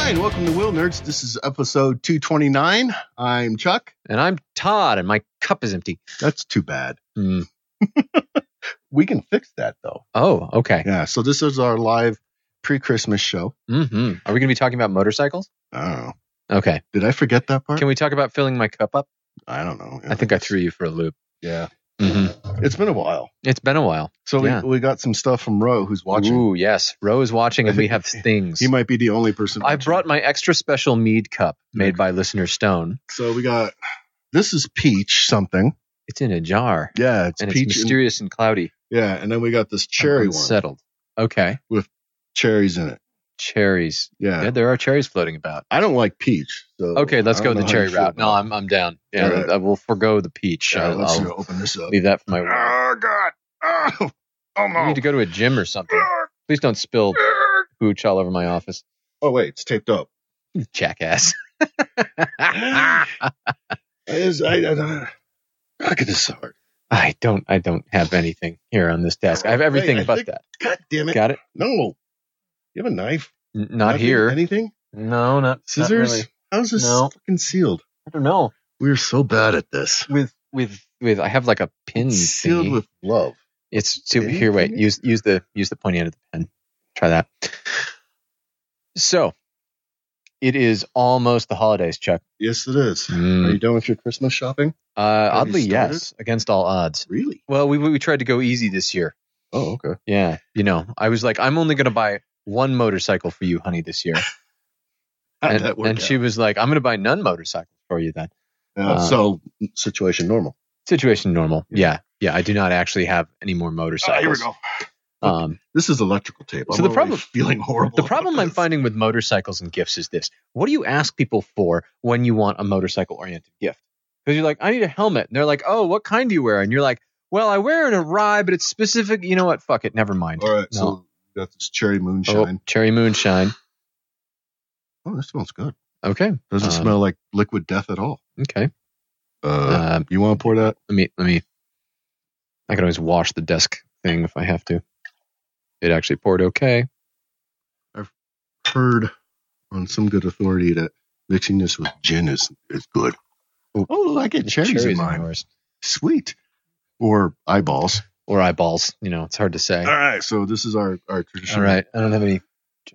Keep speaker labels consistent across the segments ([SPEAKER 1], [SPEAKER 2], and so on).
[SPEAKER 1] Oil Nerds. This is episode 229. I'm Chuck.
[SPEAKER 2] And I'm Todd, and my cup is empty.
[SPEAKER 1] That's too bad.
[SPEAKER 2] Hmm.
[SPEAKER 1] We can fix that though.
[SPEAKER 2] Oh, okay.
[SPEAKER 1] Yeah. So this is our live pre-Christmas show.
[SPEAKER 2] hmm Are we going to be talking about motorcycles?
[SPEAKER 1] I don't know.
[SPEAKER 2] Okay.
[SPEAKER 1] Did I forget that part?
[SPEAKER 2] Can we talk about filling my cup up?
[SPEAKER 1] I don't know.
[SPEAKER 2] I think I threw you for a loop.
[SPEAKER 1] Yeah.
[SPEAKER 2] hmm
[SPEAKER 1] It's been a while.
[SPEAKER 2] It's been a while.
[SPEAKER 1] So
[SPEAKER 2] Yeah.
[SPEAKER 1] we, we got some stuff from Ro who's watching.
[SPEAKER 2] Ooh, yes. Ro is watching, and we have things.
[SPEAKER 1] He might be the only person.
[SPEAKER 2] I
[SPEAKER 1] watching.
[SPEAKER 2] brought my extra special mead cup made by listener Stone.
[SPEAKER 1] So we got this is peach something.
[SPEAKER 2] It's in a jar,
[SPEAKER 1] Yeah, it's
[SPEAKER 2] and it's
[SPEAKER 1] peach. and-
[SPEAKER 2] mysterious and cloudy.
[SPEAKER 1] yeah, and then we got this cherry one.
[SPEAKER 2] settled. Okay,
[SPEAKER 1] Cherries in it.
[SPEAKER 2] cherries.
[SPEAKER 1] Yeah.
[SPEAKER 2] Yeah, there are cherries floating about.
[SPEAKER 1] I don't like peach. So
[SPEAKER 2] Okay, let's
[SPEAKER 1] I
[SPEAKER 2] go
[SPEAKER 1] don't
[SPEAKER 2] the
[SPEAKER 1] know how
[SPEAKER 2] cherry
[SPEAKER 1] you feel
[SPEAKER 2] route. No,
[SPEAKER 1] about it.
[SPEAKER 2] I'm I'm down. Yeah,
[SPEAKER 1] All right.
[SPEAKER 2] I will forego the peach.
[SPEAKER 1] Yeah,
[SPEAKER 2] I'll,
[SPEAKER 1] let's
[SPEAKER 2] I'll
[SPEAKER 1] see, open this up.
[SPEAKER 2] leave that for my wife.
[SPEAKER 1] Oh God! Oh, oh
[SPEAKER 2] You
[SPEAKER 1] no!
[SPEAKER 2] need to go to a gym or something. Please don't spill pooch all over my office.
[SPEAKER 1] Oh wait, it's taped up.
[SPEAKER 2] Jackass.
[SPEAKER 1] It is- I, I, I, look at this hard.
[SPEAKER 2] I don't I don't have anything here on this desk. I have everything
[SPEAKER 1] Hey, I
[SPEAKER 2] but
[SPEAKER 1] think-
[SPEAKER 2] that.
[SPEAKER 1] God damn it!
[SPEAKER 2] Got it?
[SPEAKER 1] No, you have a knife?
[SPEAKER 2] N- not
[SPEAKER 1] Nothing?
[SPEAKER 2] here.
[SPEAKER 1] Anything?
[SPEAKER 2] no, not
[SPEAKER 1] Scissors?
[SPEAKER 2] Not really.
[SPEAKER 1] How's this
[SPEAKER 2] No.
[SPEAKER 1] fucking sealed?
[SPEAKER 2] I don't know.
[SPEAKER 1] We're so bad at this.
[SPEAKER 2] With with with I have like a pin.
[SPEAKER 1] It's sealed
[SPEAKER 2] thingy.
[SPEAKER 1] with love.
[SPEAKER 2] It's see,
[SPEAKER 1] Pin
[SPEAKER 2] here. Wait,
[SPEAKER 1] thingy?
[SPEAKER 2] use use the use the pointy end of the pen. Try that. So, it is almost the holidays, Chuck. Mm,
[SPEAKER 1] Yes, it is.
[SPEAKER 2] Hmm.
[SPEAKER 1] Are you done with your Christmas shopping?
[SPEAKER 2] Uh, oddly,
[SPEAKER 1] started?
[SPEAKER 2] yes, against all odds.
[SPEAKER 1] Really?
[SPEAKER 2] Well, we we tried to go easy this year.
[SPEAKER 1] Oh, okay.
[SPEAKER 2] Yeah, you know, I was like, I'm only going to buy one motorcycle for you, honey, this year.
[SPEAKER 1] How'd
[SPEAKER 2] and
[SPEAKER 1] that work
[SPEAKER 2] and
[SPEAKER 1] out?
[SPEAKER 2] she was like, I'm going to buy none motorcycles for you then.
[SPEAKER 1] Yeah,
[SPEAKER 2] uh,
[SPEAKER 1] so situation normal.
[SPEAKER 2] Situation normal. Yeah. Yeah. I do not actually have any
[SPEAKER 1] Oh,
[SPEAKER 2] more
[SPEAKER 1] Ah,
[SPEAKER 2] motorcycles. Um,
[SPEAKER 1] This is electrical tape.
[SPEAKER 2] So the
[SPEAKER 1] already
[SPEAKER 2] problem-
[SPEAKER 1] feeling horrible.
[SPEAKER 2] the
[SPEAKER 1] about
[SPEAKER 2] problem I'm
[SPEAKER 1] this.
[SPEAKER 2] finding with motorcycles and gifts is this what do you ask people for when you want a motorcycle oriented gift? Because you're like, I need a helmet. And they're like, oh, what kind do you wear? And you're like, well, I wear an awry, but it's specific. You know what? Fuck it. Never mind.
[SPEAKER 1] All right,
[SPEAKER 2] No.
[SPEAKER 1] so we got this cherry
[SPEAKER 2] Oh,
[SPEAKER 1] moonshine.
[SPEAKER 2] cherry moonshine.
[SPEAKER 1] Oh, Uh, this smells good.
[SPEAKER 2] Okay.
[SPEAKER 1] Doesn't
[SPEAKER 2] Um,
[SPEAKER 1] smell like liquid death at all.
[SPEAKER 2] Okay.
[SPEAKER 1] Uh,
[SPEAKER 2] Um,
[SPEAKER 1] you want to pour that?
[SPEAKER 2] let me let me i can always wash the desk thing if i have to it actually poured okay
[SPEAKER 1] Heard on some good authority that mixing this with gin is is good. Oh, I get cherries, in mine.
[SPEAKER 2] yours.
[SPEAKER 1] Sweet. Or eyeballs.
[SPEAKER 2] or eyeballs you know it's hard to say
[SPEAKER 1] All right, so this is our our
[SPEAKER 2] all
[SPEAKER 1] traditional.
[SPEAKER 2] right i don't have any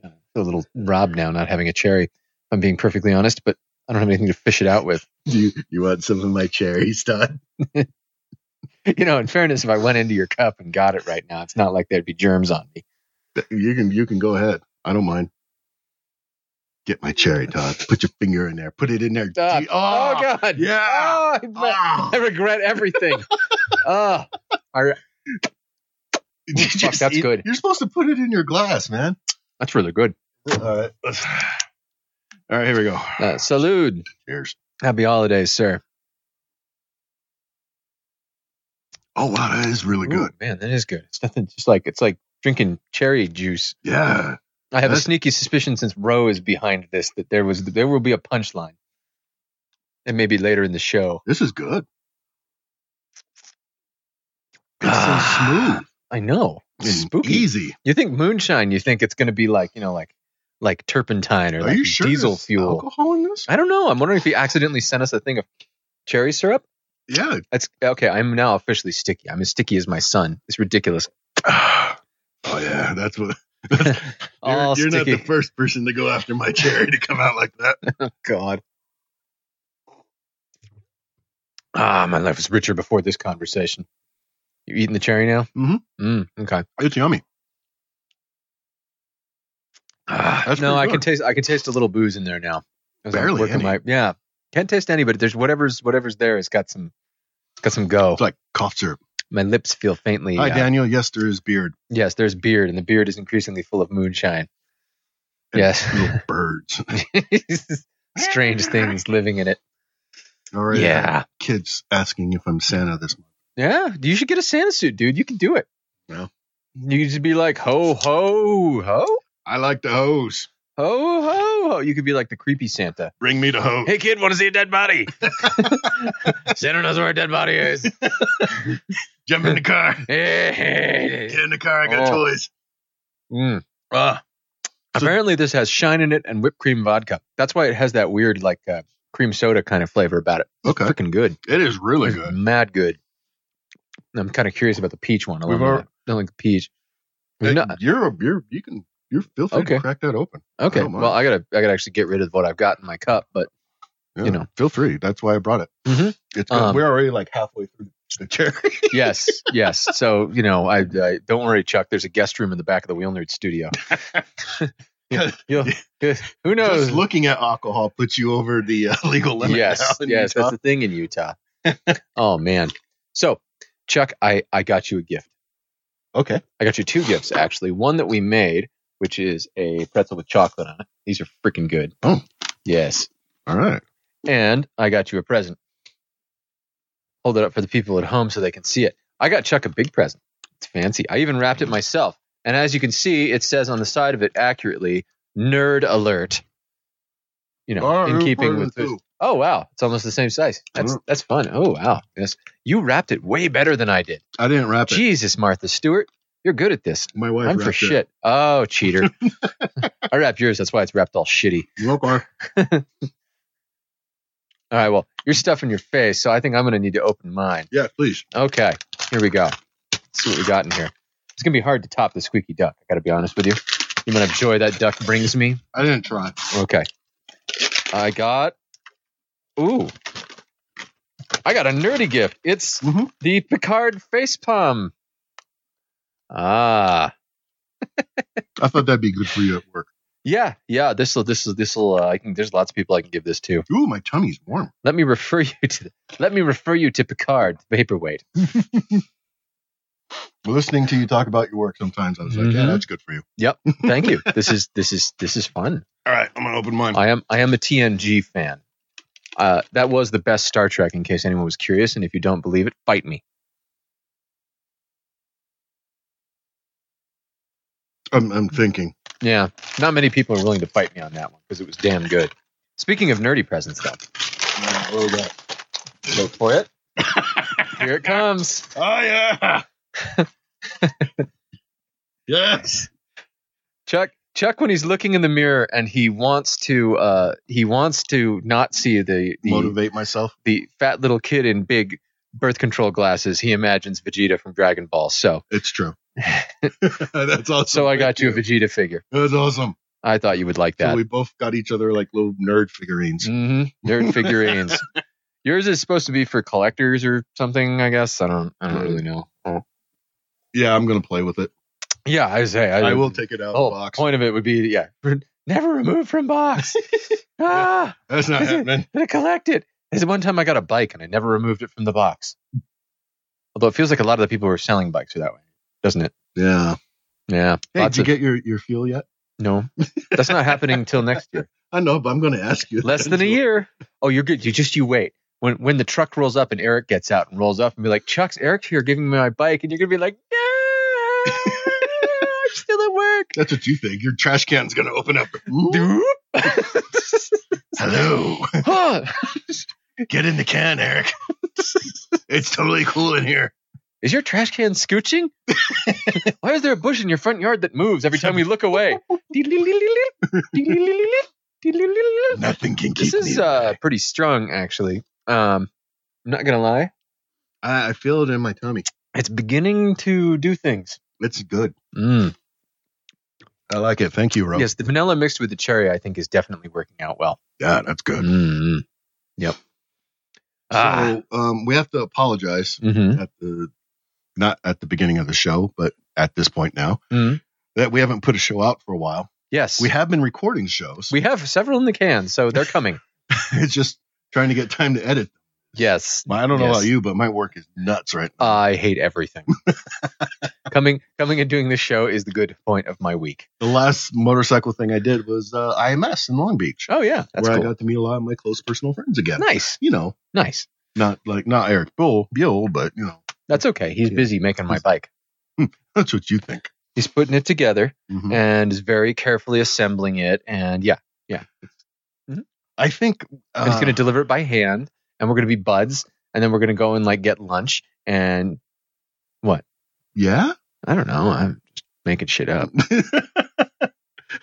[SPEAKER 2] I feel a little robbed now not having a cherry if i'm being perfectly honest but i don't have anything to fish it out with
[SPEAKER 1] Do you, you want some of my cherries, Todd?
[SPEAKER 2] you know in fairness if i went into your cup and got it right now it's not like there'd be germs on me
[SPEAKER 1] You can you can go ahead. I don't mind. Get my cherry, Todd. Put your finger in there. Put it in there.
[SPEAKER 2] Stop.
[SPEAKER 1] Gee-
[SPEAKER 2] oh,
[SPEAKER 1] Oh,
[SPEAKER 2] god
[SPEAKER 1] yeah.
[SPEAKER 2] oh, I, re-
[SPEAKER 1] Ah.
[SPEAKER 2] I regret everything oh
[SPEAKER 1] Did you
[SPEAKER 2] Fuck,
[SPEAKER 1] just
[SPEAKER 2] that's
[SPEAKER 1] eat-
[SPEAKER 2] good.
[SPEAKER 1] You're supposed to put it in your glass, man.
[SPEAKER 2] that's really good
[SPEAKER 1] Uh, All right. All right, here we go.
[SPEAKER 2] uh, salud
[SPEAKER 1] Cheers.
[SPEAKER 2] happy holidays sir
[SPEAKER 1] Oh wow, that is really
[SPEAKER 2] Ooh,
[SPEAKER 1] good.
[SPEAKER 2] Man, that is good. It's nothing just like it's like drinking cherry juice.
[SPEAKER 1] Yeah.
[SPEAKER 2] I have
[SPEAKER 1] That's-
[SPEAKER 2] a sneaky suspicion since Roe is behind this that there was there will be a punchline. And maybe later in the show.
[SPEAKER 1] This is good. It's so
[SPEAKER 2] Ah,
[SPEAKER 1] smooth.
[SPEAKER 2] I know.
[SPEAKER 1] and
[SPEAKER 2] It's spooky.
[SPEAKER 1] Easy.
[SPEAKER 2] You think moonshine, you think it's gonna be like, you know, like like turpentine or
[SPEAKER 1] Are
[SPEAKER 2] like
[SPEAKER 1] you sure
[SPEAKER 2] diesel
[SPEAKER 1] there's
[SPEAKER 2] fuel.
[SPEAKER 1] alcohol in this?
[SPEAKER 2] I don't know. I'm wondering if he accidentally sent us a thing of cherry syrup.
[SPEAKER 1] Yeah.
[SPEAKER 2] That's okay, I'm now officially sticky. I'm as sticky as my son. It's ridiculous.
[SPEAKER 1] oh yeah, that's what you're,
[SPEAKER 2] All
[SPEAKER 1] you're not
[SPEAKER 2] sticky.
[SPEAKER 1] the first person to go after my cherry to come out like that.
[SPEAKER 2] God. Ah, my life was richer before this conversation. You eating the cherry now?
[SPEAKER 1] Mhm.
[SPEAKER 2] Mm, okay.
[SPEAKER 1] It's yummy.
[SPEAKER 2] Ah,
[SPEAKER 1] That's
[SPEAKER 2] no,
[SPEAKER 1] pretty
[SPEAKER 2] I can
[SPEAKER 1] good.
[SPEAKER 2] taste. I can taste a little booze in there now. As I'm
[SPEAKER 1] Barely
[SPEAKER 2] working
[SPEAKER 1] any.
[SPEAKER 2] my- yeah, can't taste any, but there's whatever's whatever's there. It's got some. It's got some go.
[SPEAKER 1] It's like cough syrup.
[SPEAKER 2] My lips feel faintly.
[SPEAKER 1] Hi
[SPEAKER 2] uh,
[SPEAKER 1] Daniel, yes there is beard.
[SPEAKER 2] yes, there's beard, and the beard is increasingly full of moonshine.
[SPEAKER 1] And
[SPEAKER 2] Yes.
[SPEAKER 1] Little birds.
[SPEAKER 2] Strange things living in it.
[SPEAKER 1] All right. uh,
[SPEAKER 2] Yeah.
[SPEAKER 1] Kids asking if I'm Santa this month.
[SPEAKER 2] Yeah, you should get a Santa suit, dude. You can do it.
[SPEAKER 1] Yeah.
[SPEAKER 2] You could just be like ho ho ho
[SPEAKER 1] I like the hose.
[SPEAKER 2] ho ho ho. You could be like the creepy Santa.
[SPEAKER 1] Bring me the hose.
[SPEAKER 2] Hey kid, want to see a dead body? Santa knows where a dead body is.
[SPEAKER 1] Jump in the car.
[SPEAKER 2] Hey. Mm.
[SPEAKER 1] Get in the car. I got
[SPEAKER 2] Oh.
[SPEAKER 1] toys.
[SPEAKER 2] Mm. Ah.
[SPEAKER 1] Uh, So-
[SPEAKER 2] Apparently, this has shine in it and whipped cream vodka. That's why it has that weird like uh, cream soda kind of flavor about it.
[SPEAKER 1] Okay.
[SPEAKER 2] Freaking good.
[SPEAKER 1] It is really
[SPEAKER 2] It's
[SPEAKER 1] good.
[SPEAKER 2] Mad good. I'm kind of curious about the peach one. I
[SPEAKER 1] We've
[SPEAKER 2] love
[SPEAKER 1] already-
[SPEAKER 2] that. I like the peach.
[SPEAKER 1] Hey,
[SPEAKER 2] No-
[SPEAKER 1] you're a you're you can you're feel free
[SPEAKER 2] Okay.
[SPEAKER 1] to crack that open.
[SPEAKER 2] okay.
[SPEAKER 1] don't mind.
[SPEAKER 2] well, I gotta I gotta actually get rid of what I've got in my cup, but
[SPEAKER 1] Yeah,
[SPEAKER 2] You know.
[SPEAKER 1] feel free. That's why I brought it.
[SPEAKER 2] Mhm.
[SPEAKER 1] It's good.
[SPEAKER 2] Um,
[SPEAKER 1] we're already like halfway through the cherry.
[SPEAKER 2] yes, yes. So you know, I, I don't worry, Chuck. There's a guest room in the back of the Wheel Nerd Studio. You- you'll- who knows?
[SPEAKER 1] Just looking at alcohol puts you over the uh, legal limit.
[SPEAKER 2] yes,
[SPEAKER 1] now in
[SPEAKER 2] yes.
[SPEAKER 1] Utah.
[SPEAKER 2] That's the thing in Utah. oh man. So, Chuck, I I got you a gift.
[SPEAKER 1] okay.
[SPEAKER 2] I got you two gifts actually. One that we made, which is a pretzel with chocolate on it. These are freaking good.
[SPEAKER 1] Oh.
[SPEAKER 2] yes.
[SPEAKER 1] All right.
[SPEAKER 2] And I got you a present. Hold it up for the people at home so they can see it. I got Chuck a big present. It's fancy. I even wrapped it myself. And as you can see, it says on the side of it accurately, "Nerd Alert." You know, in keeping with the, Oh wow, it's almost the same size. That's
[SPEAKER 1] Mm.
[SPEAKER 2] that's fun. Oh wow, yes, you wrapped it way better than I did.
[SPEAKER 1] I didn't wrap it.
[SPEAKER 2] Jesus, Martha Stewart, you're good at this.
[SPEAKER 1] My wife
[SPEAKER 2] I'm
[SPEAKER 1] wrapped
[SPEAKER 2] for shit. Oh, cheater! I wrapped yours. That's why it's wrapped all shitty.
[SPEAKER 1] it. Okay.
[SPEAKER 2] All right, well, you're stuffing your face, so I think I'm gonna need to open mine.
[SPEAKER 1] Yeah, please.
[SPEAKER 2] Okay, here we go. Let's see what we got in here. It's gonna be hard to top the squeaky duck. I gotta be honest with you. The amount of joy that duck brings me.
[SPEAKER 1] I didn't try.
[SPEAKER 2] Okay, I got. Ooh, I got a nerdy gift. It's
[SPEAKER 1] Mm-hmm.
[SPEAKER 2] The Picard face palm. Ah,
[SPEAKER 1] I thought that'd be good for you at work.
[SPEAKER 2] yeah, yeah. This will, this will, this will. Uh, I can. There's lots of people I can give this to.
[SPEAKER 1] Ooh, my tummy's warm.
[SPEAKER 2] Let me refer you to. Let me refer you to Picard, the Vaporweight.
[SPEAKER 1] Listening to you talk about your work sometimes, I was like, yeah,
[SPEAKER 2] Mhm.
[SPEAKER 1] that's good for you.
[SPEAKER 2] Thank you. this is this is this is fun.
[SPEAKER 1] All right, I'm gonna open mine.
[SPEAKER 2] I am I am a TNG fan. Uh, that was the best Star Trek. In case anyone was curious, and if you don't believe it, fight me.
[SPEAKER 1] I'm, I'm thinking.
[SPEAKER 2] Yeah, not many people are willing to fight me on that one because it was damn good. Speaking of nerdy presents, though,
[SPEAKER 1] Uh, what do we got?
[SPEAKER 2] look for it. Here it comes.
[SPEAKER 1] Oh yeah. yes.
[SPEAKER 2] Chuck Chuck when he's looking in the mirror and he wants to uh he wants to not see the the,
[SPEAKER 1] Motivate myself.
[SPEAKER 2] the fat little kid in big birth control glasses he imagines Vegeta from Dragon Ball. So
[SPEAKER 1] It's true. that's awesome.
[SPEAKER 2] so I got
[SPEAKER 1] Thank
[SPEAKER 2] you a Vegeta figure.
[SPEAKER 1] That's awesome.
[SPEAKER 2] I thought you would like that.
[SPEAKER 1] So we both got each other like little nerd figurines.
[SPEAKER 2] hmm Nerd figurines. Yours is supposed to be for collectors or something, I guess. I don't I don't really know.
[SPEAKER 1] Yeah, I'm gonna play with it.
[SPEAKER 2] Yeah, I say Mm-hmm. I,
[SPEAKER 1] I will take it out
[SPEAKER 2] the
[SPEAKER 1] of
[SPEAKER 2] whole
[SPEAKER 1] the box.
[SPEAKER 2] point of it would be yeah. Never removed from box. ah,
[SPEAKER 1] That's not
[SPEAKER 2] Is it-
[SPEAKER 1] happening.
[SPEAKER 2] Did I collect it? There's one time I got a bike and I never removed it from the box. Although it feels like a lot of the people who are selling bikes are that way, doesn't it?
[SPEAKER 1] Yeah.
[SPEAKER 2] Yeah.
[SPEAKER 1] Hey,
[SPEAKER 2] lots
[SPEAKER 1] did you
[SPEAKER 2] of-
[SPEAKER 1] get your, your fuel yet?
[SPEAKER 2] no, that's not happening until next year.
[SPEAKER 1] I know, but I'm gonna ask you.
[SPEAKER 2] Less than a year. Oh, you're good. You just you wait. When when the truck rolls up and Eric gets out and rolls up and be like, Chuck's Eric's here giving me my bike, and you're gonna be like, No, I'm still at work.
[SPEAKER 1] That's what you think. Your trash can's gonna open up. Ooh,
[SPEAKER 2] Doop.
[SPEAKER 1] Hello.
[SPEAKER 2] Huh.
[SPEAKER 1] Get in the can, Eric. it's totally cool in here.
[SPEAKER 2] Is your trash can scooching? Why is there a bush in your front yard that moves every time we look away? this
[SPEAKER 1] Nothing can
[SPEAKER 2] is uh, pretty strong, actually. Um, I'm not gonna lie,
[SPEAKER 1] I, I feel it in my tummy.
[SPEAKER 2] it's beginning to do things.
[SPEAKER 1] It's good.
[SPEAKER 2] Mm.
[SPEAKER 1] I like it. Thank you, Rob.
[SPEAKER 2] Yes, the vanilla mixed with the cherry, I think, is definitely working out well.
[SPEAKER 1] Yeah, that's good.
[SPEAKER 2] Mm. Yep. Ah.
[SPEAKER 1] So um, we have to apologize
[SPEAKER 2] Mhm.
[SPEAKER 1] at the not at the beginning of the show, but at this point now
[SPEAKER 2] Mhm.
[SPEAKER 1] that we haven't put a show out for a while.
[SPEAKER 2] Yes,
[SPEAKER 1] We have been recording shows.
[SPEAKER 2] we have several in the can, so they're coming.
[SPEAKER 1] it's just trying to get time to edit.
[SPEAKER 2] yes,
[SPEAKER 1] Well, I don't know
[SPEAKER 2] Yes.
[SPEAKER 1] about you, but my work is nuts right now.
[SPEAKER 2] I hate everything. coming, coming, and doing this show is the good point of my week.
[SPEAKER 1] the last motorcycle thing I did was uh, IMS in Long Beach,
[SPEAKER 2] Oh yeah, that's
[SPEAKER 1] where
[SPEAKER 2] cool.
[SPEAKER 1] I got to meet a lot of my close personal friends again.
[SPEAKER 2] nice,
[SPEAKER 1] You know,
[SPEAKER 2] nice.
[SPEAKER 1] not like not Eric Bull, Buell, but you know,
[SPEAKER 2] That's okay. He's
[SPEAKER 1] Yeah.
[SPEAKER 2] busy making my bike.
[SPEAKER 1] that's what you think.
[SPEAKER 2] He's putting it together
[SPEAKER 1] Mhm.
[SPEAKER 2] and is very carefully assembling it. And yeah,
[SPEAKER 1] I think
[SPEAKER 2] and he's
[SPEAKER 1] uh,
[SPEAKER 2] going to deliver it by hand. And we're going to be buds. And then we're going to go and like get lunch. And
[SPEAKER 1] yeah.
[SPEAKER 2] I don't know. I'm just making shit up.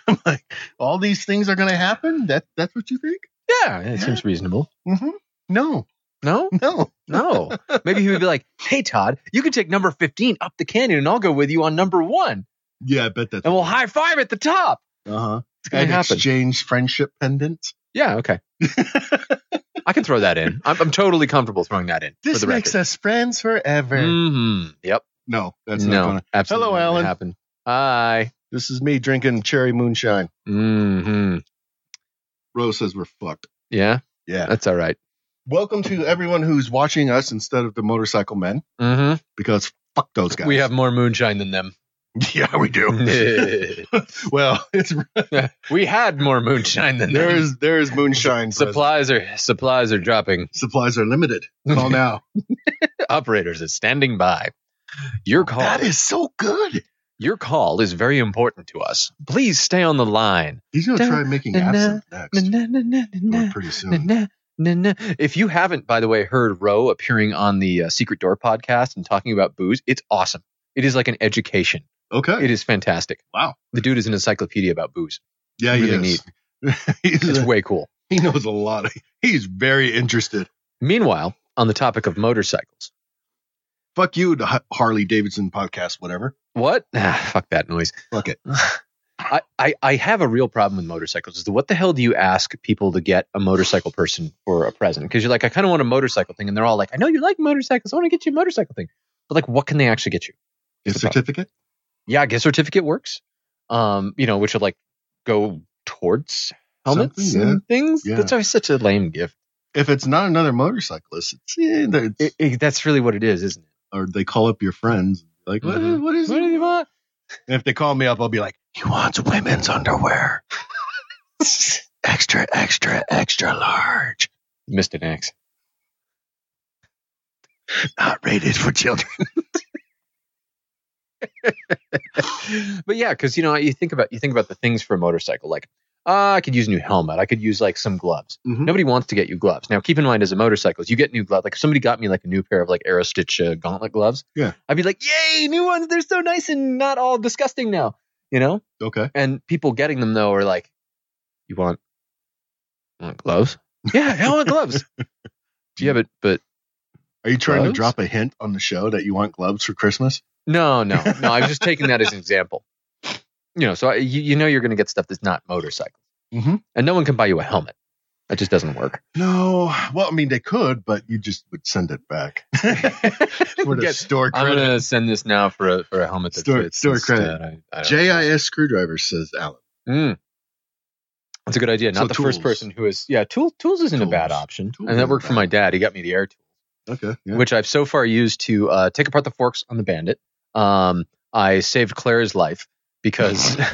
[SPEAKER 1] I'm like, all these things are going to happen. That that's what you think?
[SPEAKER 2] Yeah, it seems reasonable.
[SPEAKER 1] Mm-hmm. No,
[SPEAKER 2] No,
[SPEAKER 1] no.
[SPEAKER 2] no. Maybe he would be like, "Hey, Todd, you can take number fifteen up the canyon, and I'll go with you on number one,
[SPEAKER 1] Yeah, I bet that's
[SPEAKER 2] and we'll high five at the top."
[SPEAKER 1] uh huh.
[SPEAKER 2] It's gonna
[SPEAKER 1] And
[SPEAKER 2] happen.
[SPEAKER 1] exchange friendship pendants.
[SPEAKER 2] Yeah, okay. I can throw that in. I'm, I'm totally comfortable throwing that in.
[SPEAKER 1] This
[SPEAKER 2] for the
[SPEAKER 1] makes
[SPEAKER 2] record.
[SPEAKER 1] us friends forever.
[SPEAKER 2] Mhm. Yep.
[SPEAKER 1] No, that's
[SPEAKER 2] no,
[SPEAKER 1] not going to
[SPEAKER 2] absolutely
[SPEAKER 1] Hello,
[SPEAKER 2] not gonna
[SPEAKER 1] Alan.
[SPEAKER 2] Happen. Hi.
[SPEAKER 1] This is me drinking cherry moonshine.
[SPEAKER 2] hmm
[SPEAKER 1] Rose says we're fucked.
[SPEAKER 2] Yeah.
[SPEAKER 1] Yeah.
[SPEAKER 2] That's all right.
[SPEAKER 1] Welcome to everyone who's watching us instead of the motorcycle men,
[SPEAKER 2] Mm-hmm.
[SPEAKER 1] because fuck those guys.
[SPEAKER 2] We have more moonshine than them.
[SPEAKER 1] yeah, we do. well, it's
[SPEAKER 2] we had more moonshine than
[SPEAKER 1] there
[SPEAKER 2] them.
[SPEAKER 1] is there is moonshine. for us.
[SPEAKER 2] supplies are supplies are dropping.
[SPEAKER 1] supplies are limited. Call now.
[SPEAKER 2] Operators is standing by. Your call.
[SPEAKER 1] that is so good.
[SPEAKER 2] your call is very important to us. Please stay on the line.
[SPEAKER 1] He's gonna try making
[SPEAKER 2] Da- da-
[SPEAKER 1] absinthe next,
[SPEAKER 2] Na- na- na- na-
[SPEAKER 1] or
[SPEAKER 2] na.
[SPEAKER 1] pretty
[SPEAKER 2] Na-
[SPEAKER 1] soon.
[SPEAKER 2] na- na- na. If you haven't, by the way, heard Roe appearing on the uh, Secret Door podcast and talking about booze, it's awesome. It is like an education.
[SPEAKER 1] Okay.
[SPEAKER 2] It is fantastic.
[SPEAKER 1] Wow.
[SPEAKER 2] The dude is an encyclopedia about booze.
[SPEAKER 1] Yeah, he
[SPEAKER 2] really
[SPEAKER 1] is. He's
[SPEAKER 2] It's
[SPEAKER 1] a-
[SPEAKER 2] way cool.
[SPEAKER 1] he knows a lot. He's very interested.
[SPEAKER 2] Meanwhile, on the topic of motorcycles,
[SPEAKER 1] Fuck you, the Harley Davidson podcast, whatever.
[SPEAKER 2] what? Ah, fuck that noise.
[SPEAKER 1] Fuck it.
[SPEAKER 2] I, I, I have a real problem with motorcycles. Is the, what the hell do you ask people to get a motorcycle person for a present? Because you're like, I kind of want a motorcycle thing, and they're all like, I know you like motorcycles. I want to get you a motorcycle thing. But like, what can they actually get you?
[SPEAKER 1] His
[SPEAKER 2] It's a problem.
[SPEAKER 1] certificate.
[SPEAKER 2] Yeah, gift certificate works. Um, you know, which would like go towards helmets
[SPEAKER 1] Something, yeah.
[SPEAKER 2] and things.
[SPEAKER 1] Yeah.
[SPEAKER 2] That's always such a lame gift.
[SPEAKER 1] If it's not another motorcyclist, it's, eh, it's
[SPEAKER 2] It, it, that's really what it is, isn't it?
[SPEAKER 1] or they call up your friends like what,
[SPEAKER 2] Mhm.
[SPEAKER 1] what is
[SPEAKER 2] What
[SPEAKER 1] it?
[SPEAKER 2] do you want?
[SPEAKER 1] And if they call me up i'll be like he wants women's underwear extra extra extra large
[SPEAKER 2] Missed an X.
[SPEAKER 1] not rated for children
[SPEAKER 2] but yeah, because you know you think about you think about the things for a motorcycle. Like, ah, I could use a new helmet. I could use like some gloves.
[SPEAKER 1] Mhm.
[SPEAKER 2] Nobody wants to get you gloves. Now, keep in mind, as a motorcyclist, you get new gloves. Like, if somebody got me like a new pair of like Aerostitch uh, gauntlet gloves,
[SPEAKER 1] Yeah.
[SPEAKER 2] I'd be like, yay, new ones. They're so nice and not all disgusting now. You know.
[SPEAKER 1] okay
[SPEAKER 2] And people getting them though are like, you want, you want gloves? Yeah, I want gloves. Yeah, but but
[SPEAKER 1] are you trying
[SPEAKER 2] Gloves?
[SPEAKER 1] to drop a hint on the show that you want gloves for christmas
[SPEAKER 2] no, no, no. I was just taking that as an example. You know, so I, you, you know you're going to get stuff that's not motorcycle.
[SPEAKER 1] Mhm.
[SPEAKER 2] and no one can buy you a helmet. That just doesn't work.
[SPEAKER 1] no well i mean they could but you just would send it back for the
[SPEAKER 2] Get-
[SPEAKER 1] store
[SPEAKER 2] I'm
[SPEAKER 1] credit
[SPEAKER 2] gonna send this now for a for a helmet that
[SPEAKER 1] Store-
[SPEAKER 2] fits.
[SPEAKER 1] store
[SPEAKER 2] instead.
[SPEAKER 1] credit.
[SPEAKER 2] I- I don't know.
[SPEAKER 1] jis screwdriver says alan
[SPEAKER 2] Mm. That's a good idea. Not
[SPEAKER 1] So
[SPEAKER 2] the
[SPEAKER 1] tools.
[SPEAKER 2] first person who is. Yeah, tool, tools isn't a bad
[SPEAKER 1] Tools.
[SPEAKER 2] option,
[SPEAKER 1] Tools
[SPEAKER 2] and that
[SPEAKER 1] isn't
[SPEAKER 2] worked for
[SPEAKER 1] bad.
[SPEAKER 2] my dad. He got me the air tool,
[SPEAKER 1] okay yeah.
[SPEAKER 2] which I've so far used to uh, take apart the forks on the Bandit. Um, I saved Claire's life because.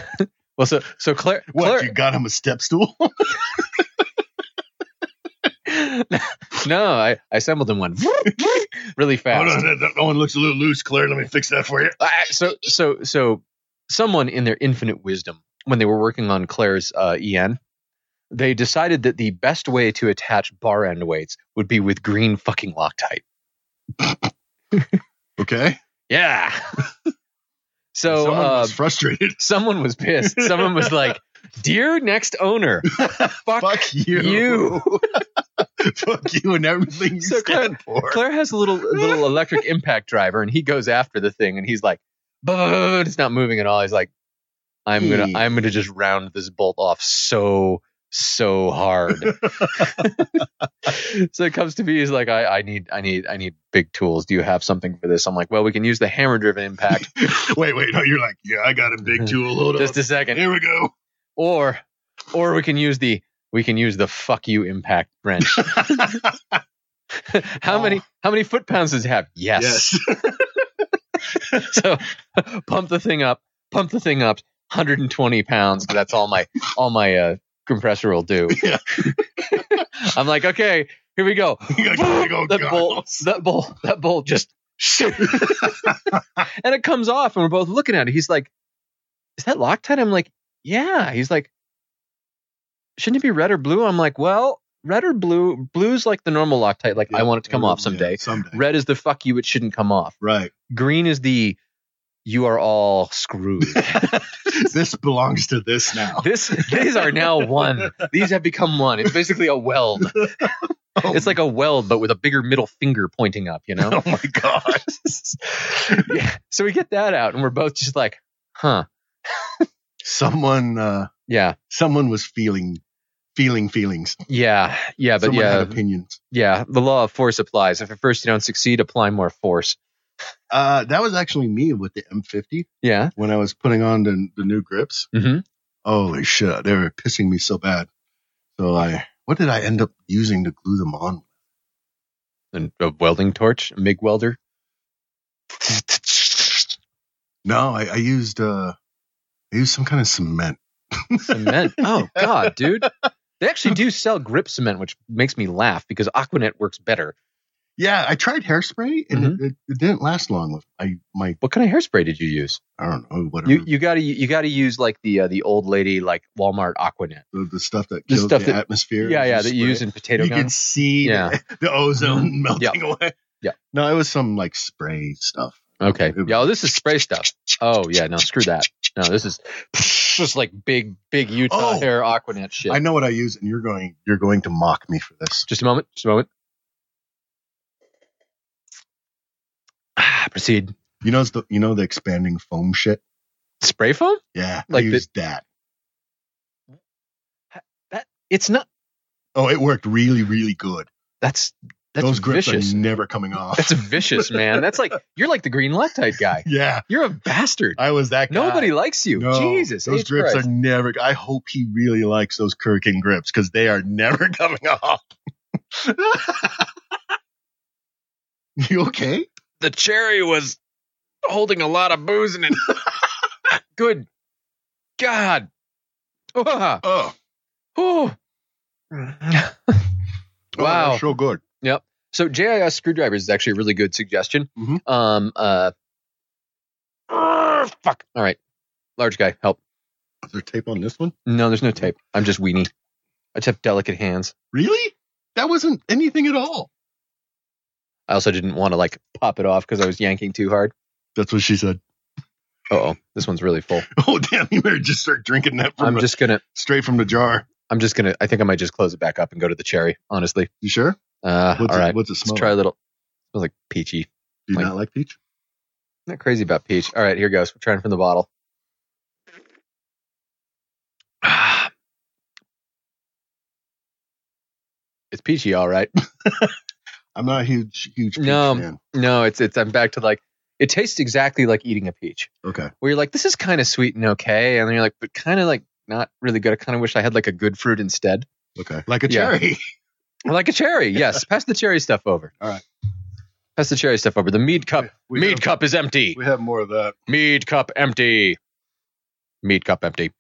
[SPEAKER 2] Well, so so Claire,
[SPEAKER 1] what
[SPEAKER 2] Claire
[SPEAKER 1] you got him a step stool
[SPEAKER 2] no, I, I assembled him one really fast.
[SPEAKER 1] Hold on, that, that one looks a little loose claire let me fix that for you
[SPEAKER 2] I- so so so someone in their infinite wisdom when they were working on claire's uh, en they decided that the best way to attach bar end weights would be with green fucking loctite
[SPEAKER 1] okay
[SPEAKER 2] yeah so
[SPEAKER 1] someone
[SPEAKER 2] uh,
[SPEAKER 1] was frustrated
[SPEAKER 2] someone was pissed someone was like dear next owner fuck,
[SPEAKER 1] Fuck you.
[SPEAKER 2] you.
[SPEAKER 1] Fuck you and everything you
[SPEAKER 2] So
[SPEAKER 1] stand for.
[SPEAKER 2] claire has a little a little electric impact driver and he goes after the thing and he's like but it's not moving at all he's like i'm gonna
[SPEAKER 1] Hmm.
[SPEAKER 2] i'm gonna just round this bolt off so so hard so it comes to me he's like I, I need i need i need big tools do you have something for this i'm like well we can use the hammer driven impact
[SPEAKER 1] wait, wait. No, you're like, yeah, I got a big tool. Hold
[SPEAKER 2] just
[SPEAKER 1] on.
[SPEAKER 2] a second
[SPEAKER 1] Here we go.
[SPEAKER 2] or or we can use the we can use the fuck you impact wrench how
[SPEAKER 1] Oh.
[SPEAKER 2] many how many foot pounds does it have yes. so pump the thing up, pump the thing up, 120 pounds. 'cause That's all my all my uh, compressor will do.
[SPEAKER 1] Yeah.
[SPEAKER 2] I'm like, okay, here we go.
[SPEAKER 1] You got a big old
[SPEAKER 2] that bolt,
[SPEAKER 1] goggles.
[SPEAKER 2] that bolt, that bolt just, and it comes off, and we're both looking at it. He's like, "Is that Loctite?" I'm like, "Yeah." He's like, "Shouldn't it be red or blue?" I'm like, "Well, red or blue, blue's like the normal Loctite. Like I want it to come off
[SPEAKER 1] Yeah,
[SPEAKER 2] someday.
[SPEAKER 1] someday.
[SPEAKER 2] Red is the fuck you, it shouldn't come off.
[SPEAKER 1] Right.
[SPEAKER 2] Green is the you are all screwed.
[SPEAKER 1] this belongs to this now.
[SPEAKER 2] this these are now one. These have become one. It's basically a weld.
[SPEAKER 1] Oh,
[SPEAKER 2] It's like a weld, but with a bigger middle finger pointing up. You know.
[SPEAKER 1] oh my god.
[SPEAKER 2] yeah. So we get that out, and we're both just like, huh?
[SPEAKER 1] someone uh
[SPEAKER 2] Yeah,
[SPEAKER 1] someone was feeling feeling feelings.
[SPEAKER 2] yeah, yeah. But
[SPEAKER 1] someone
[SPEAKER 2] yeah,
[SPEAKER 1] had opinions.
[SPEAKER 2] yeah. The law of force applies. If at first you don't succeed, apply more force.
[SPEAKER 1] Uh that was actually me with the M50
[SPEAKER 2] Yeah.
[SPEAKER 1] when I was putting on the, the new grips.
[SPEAKER 2] Mm-hmm.
[SPEAKER 1] Holy shit, they were pissing me so bad. So I what did I end up using to glue them on?
[SPEAKER 2] And a welding torch, a MIG welder.
[SPEAKER 1] No, I, I used uh I used some kind of cement.
[SPEAKER 2] Cement. Oh God, dude. They actually do sell grip cement, which makes me laugh because Aquanet works better.
[SPEAKER 1] Yeah, I tried hairspray and
[SPEAKER 2] Mm-hmm.
[SPEAKER 1] it, it, it didn't last long with I my
[SPEAKER 2] What kind of hairspray did you use?
[SPEAKER 1] I don't know whatever
[SPEAKER 2] You you gotta you gotta use like the uh, the old lady like Walmart Aquanet.
[SPEAKER 1] the, the stuff that
[SPEAKER 2] The
[SPEAKER 1] kills the,
[SPEAKER 2] stuff that-
[SPEAKER 1] atmosphere.
[SPEAKER 2] Yeah, yeah,
[SPEAKER 1] just
[SPEAKER 2] that you
[SPEAKER 1] spray
[SPEAKER 2] use
[SPEAKER 1] it.
[SPEAKER 2] in potato
[SPEAKER 1] You
[SPEAKER 2] guns.
[SPEAKER 1] can see
[SPEAKER 2] Yeah. Mm-hmm.
[SPEAKER 1] the, the ozone melting away.
[SPEAKER 2] Yeah.
[SPEAKER 1] No, it was some like spray stuff.
[SPEAKER 2] Okay.
[SPEAKER 1] It-
[SPEAKER 2] Yo, this is spray stuff. Oh yeah, no, screw that. No, this is just like big, big Utah
[SPEAKER 1] Oh.
[SPEAKER 2] hair Aquanet shit.
[SPEAKER 1] I know what I use, and you're going you're going to mock me for this.
[SPEAKER 2] Just a moment. Just a moment. Ah, Proceed.
[SPEAKER 1] You know it's the you know the expanding foam shit.
[SPEAKER 2] Spray foam?
[SPEAKER 1] Yeah,
[SPEAKER 2] Like
[SPEAKER 1] I
[SPEAKER 2] the-
[SPEAKER 1] used that.
[SPEAKER 2] It's not.
[SPEAKER 1] Oh, it worked really really good.
[SPEAKER 2] That's that's
[SPEAKER 1] Those grips
[SPEAKER 2] vicious.
[SPEAKER 1] are never coming off.
[SPEAKER 2] That's vicious, man. That's like you're like the green Loctite guy.
[SPEAKER 1] yeah,
[SPEAKER 2] You're a bastard.
[SPEAKER 1] I was that guy.
[SPEAKER 2] Nobody likes you.
[SPEAKER 1] No,
[SPEAKER 2] Jesus.
[SPEAKER 1] those
[SPEAKER 2] H.
[SPEAKER 1] grips
[SPEAKER 2] Christ.
[SPEAKER 1] are never. I hope he really likes those Kirkin grips because they are never coming off. you okay?
[SPEAKER 2] the cherry was holding a lot of booze in it. Good God. Ah,
[SPEAKER 1] Oh,
[SPEAKER 2] whew. Wow.
[SPEAKER 1] so good.
[SPEAKER 2] So JIS screwdrivers is actually a really good suggestion.
[SPEAKER 1] Mhm.
[SPEAKER 2] Um, uh, argh, fuck. All right, large guy, help.
[SPEAKER 1] Is there tape on this one?
[SPEAKER 2] No, there's no tape. I'm just weenie. I just have delicate hands.
[SPEAKER 1] Really? That wasn't anything at all.
[SPEAKER 2] I also didn't want to like pop it off because I was yanking too hard.
[SPEAKER 1] That's what she said.
[SPEAKER 2] Oh, this one's really full.
[SPEAKER 1] Oh damn! You better just start drinking that from
[SPEAKER 2] I'm
[SPEAKER 1] the-
[SPEAKER 2] just gonna.
[SPEAKER 1] straight from the jar.
[SPEAKER 2] I'm just gonna. I think I might just close it back up and go to the cherry. Honestly.
[SPEAKER 1] You sure?
[SPEAKER 2] Uh, all
[SPEAKER 1] What's
[SPEAKER 2] right.
[SPEAKER 1] it, what's it
[SPEAKER 2] Let's
[SPEAKER 1] smell?
[SPEAKER 2] try a
[SPEAKER 1] like?
[SPEAKER 2] little. Smells like peachy.
[SPEAKER 1] Do you
[SPEAKER 2] like-
[SPEAKER 1] not like peach?
[SPEAKER 2] not crazy about peach. All right, here goes. We're trying from the bottle. Ah. It's peachy, all right.
[SPEAKER 1] I'm not a huge huge peach
[SPEAKER 2] No.
[SPEAKER 1] fan.
[SPEAKER 2] No, it's it's. I'm back to like it tastes exactly like eating a peach,
[SPEAKER 1] Okay.
[SPEAKER 2] where you're like, this is kind of sweet and okay, and then you're like, but kind of like not really good. I kind of wish I had like a good fruit instead,
[SPEAKER 1] Okay. Like a
[SPEAKER 2] Yeah.
[SPEAKER 1] cherry.
[SPEAKER 2] Or like a cherry. Yes, pass the cherry stuff over.
[SPEAKER 1] All right.
[SPEAKER 2] pass the cherry stuff over. The mead cup.
[SPEAKER 1] We
[SPEAKER 2] mead
[SPEAKER 1] have-
[SPEAKER 2] cup is empty.
[SPEAKER 1] We have more of that.
[SPEAKER 2] Mead cup empty. Mead cup empty.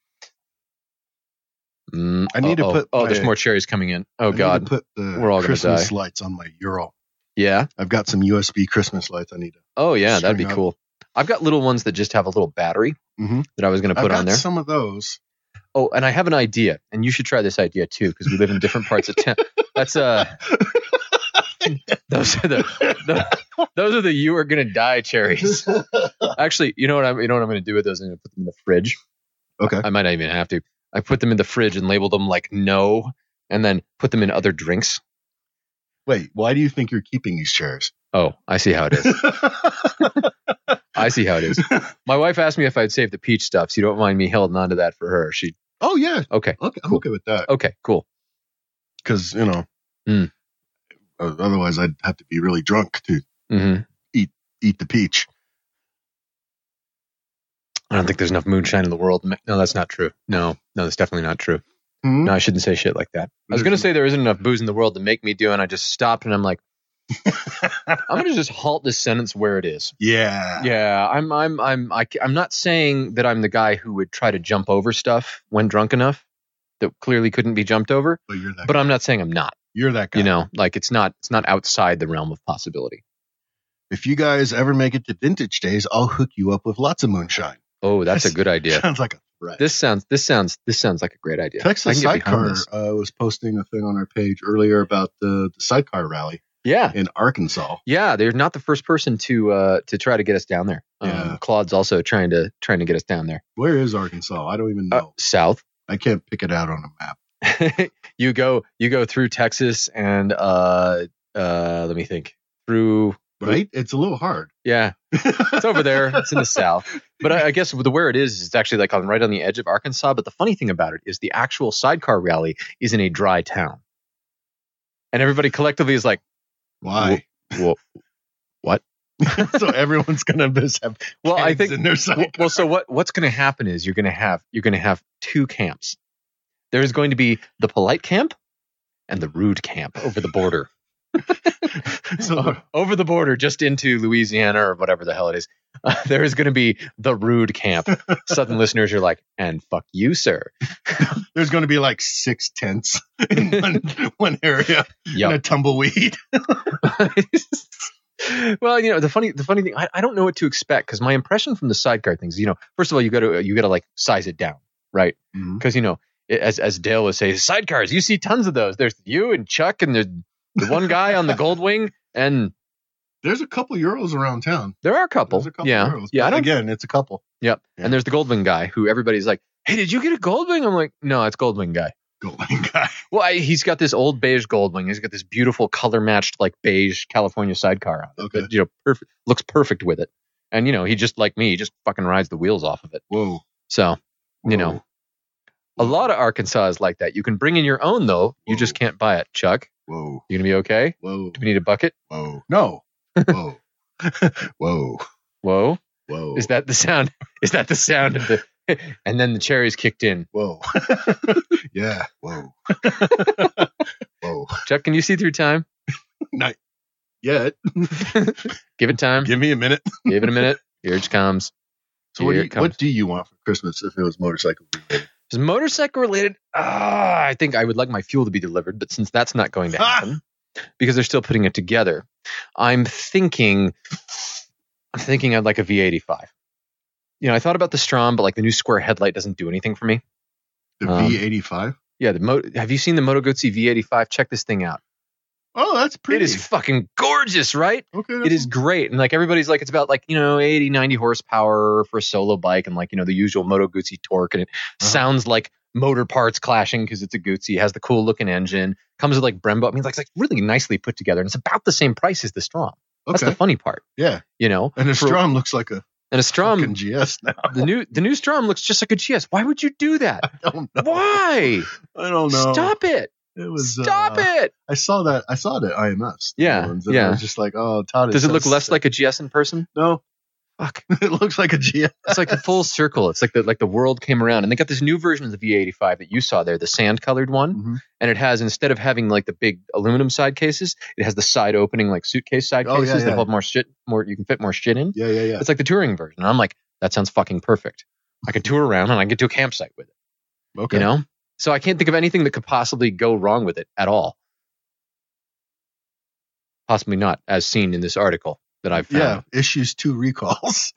[SPEAKER 2] Mm,
[SPEAKER 1] I need to
[SPEAKER 2] oh,
[SPEAKER 1] put
[SPEAKER 2] Oh, oh, there's
[SPEAKER 1] my-
[SPEAKER 2] more cherries coming in.
[SPEAKER 1] I
[SPEAKER 2] Oh
[SPEAKER 1] need
[SPEAKER 2] God.
[SPEAKER 1] To put the
[SPEAKER 2] We're all gonna
[SPEAKER 1] Christmas
[SPEAKER 2] die.
[SPEAKER 1] lights on my Euro.
[SPEAKER 2] yeah.
[SPEAKER 1] I've got some USB Christmas lights. I need to.
[SPEAKER 2] Oh yeah, that'd be
[SPEAKER 1] String up.
[SPEAKER 2] cool. I've got little ones that just have a little battery
[SPEAKER 1] Mhm.
[SPEAKER 2] that I was going to
[SPEAKER 1] I've
[SPEAKER 2] put
[SPEAKER 1] got
[SPEAKER 2] on there.
[SPEAKER 1] some of those.
[SPEAKER 2] Oh, and I have an idea, and you should try this idea too, because we live in different parts of town. That's uh, those are the, the those are the you are gonna die cherries. Actually, you know what I'm you know what I'm gonna do with those? I'm gonna put them in the fridge.
[SPEAKER 1] Okay.
[SPEAKER 2] I might not even have to. I put them in the fridge and label them like no, and then put them in other drinks.
[SPEAKER 1] Wait, why do you think you're keeping these chairs?
[SPEAKER 2] Oh, I see how it is. I see how it is. My wife asked me if I'd save the peach stuff, so you don't mind me holding on to that for her. She
[SPEAKER 1] oh yeah,
[SPEAKER 2] okay,
[SPEAKER 1] okay, I'm
[SPEAKER 2] Cool. Oh.
[SPEAKER 1] okay with that
[SPEAKER 2] okay, cool.
[SPEAKER 1] because you know,
[SPEAKER 2] Mm.
[SPEAKER 1] o- otherwise I'd have to be really drunk to
[SPEAKER 2] hmm
[SPEAKER 1] eat the peach.
[SPEAKER 2] I don't think there's enough moonshine in the world. No, that's not true. No, no, that's definitely not true.
[SPEAKER 1] Hmm?
[SPEAKER 2] No, I shouldn't say shit like that. I was gonna say there isn't enough booze in the world to make me do, and I just stopped and I'm like, I'm gonna just halt this sentence where it is.
[SPEAKER 1] yeah,
[SPEAKER 2] Yeah, I'm, I'm, I'm, I, am i am i am i am i am not saying that I'm the guy who would try to jump over stuff when drunk enough that clearly couldn't be jumped over.
[SPEAKER 1] But you're that.
[SPEAKER 2] But I'm not saying I'm not.
[SPEAKER 1] you're that guy.
[SPEAKER 2] You know, like it's not, it's not outside the realm of possibility.
[SPEAKER 1] if you guys ever make it to Vintage Days, I'll hook you up with lots of moonshine.
[SPEAKER 2] Oh, that's a good idea.
[SPEAKER 1] Sounds like a threat.
[SPEAKER 2] This sounds, this sounds, this sounds like a great idea.
[SPEAKER 1] Texas
[SPEAKER 2] I can get behind
[SPEAKER 1] Sidecar
[SPEAKER 2] this.
[SPEAKER 1] uh, was posting a thing on our page earlier about the, the sidecar rally
[SPEAKER 2] Yeah,
[SPEAKER 1] in Arkansas.
[SPEAKER 2] yeah. They're not the first person to, uh, to try to get us down there.
[SPEAKER 1] Yeah.
[SPEAKER 2] Um, Claude's also trying to trying to get us down there
[SPEAKER 1] Where is Arkansas? I don't even
[SPEAKER 2] Uh,
[SPEAKER 1] know.
[SPEAKER 2] south.
[SPEAKER 1] I can't pick it out on a map.
[SPEAKER 2] you go you go through Texas and uh uh let me think through
[SPEAKER 1] Right? It's a little hard.
[SPEAKER 2] yeah it's over there it's in the south but I, I guess the where it is is actually like on right on the edge of Arkansas. But the funny thing about it is the actual sidecar rally is in a dry town, and everybody collectively is like,
[SPEAKER 1] Why?
[SPEAKER 2] well,
[SPEAKER 1] so everyone's gonna miss have
[SPEAKER 2] well I
[SPEAKER 1] kids
[SPEAKER 2] think
[SPEAKER 1] in their
[SPEAKER 2] well,
[SPEAKER 1] side.
[SPEAKER 2] well, so what what's going to happen is you're going to have you're going to have two camps. There is going to be the polite camp and the rude camp over the border.
[SPEAKER 1] So-
[SPEAKER 2] over the border just into Louisiana or whatever the hell it is. Uh, there is going to be the rude camp. Southern listeners are like, "And fuck you, sir."
[SPEAKER 1] There's gonna be like six tents in one, one area and
[SPEAKER 2] Yep.
[SPEAKER 1] a tumbleweed.
[SPEAKER 2] well, you know the funny the funny thing I, I don't know what to expect because my impression from the sidecar things, you know, first of all you got to you got to like size it down, right? because you know i- as as Dale would say, sidecars. You see tons of those. There's you and Chuck and the the one guy on the gold wing, and
[SPEAKER 1] There's a couple Euros around town.
[SPEAKER 2] there are a couple.
[SPEAKER 1] There's a couple
[SPEAKER 2] yeah,
[SPEAKER 1] Euros.
[SPEAKER 2] yeah.
[SPEAKER 1] But
[SPEAKER 2] I don't.
[SPEAKER 1] again, it's a couple.
[SPEAKER 2] yep.
[SPEAKER 1] Yeah.
[SPEAKER 2] And there's the gold wing guy who everybody's like, "Hey, did you get a gold wing?" I'm like, "No, it's gold wing guy."
[SPEAKER 1] Golden guy.
[SPEAKER 2] Well, I, he's got this old beige gold wing. He's got this beautiful color matched like beige California sidecar on. it
[SPEAKER 1] Okay.
[SPEAKER 2] that, you know, perfect looks perfect with it. And you know, he just like me, he just fucking rides the wheels off of it.
[SPEAKER 1] Whoa.
[SPEAKER 2] So you know, a lot of Arkansas is like that. You can bring in your own though. You just
[SPEAKER 1] Whoa.
[SPEAKER 2] can't buy it, Chuck.
[SPEAKER 1] Whoa.
[SPEAKER 2] You gonna be okay?
[SPEAKER 1] Whoa.
[SPEAKER 2] Do we need a bucket?
[SPEAKER 1] Whoa. No. Whoa. Whoa.
[SPEAKER 2] Whoa!
[SPEAKER 1] Whoa.
[SPEAKER 2] Is that the sound? Is that the sound of the? And then the cherries kicked in.
[SPEAKER 1] Whoa. yeah. Whoa. Whoa.
[SPEAKER 2] Chuck, can you see through time?
[SPEAKER 1] Not yet.
[SPEAKER 2] Give it time.
[SPEAKER 1] Give me a minute.
[SPEAKER 2] Hmm. Give it a minute. Here it comes.
[SPEAKER 1] So what do,
[SPEAKER 2] Here it
[SPEAKER 1] you,
[SPEAKER 2] comes.
[SPEAKER 1] what do you want for Christmas if it was motorcycle? related?
[SPEAKER 2] Is motorcycle related? Ah, I think I would like my fuel to be delivered, but since that's not going to
[SPEAKER 1] Ah!
[SPEAKER 2] happen because they're still putting it together, I'm thinking, I'm thinking I'd like a V85. You know, I thought about the Strom, but like the new square headlight doesn't do anything for me.
[SPEAKER 1] The
[SPEAKER 2] Um,
[SPEAKER 1] V85.
[SPEAKER 2] Yeah, the Mo- have you seen the Moto Guzzi V85? Check this thing out.
[SPEAKER 1] Oh, that's pretty.
[SPEAKER 2] It is fucking gorgeous, right?
[SPEAKER 1] okay.
[SPEAKER 2] it
[SPEAKER 1] that's-
[SPEAKER 2] is great and like everybody's like it's about like you know 80 90 horsepower for a solo bike and like you know the usual moto guzzi torque and it
[SPEAKER 1] Uh-huh.
[SPEAKER 2] sounds like motor parts clashing because it's a guzzi it has the cool looking engine comes with like brembo i mean like, it's like really nicely put together and it's about the same price as the strom that's
[SPEAKER 1] okay.
[SPEAKER 2] the funny part
[SPEAKER 1] yeah.
[SPEAKER 2] you know
[SPEAKER 1] And the
[SPEAKER 2] for-
[SPEAKER 1] Strom looks like a
[SPEAKER 2] and a
[SPEAKER 1] fucking
[SPEAKER 2] strom
[SPEAKER 1] GS now.
[SPEAKER 2] the new the new strom looks just like a gs why would you do that
[SPEAKER 1] I don't know.
[SPEAKER 2] why
[SPEAKER 1] I don't know.
[SPEAKER 2] stop it
[SPEAKER 1] It was.
[SPEAKER 2] stop
[SPEAKER 1] uh,
[SPEAKER 2] it
[SPEAKER 1] I saw that. I saw it at IMS. the
[SPEAKER 2] Yeah,
[SPEAKER 1] ones, and
[SPEAKER 2] yeah.
[SPEAKER 1] I was just like, oh, Todd.
[SPEAKER 2] does it
[SPEAKER 1] so
[SPEAKER 2] look less
[SPEAKER 1] sick.
[SPEAKER 2] like a gs in person
[SPEAKER 1] No,
[SPEAKER 2] fuck
[SPEAKER 1] it looks like a GS.
[SPEAKER 2] it's like the full circle. It's like the like the world came around, and they got this new version of the V85 that you saw there, the sand colored one,
[SPEAKER 1] Mhm.
[SPEAKER 2] and it has instead of having like the big aluminum side cases, it has the side opening like suitcase side
[SPEAKER 1] Oh, yeah,
[SPEAKER 2] cases that
[SPEAKER 1] yeah.
[SPEAKER 2] hold more shit. More you can fit more shit in.
[SPEAKER 1] Yeah, yeah, yeah.
[SPEAKER 2] It's like the touring version, and I'm like, that sounds fucking perfect. I can tour around and I can get to a campsite with it,
[SPEAKER 1] Okay.
[SPEAKER 2] you know. So I can't think of anything that could possibly go wrong with it at all. Possibly not, as seen in this article that I've found.
[SPEAKER 1] yeah. Issues two recalls.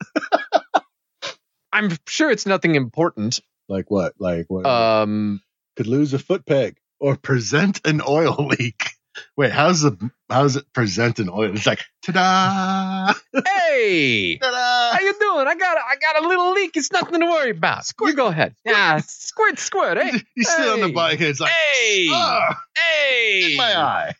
[SPEAKER 2] I'm sure it's nothing important.
[SPEAKER 1] like what? Like what?
[SPEAKER 2] Um,
[SPEAKER 1] could lose a foot peg or present an oil leak. Wait, how's the how's it present an oil? It's like ta-da,
[SPEAKER 2] hey
[SPEAKER 1] ta-da.
[SPEAKER 2] how you doing i got a, i got a little leak it's nothing to worry about you go ahead yeah squirt squirt hey
[SPEAKER 1] You sit on the
[SPEAKER 2] Hey.
[SPEAKER 1] bike and it's like
[SPEAKER 2] hey
[SPEAKER 1] ah,
[SPEAKER 2] hey
[SPEAKER 1] in my eye,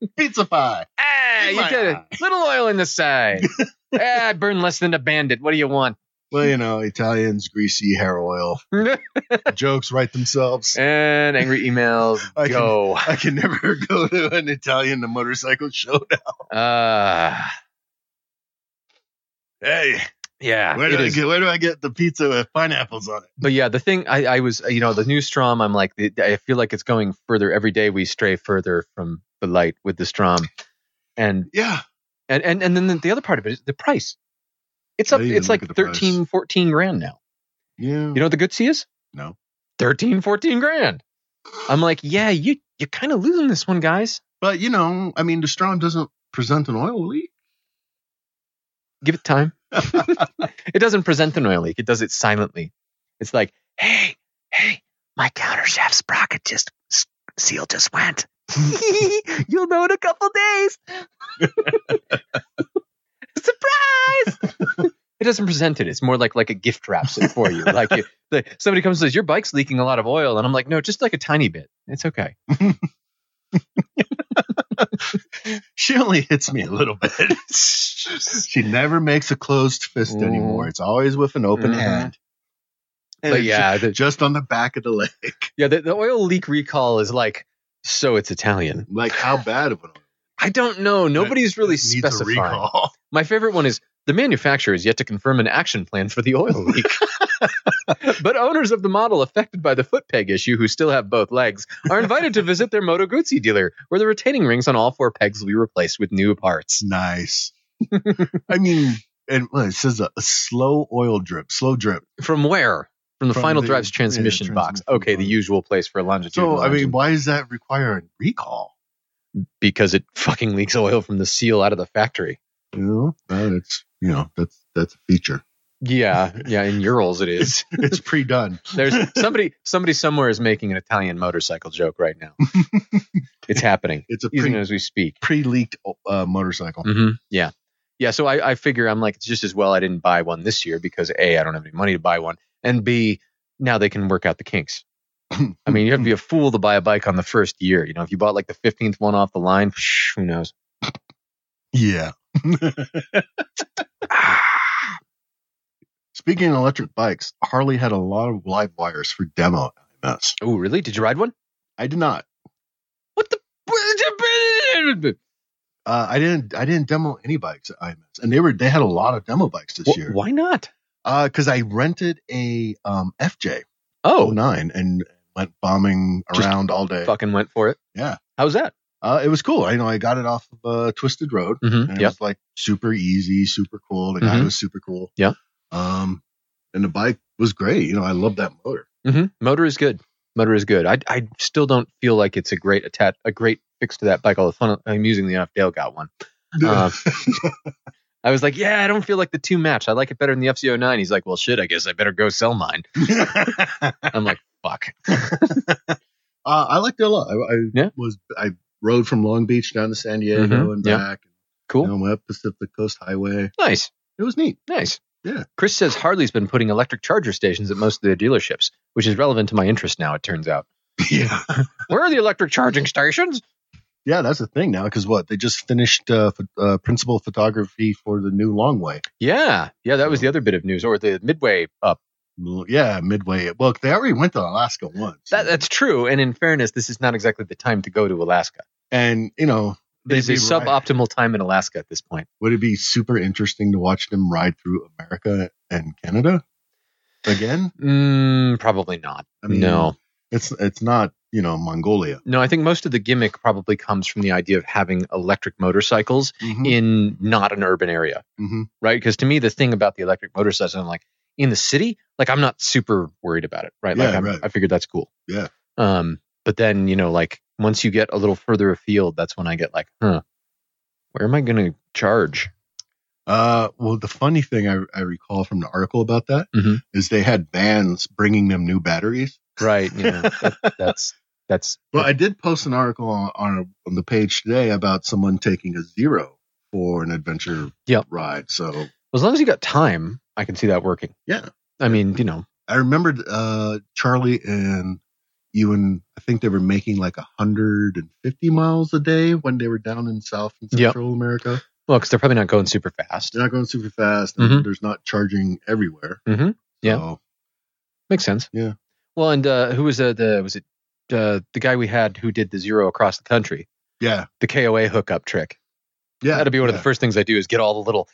[SPEAKER 1] pizza pie.
[SPEAKER 2] ah,
[SPEAKER 1] in
[SPEAKER 2] you
[SPEAKER 1] my
[SPEAKER 2] did it
[SPEAKER 1] eye.
[SPEAKER 2] little oil in the side ah, i burn less than a bandit what do you want
[SPEAKER 1] Well, you know, Italians greasy hair oil. Jokes write themselves.
[SPEAKER 2] and angry emails
[SPEAKER 1] I can-
[SPEAKER 2] go
[SPEAKER 1] I can never go to an Italian motorcycle show.
[SPEAKER 2] uh
[SPEAKER 1] Hey,
[SPEAKER 2] yeah
[SPEAKER 1] where do
[SPEAKER 2] Ah, it
[SPEAKER 1] I
[SPEAKER 2] is.
[SPEAKER 1] get where do I get the pizza with pineapples on it?
[SPEAKER 2] but yeah the thing I, I was you know the new strom i'm like the, i feel like it's going further every day we stray further from the light with the strom and
[SPEAKER 1] Yeah,
[SPEAKER 2] and and and then the, the other part of it is the price. It's
[SPEAKER 1] I
[SPEAKER 2] up.
[SPEAKER 1] didn't
[SPEAKER 2] It's
[SPEAKER 1] even look
[SPEAKER 2] like
[SPEAKER 1] at the price.
[SPEAKER 2] 13, 14 grand now.
[SPEAKER 1] yeah.
[SPEAKER 2] You know what the Goodsey is?
[SPEAKER 1] No.
[SPEAKER 2] 13, 14 grand. I'm like, yeah, you you're kind of losing this one, guys.
[SPEAKER 1] But you know, I mean, the Strom doesn't present an oil leak.
[SPEAKER 2] Give it time. it doesn't present an oil leak. It does it silently. It's like, hey, hey, my countershaft sprocket just s- seal just went. You'll know in a couple days. Surprise! it doesn't present it. It's more like like a gift wraps it for you. like you, the, somebody comes and says your bike's leaking a lot of oil, and I'm like, no, just like a tiny bit. It's okay.
[SPEAKER 1] She only hits me a little bit. she never makes a closed fist
[SPEAKER 2] Mm.
[SPEAKER 1] anymore. It's always with an open
[SPEAKER 2] Mhm.
[SPEAKER 1] hand. And
[SPEAKER 2] But
[SPEAKER 1] it's
[SPEAKER 2] yeah,
[SPEAKER 1] ju-
[SPEAKER 2] the-
[SPEAKER 1] just on the back of the leg.
[SPEAKER 2] Yeah, the, the oil leak recall is like so it's Italian.
[SPEAKER 1] Like how bad of an
[SPEAKER 2] I don't know. Nobody's really
[SPEAKER 1] needs a
[SPEAKER 2] specifying.
[SPEAKER 1] recall.
[SPEAKER 2] My favorite one is the manufacturer is yet to confirm an action plan for the oil leak. but owners of the model affected by the foot peg issue who still have both legs are invited to visit their Moto Guzzi dealer where the retaining rings on all four pegs will be replaced with new parts.
[SPEAKER 1] Nice. I mean, and well, it says a, a slow oil drip, slow drip.
[SPEAKER 2] From where? From the
[SPEAKER 1] From
[SPEAKER 2] final
[SPEAKER 1] the-
[SPEAKER 2] drive's
[SPEAKER 1] yeah, the
[SPEAKER 2] transmission box.
[SPEAKER 1] transmission
[SPEAKER 2] okay, the
[SPEAKER 1] box.
[SPEAKER 2] usual place for a longitudinal.
[SPEAKER 1] So I mean,
[SPEAKER 2] engine.
[SPEAKER 1] why does that require a recall?
[SPEAKER 2] because it fucking leaks oil from the seal out of the factory.
[SPEAKER 1] You know, that's you know that's that's a feature.
[SPEAKER 2] Yeah, yeah, in Urals it is.
[SPEAKER 1] It's pre-done.
[SPEAKER 2] There's somebody somebody somewhere is making an Italian motorcycle joke right now. it's happening
[SPEAKER 1] It's a
[SPEAKER 2] even
[SPEAKER 1] pre
[SPEAKER 2] as we speak.
[SPEAKER 1] pre-leaked uh, motorcycle.
[SPEAKER 2] hmm Yeah, yeah. So I, I figure I'm like it's just as well I didn't buy one this year because a I don't have any money to buy one, and b now they can work out the kinks. I mean, you have to be a fool to buy a bike on the first year. You know, if you bought like the fifteenth one off the line, who knows?
[SPEAKER 1] Yeah. Speaking of electric bikes, Harley had a lot of live wires for demo at IMS.
[SPEAKER 2] Oh, really? Did you ride one?
[SPEAKER 1] I did not.
[SPEAKER 2] What the?
[SPEAKER 1] Uh, I didn't. I didn't demo any bikes at IMS, and they were they had a lot of demo bikes this year.
[SPEAKER 2] Why not?
[SPEAKER 1] because Uh, I rented a um, FJ
[SPEAKER 2] Oh,
[SPEAKER 1] 09 and went bombing
[SPEAKER 2] Just
[SPEAKER 1] around all day.
[SPEAKER 2] fucking went for it.
[SPEAKER 1] Yeah.
[SPEAKER 2] How's that?
[SPEAKER 1] Uh, it was cool. I know I got it off of uh, Twisted Road,
[SPEAKER 2] Mm-hmm.
[SPEAKER 1] and it
[SPEAKER 2] Yep.
[SPEAKER 1] was like super easy, super cool. The guy
[SPEAKER 2] Mhm.
[SPEAKER 1] was super cool.
[SPEAKER 2] Yeah.
[SPEAKER 1] Um, and the bike was great. You know, I love that motor.
[SPEAKER 2] hmm Motor is good. Motor is good. I, I still don't feel like it's a great attach, a great fix to that bike. All the fun. Amusingly enough, Dale got one. Uh, I was like, yeah, I don't feel like the two match. I like it better than the FCO9. He's like, well, shit, I guess I better go sell mine.
[SPEAKER 1] uh,
[SPEAKER 2] I'm like, fuck.
[SPEAKER 1] I liked it a lot. I, I
[SPEAKER 2] Yeah.
[SPEAKER 1] was I rode from Long Beach down to San Diego
[SPEAKER 2] Mhm.
[SPEAKER 1] and
[SPEAKER 2] Yeah.
[SPEAKER 1] back.
[SPEAKER 2] Cool.
[SPEAKER 1] You know, went up Pacific Coast Highway.
[SPEAKER 2] Nice.
[SPEAKER 1] It was neat.
[SPEAKER 2] Nice.
[SPEAKER 1] Yeah.
[SPEAKER 2] Chris says Harley's been putting electric charger stations at most of their dealerships, which is relevant to my interest now, it turns out.
[SPEAKER 1] Yeah.
[SPEAKER 2] Where are the electric charging stations?
[SPEAKER 1] Yeah, that's the thing now because what they just finished uh, ph- uh, principal photography for the new Long Way.
[SPEAKER 2] Yeah. Yeah, that was the other bit of news. Or the Midway up.
[SPEAKER 1] L- Yeah, Midway. Well, they already went to Alaska once,
[SPEAKER 2] That, that's true. And in fairness, this is not exactly the time to go to Alaska.
[SPEAKER 1] and you know
[SPEAKER 2] It is
[SPEAKER 1] they'd
[SPEAKER 2] a
[SPEAKER 1] be ri-
[SPEAKER 2] suboptimal time in Alaska at this point.
[SPEAKER 1] Would it be super interesting to watch them ride through America and Canada again?
[SPEAKER 2] Mm, probably not.
[SPEAKER 1] I mean,
[SPEAKER 2] no.
[SPEAKER 1] it's it's not you know Mongolia.
[SPEAKER 2] No, I think most of the gimmick probably comes from the idea of having electric motorcycles
[SPEAKER 1] Mhm.
[SPEAKER 2] in not an urban area,
[SPEAKER 1] Mhm.
[SPEAKER 2] right? Because to me, the thing about the electric motorcycle, I'm like, in the city, like I'm not super worried about it, right? like
[SPEAKER 1] Yeah,
[SPEAKER 2] I'm,
[SPEAKER 1] right.
[SPEAKER 2] I figured that's cool.
[SPEAKER 1] Yeah.
[SPEAKER 2] Um, but then you know, like once you get a little further afield, that's when I get like, huh, where am I going to charge?
[SPEAKER 1] Uh, well, the funny thing I, I recall from the article about that is
[SPEAKER 2] Mhm.
[SPEAKER 1] they had vans bringing them new batteries.
[SPEAKER 2] Right. You know, that- that's that's
[SPEAKER 1] Well, I did post an article on on, on the page today about someone taking a zero for an adventure
[SPEAKER 2] Yep.
[SPEAKER 1] ride. So
[SPEAKER 2] as long as you got time, I can see that working.
[SPEAKER 1] Yeah.
[SPEAKER 2] I mean, you know,
[SPEAKER 1] I remembered uh, Charlie and Ewan. I think they were making like hundred and fifty miles a day when they were down in South and
[SPEAKER 2] Yep.
[SPEAKER 1] Central America.
[SPEAKER 2] well, because they're probably not going super fast.
[SPEAKER 1] They're not going super fast, and
[SPEAKER 2] Mhm.
[SPEAKER 1] there's not charging everywhere.
[SPEAKER 2] Mhm. Yeah.
[SPEAKER 1] So,
[SPEAKER 2] Makes sense.
[SPEAKER 1] Yeah.
[SPEAKER 2] Well, and uh, who was uh, the was it uh, the guy we had who did the zero across the country,
[SPEAKER 1] yeah,
[SPEAKER 2] the KOA hookup trick?
[SPEAKER 1] yeah.
[SPEAKER 2] That'll be one of
[SPEAKER 1] yeah.
[SPEAKER 2] the first things I do is get all the little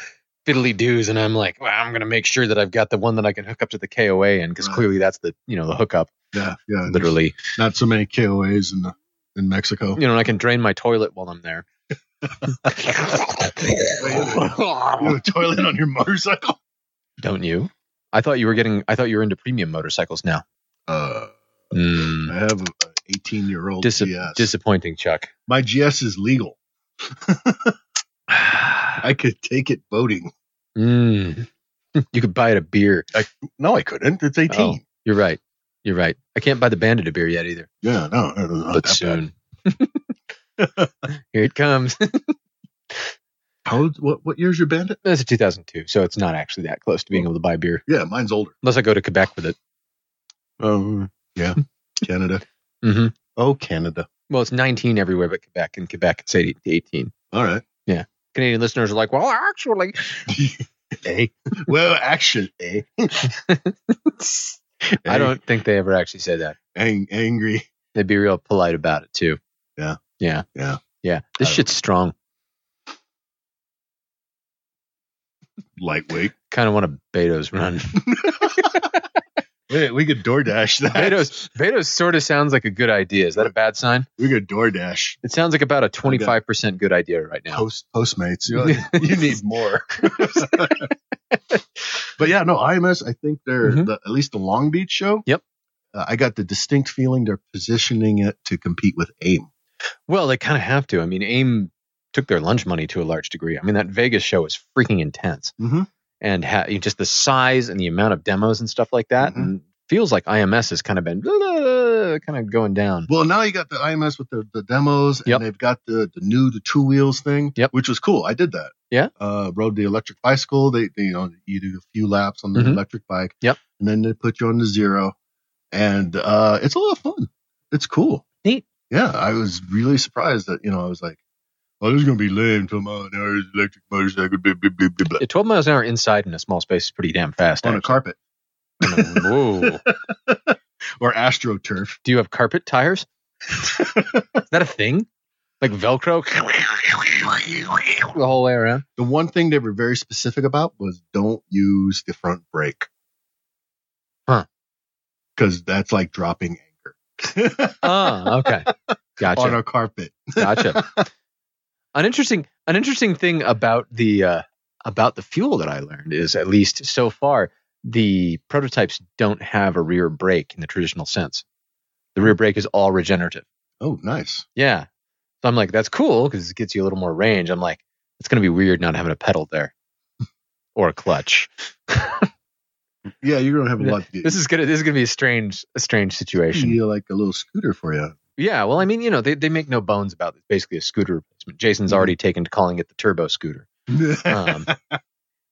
[SPEAKER 2] fiddly doos, and I'm like, well, I'm gonna make sure that I've got the one that I can hook up to the KOA in because
[SPEAKER 1] Right.
[SPEAKER 2] clearly that's the you know the hookup
[SPEAKER 1] Yeah, yeah. and
[SPEAKER 2] literally.
[SPEAKER 1] there's Not so many KOAs in the, in Mexico.
[SPEAKER 2] You know, and I can drain my toilet while I'm there.
[SPEAKER 1] You have a toilet on your motorcycle.
[SPEAKER 2] Don't you? I thought you were getting. I thought you were into premium motorcycles now.
[SPEAKER 1] Uh,
[SPEAKER 2] Mm.
[SPEAKER 1] I have an 18 year old
[SPEAKER 2] Dis-
[SPEAKER 1] GS.
[SPEAKER 2] Disappointing, Chuck.
[SPEAKER 1] My GS is legal. I could take it boating.
[SPEAKER 2] Mm. you could buy it a beer.
[SPEAKER 1] No, I couldn't. It's 18.
[SPEAKER 2] You're right. You're right. I can't buy the Bandit a beer yet either,
[SPEAKER 1] Yeah, no, no, no, Oh, not
[SPEAKER 2] but
[SPEAKER 1] that bad.
[SPEAKER 2] soon. Here it comes.
[SPEAKER 1] How? What? What year's your bandit?
[SPEAKER 2] That's a 2002, so it's not actually that close to being able to buy beer
[SPEAKER 1] Yeah, mine's older.
[SPEAKER 2] unless I go to Quebec with it.
[SPEAKER 1] Oh, yeah, Canada.
[SPEAKER 2] Mm-hmm.
[SPEAKER 1] Oh, Canada.
[SPEAKER 2] Well, it's 19 everywhere but Quebec. In Quebec, it's 80 to 18.
[SPEAKER 1] All right.
[SPEAKER 2] Canadian listeners are like, well, actually,
[SPEAKER 1] Eh? Well, actually, eh?
[SPEAKER 2] I don't think they ever actually say that.
[SPEAKER 1] Ang- angry.
[SPEAKER 2] They'd be real polite about it too.
[SPEAKER 1] Yeah.
[SPEAKER 2] Yeah.
[SPEAKER 1] Yeah.
[SPEAKER 2] Yeah. This
[SPEAKER 1] I
[SPEAKER 2] shit's strong.
[SPEAKER 1] lightweight.
[SPEAKER 2] Kind of want a Beto's run.
[SPEAKER 1] Wait, we could DoorDash that.
[SPEAKER 2] Beto's Beto's sort of sounds like a good idea. Is that a bad sign?
[SPEAKER 1] We could DoorDash.
[SPEAKER 2] It sounds like about a 25% good idea right now.
[SPEAKER 1] Post Postmates. You, you need more. but yeah, no, IMS. I think they're
[SPEAKER 2] Mhm.
[SPEAKER 1] the, at least the Long Beach show.
[SPEAKER 2] Yep.
[SPEAKER 1] Uh, I got the distinct feeling they're positioning it to compete with AIM.
[SPEAKER 2] Well, they kind of have to. I mean, AIM took their lunch money to a large degree. I mean, that Vegas show was freaking intense.
[SPEAKER 1] Mhm.
[SPEAKER 2] And ha- you- just the size and the amount of demos and stuff like that.
[SPEAKER 1] Mhm.
[SPEAKER 2] And feels like IMS has kind of been kind of going down.
[SPEAKER 1] Well, now you got the IMS with the, the demos, and
[SPEAKER 2] Yep.
[SPEAKER 1] they've got the, the new the two wheels thing,
[SPEAKER 2] Yep.
[SPEAKER 1] which was cool. I did that.
[SPEAKER 2] Yeah.
[SPEAKER 1] Uh, rode the electric bicycle. They, they you know you do a few laps on the
[SPEAKER 2] Mhm.
[SPEAKER 1] electric bike.
[SPEAKER 2] Yep.
[SPEAKER 1] And then they put you on the zero, and uh, it's a lot of fun. It's cool.
[SPEAKER 2] Neat.
[SPEAKER 1] Yeah, I was really surprised that you know I was like, oh, this is gonna be lame. Till my hours electric motorcycle blah, blah, blah, blah, blah,
[SPEAKER 2] Yeah, 12 miles an hour inside in a small space is pretty damn fast.
[SPEAKER 1] on a
[SPEAKER 2] actually.
[SPEAKER 1] carpet
[SPEAKER 2] Whoa.
[SPEAKER 1] or astroturf.
[SPEAKER 2] Do you have carpet tires? Is that a thing? Like Velcro the whole way around?
[SPEAKER 1] The one thing they were very specific about was don't use the front brake.
[SPEAKER 2] Huh.
[SPEAKER 1] Because that's like dropping anchor
[SPEAKER 2] Ah, okay.
[SPEAKER 1] on
[SPEAKER 2] Gotcha.
[SPEAKER 1] a carpet.
[SPEAKER 2] Gotcha. An interesting an interesting thing about the uh, about the fuel that I learned is at least so far the prototypes don't have a rear brake in the traditional sense. The rear brake is all regenerative.
[SPEAKER 1] Oh, nice.
[SPEAKER 2] Yeah. So I'm like, that's cool because it gets you a little more range. I'm like, it's going to be weird not having a pedal there or a clutch.
[SPEAKER 1] Yeah, you're gonna have a
[SPEAKER 2] Yeah,
[SPEAKER 1] lot to do.
[SPEAKER 2] This is gonna this is gonna be a strange a strange
[SPEAKER 1] you
[SPEAKER 2] situation.
[SPEAKER 1] need like a little scooter for you.
[SPEAKER 2] Yeah. Well, I mean, you know, they, they make no bones about it. It's basically a scooter replacement. Jason's already taken to calling it the turbo scooter. Um,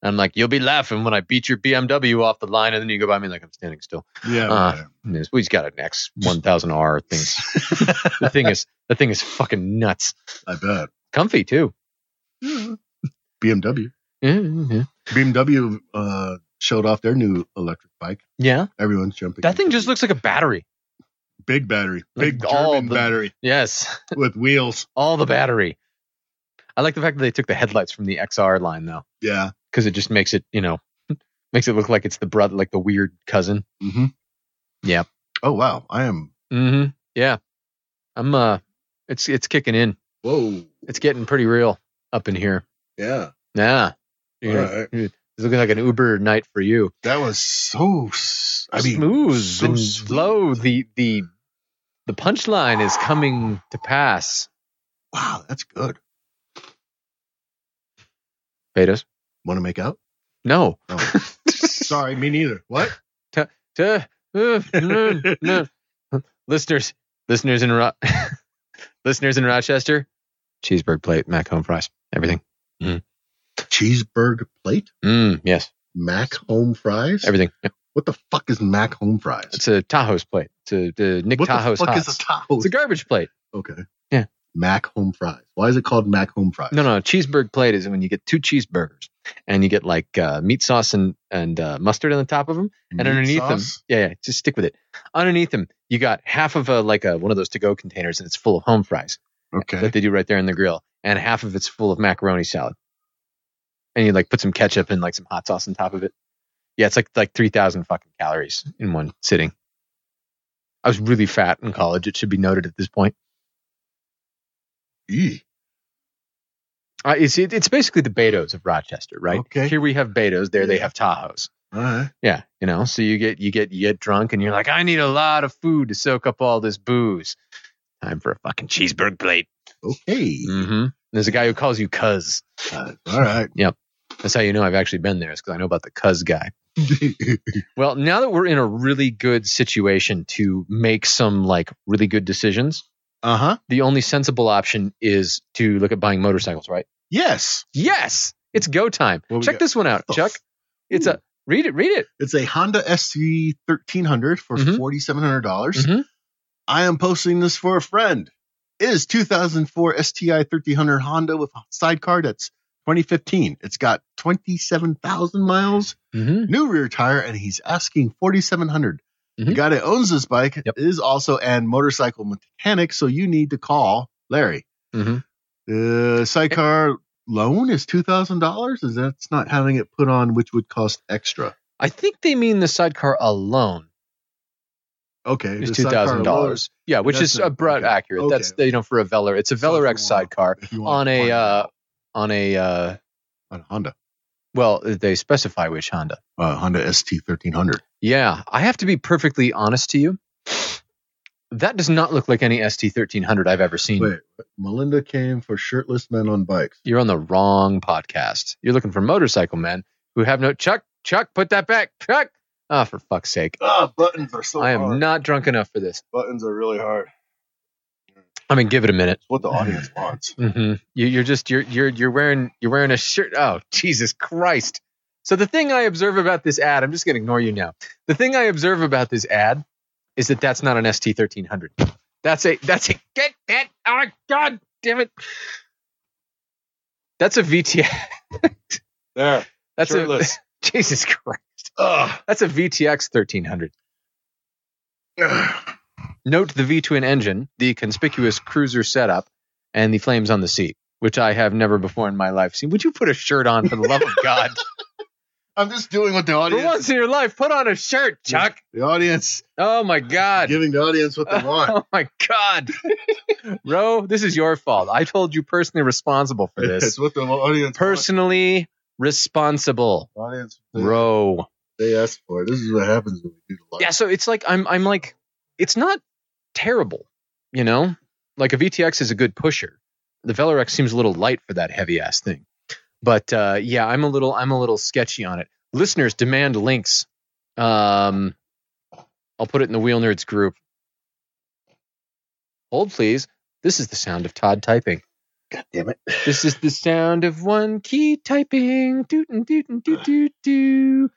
[SPEAKER 2] I'm like, you'll be laughing when I beat your BMW off the line, and then you go by me like I'm standing still.
[SPEAKER 1] yeah.
[SPEAKER 2] uh,
[SPEAKER 1] yeah.
[SPEAKER 2] And he's- well, he's got an X 1000R thing. the thing is, the thing is fucking nuts.
[SPEAKER 1] I bet.
[SPEAKER 2] Comfy too.
[SPEAKER 1] BMW.
[SPEAKER 2] Yeah, Yeah. yeah.
[SPEAKER 1] BMW uh, showed off their new electric bike.
[SPEAKER 2] Yeah.
[SPEAKER 1] Everyone's jumping.
[SPEAKER 2] That thing
[SPEAKER 1] into
[SPEAKER 2] just
[SPEAKER 1] it.
[SPEAKER 2] looks like a battery.
[SPEAKER 1] big battery,
[SPEAKER 2] like
[SPEAKER 1] big
[SPEAKER 2] all
[SPEAKER 1] German
[SPEAKER 2] the-
[SPEAKER 1] battery
[SPEAKER 2] Yes,
[SPEAKER 1] with wheels.
[SPEAKER 2] all the battery. I like the fact that they took the headlights from the XR line though,
[SPEAKER 1] Yeah.
[SPEAKER 2] because it just makes it, you know, makes it look like it's the brother, like the weird cousin.
[SPEAKER 1] Mm-hmm.
[SPEAKER 2] Yep.
[SPEAKER 1] Oh wow, I am.
[SPEAKER 2] Mm-hmm. Yeah, I'm. Uh, it's it's kicking in.
[SPEAKER 1] Whoa.
[SPEAKER 2] It's getting pretty real up in here.
[SPEAKER 1] Yeah.
[SPEAKER 2] Nah,
[SPEAKER 1] All right.
[SPEAKER 2] it's looking like an Uber night for you.
[SPEAKER 1] That was so. s- I mean,
[SPEAKER 2] smooth
[SPEAKER 1] so
[SPEAKER 2] and
[SPEAKER 1] smooth.
[SPEAKER 2] slow. The the the punchline is coming to pass.
[SPEAKER 1] wow, that's good.
[SPEAKER 2] Betas?
[SPEAKER 1] Want to make out?
[SPEAKER 2] No.
[SPEAKER 1] Oh. Sorry, me neither. What?
[SPEAKER 2] Duh. Uh, no, no. listeners, listeners in Ro- listeners in Rochester, cheeseburger plate, mac home fries, everything.
[SPEAKER 1] Cheeseburger plate,
[SPEAKER 2] Mm, yes,
[SPEAKER 1] Mac home fries.
[SPEAKER 2] everything. Yep.
[SPEAKER 1] What the fuck is Mac home fries?
[SPEAKER 2] It's a Tahoe's plate. It's a the Nick
[SPEAKER 1] what
[SPEAKER 2] Tahoe's.
[SPEAKER 1] the fuck
[SPEAKER 2] Hots.
[SPEAKER 1] is a Tahoe?
[SPEAKER 2] It's a garbage plate.
[SPEAKER 1] okay.
[SPEAKER 2] Yeah.
[SPEAKER 1] Mac home fries. Why is it called Mac home fries?
[SPEAKER 2] No, no, a cheeseburger plate is when you get two cheeseburgers and you get like uh, meat sauce and and uh, mustard on the top of them, and underneath them, yeah, yeah, just stick with it. Underneath them, you got half of a like a one of those to go containers, and it's full of home fries.
[SPEAKER 1] them. Okay.
[SPEAKER 2] that they do right there in the grill, and half of it's full of macaroni salad. And you like put some ketchup and like some hot sauce on top of it. Yeah, it's like like three thousand fucking calories in one sitting. I was really fat in college. It should be noted at this point.
[SPEAKER 1] Eeh.
[SPEAKER 2] Uh, it's it, it's basically the Betos of Rochester, right?
[SPEAKER 1] Okay.
[SPEAKER 2] Here we have Betos. There they have Tahoes.
[SPEAKER 1] All right.
[SPEAKER 2] Yeah, you know. So you get you get you get drunk, and you're like, I need a lot of food to soak up all this booze. Time for a fucking cheeseburger plate.
[SPEAKER 1] Okay.
[SPEAKER 2] Mm-hmm. There's a guy who calls you cuz.
[SPEAKER 1] Uh, all right.
[SPEAKER 2] That's how you know I've actually been there, is because I know about the cuz guy. Well, now that we're in a really good situation to make some like really good decisions,
[SPEAKER 1] Uh huh.
[SPEAKER 2] the only sensible option is to look at buying motorcycles, right?
[SPEAKER 1] Yes.
[SPEAKER 2] Yes, it's go time.
[SPEAKER 1] What we
[SPEAKER 2] Check
[SPEAKER 1] got? Oh.
[SPEAKER 2] this one out,
[SPEAKER 1] The
[SPEAKER 2] Chuck.
[SPEAKER 1] f-
[SPEAKER 2] It's a read it, read it.
[SPEAKER 1] It's a Honda SC thirteen hundred for
[SPEAKER 2] Mhm.
[SPEAKER 1] seven hundred dollars.
[SPEAKER 2] Mhm.
[SPEAKER 1] I am posting this for a friend. It is 2004 STI 1300 Honda with a sidecar that's 2015. It's got 27,000 miles,
[SPEAKER 2] Mm-hmm.
[SPEAKER 1] new rear tire, and he's asking 4,700. The
[SPEAKER 2] Mhm.
[SPEAKER 1] guy that owns this bike
[SPEAKER 2] Yep.
[SPEAKER 1] is also an motorcycle mechanic, so you need to call Larry.
[SPEAKER 2] Mm-hmm.
[SPEAKER 1] The sidecar loan is $2,000, and that's not having it put on, which would cost extra.
[SPEAKER 2] I think they mean the sidecar alone
[SPEAKER 1] Okay,
[SPEAKER 2] is
[SPEAKER 1] the
[SPEAKER 2] two
[SPEAKER 1] sidecar
[SPEAKER 2] thousand
[SPEAKER 1] loan,
[SPEAKER 2] dollars. Yeah, which
[SPEAKER 1] That's
[SPEAKER 2] is
[SPEAKER 1] not-
[SPEAKER 2] about
[SPEAKER 1] okay.
[SPEAKER 2] accurate.
[SPEAKER 1] Okay.
[SPEAKER 2] That's you know for a Velar, it's a
[SPEAKER 1] So if you
[SPEAKER 2] Velar X
[SPEAKER 1] wanna-
[SPEAKER 2] sidecar
[SPEAKER 1] if you
[SPEAKER 2] on
[SPEAKER 1] wanna
[SPEAKER 2] a
[SPEAKER 1] find
[SPEAKER 2] uh,
[SPEAKER 1] out,
[SPEAKER 2] on a uh,
[SPEAKER 1] on a Honda,
[SPEAKER 2] well they specify which Honda.
[SPEAKER 1] uh, Honda ST 1300.
[SPEAKER 2] Yeah, I have to be perfectly honest to you. That does not look like any ST thirteen hundred I've ever seen.
[SPEAKER 1] Wait, Melinda came for shirtless men on bikes.
[SPEAKER 2] You're on the wrong podcast. You're looking for motorcycle men who have no Chuck. Chuck, put that back, Chuck. Ah, for fuck's sake!
[SPEAKER 1] Ah, buttons are so
[SPEAKER 2] I am
[SPEAKER 1] hard.
[SPEAKER 2] not drunk enough for this.
[SPEAKER 1] buttons are really hard.
[SPEAKER 2] I mean, give it a minute.
[SPEAKER 1] It's what the audience wants.
[SPEAKER 2] Mm-hmm. You, you're just you're you're you're wearing you're wearing a shirt. Oh Jesus Christ! So the thing I observe about this ad, I'm just gonna ignore you now. The thing I observe about this ad is that that's not an ST 1300. That's a that's a get that. Oh God damn it! That's a VTX.
[SPEAKER 1] There.
[SPEAKER 2] That's
[SPEAKER 1] Shirtless.
[SPEAKER 2] a Jesus Christ.
[SPEAKER 1] Ugh.
[SPEAKER 2] That's a VTX 1300. Note the V twin engine, the conspicuous cruiser setup, and the flames on the seat, which I have never before in my life seen. Would you put a shirt on for the love of God?
[SPEAKER 1] I'm just doing what the audience.
[SPEAKER 2] For once in your life, put on a shirt, Chuck.
[SPEAKER 1] The audience
[SPEAKER 2] Oh my God.
[SPEAKER 1] giving the audience what they want.
[SPEAKER 2] Oh my God. Ro, this is your fault. I told you personally responsible for
[SPEAKER 1] It's
[SPEAKER 2] this.
[SPEAKER 1] what the audience. wants.
[SPEAKER 2] Personally responsible.
[SPEAKER 1] The audience. They,
[SPEAKER 2] Ro.
[SPEAKER 1] they ask for it. This is what happens when we do the live.
[SPEAKER 2] Yeah, so it's like I'm I'm like it's not terrible, you know? Like a VTX is a good pusher. The Velarex seems a little light for that heavy ass thing. But uh, yeah, I'm a little I'm a little sketchy on it. Listeners demand links. Um I'll put it in the Wheel Nerds group. Hold please. This is the sound of Todd typing.
[SPEAKER 1] God damn it.
[SPEAKER 2] This is the sound of one key typing. Doot and doot and doot doot doo.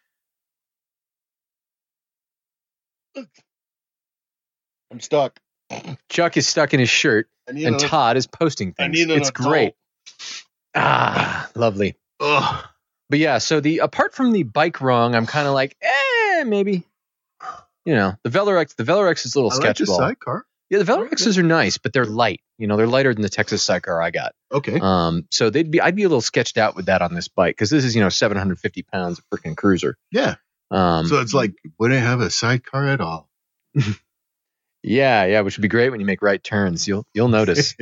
[SPEAKER 1] I'm stuck.
[SPEAKER 2] Chuck is stuck in his shirt.
[SPEAKER 1] I need
[SPEAKER 2] and
[SPEAKER 1] an-
[SPEAKER 2] Todd is posting
[SPEAKER 1] I
[SPEAKER 2] things.
[SPEAKER 1] need an
[SPEAKER 2] it's
[SPEAKER 1] adult.
[SPEAKER 2] great. Ah, lovely.
[SPEAKER 1] Ugh.
[SPEAKER 2] But yeah, so the apart from the bike wrong, I'm kind of like, eh, maybe. You know, the Velarex, the Velarex is a little
[SPEAKER 1] I like this
[SPEAKER 2] sketchball.
[SPEAKER 1] sidecar.
[SPEAKER 2] yeah, the Velarexes are nice, but they're light. You know, they're lighter than the Texas sidecar I got.
[SPEAKER 1] Okay.
[SPEAKER 2] Um, so they'd be, I'd be a little sketched out with that on this bike because this is, you know, 750 pounds of freaking cruiser.
[SPEAKER 1] yeah.
[SPEAKER 2] Um,
[SPEAKER 1] so it's like wouldn't have a sidecar at all.
[SPEAKER 2] yeah, yeah, which would be great when you make right turns. You'll, you'll notice.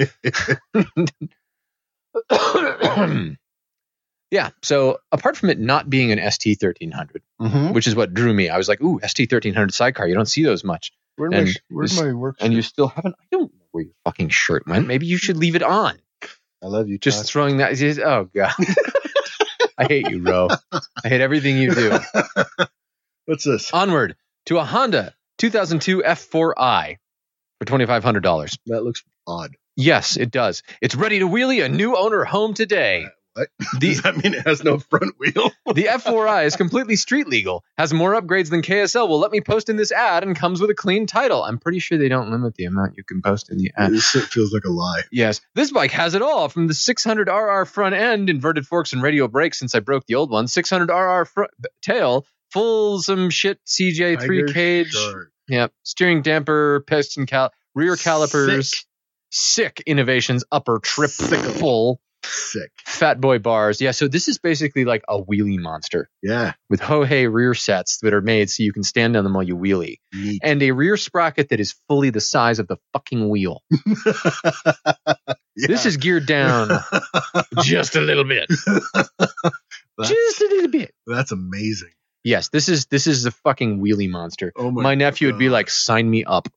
[SPEAKER 2] yeah. So apart from it not being an ST 1300,
[SPEAKER 1] Mm-hmm.
[SPEAKER 2] which is what drew me, I was like, ooh, ST 1300 sidecar. You don't see those much.
[SPEAKER 1] Where'd
[SPEAKER 2] And
[SPEAKER 1] my sh- where'd
[SPEAKER 2] this-
[SPEAKER 1] my work?
[SPEAKER 2] And you still haven't, I don't know where your fucking shirt went. Maybe you should leave it on.
[SPEAKER 1] I love you.
[SPEAKER 2] Just throwing that. just- oh, God. I hate you, Ro. I hate everything you do.
[SPEAKER 1] What's this?
[SPEAKER 2] Onward to a Honda 2002 F4i for $2,500.
[SPEAKER 1] That looks odd.
[SPEAKER 2] Yes, it does. It's ready to wheelie a new owner home today.
[SPEAKER 1] What?
[SPEAKER 2] The
[SPEAKER 1] Does that mean it has no front wheel?
[SPEAKER 2] The F4i is completely street legal, has more upgrades than KSL will let me post in this ad, and comes with a clean title. I'm pretty sure they don't limit the amount you can post in the ad.
[SPEAKER 1] This shit feels like a lie.
[SPEAKER 2] Yes, this bike has it all from the 600RR front end, inverted forks and radial brakes since I broke the old one, 600RR front tail, full some shit CJ
[SPEAKER 1] Tiger
[SPEAKER 2] 3 cage,
[SPEAKER 1] shark.
[SPEAKER 2] yep, steering damper, piston cal, rear calipers,
[SPEAKER 1] Sick.
[SPEAKER 2] sick innovations, upper triple,
[SPEAKER 1] Sick.
[SPEAKER 2] fat boy bars. Yeah, so this is basically like a wheelie monster
[SPEAKER 1] Yeah.
[SPEAKER 2] with hohei rear sets that are made so you can stand on them while you wheelie,
[SPEAKER 1] Neat.
[SPEAKER 2] and a rear sprocket that is fully the size of the fucking wheel. This is geared down just a little bit, just a little bit.
[SPEAKER 1] That's amazing.
[SPEAKER 2] Yes, this is this is the fucking wheelie monster.
[SPEAKER 1] Oh my.
[SPEAKER 2] My, nephew would be
[SPEAKER 1] God.
[SPEAKER 2] like, "Sign me up!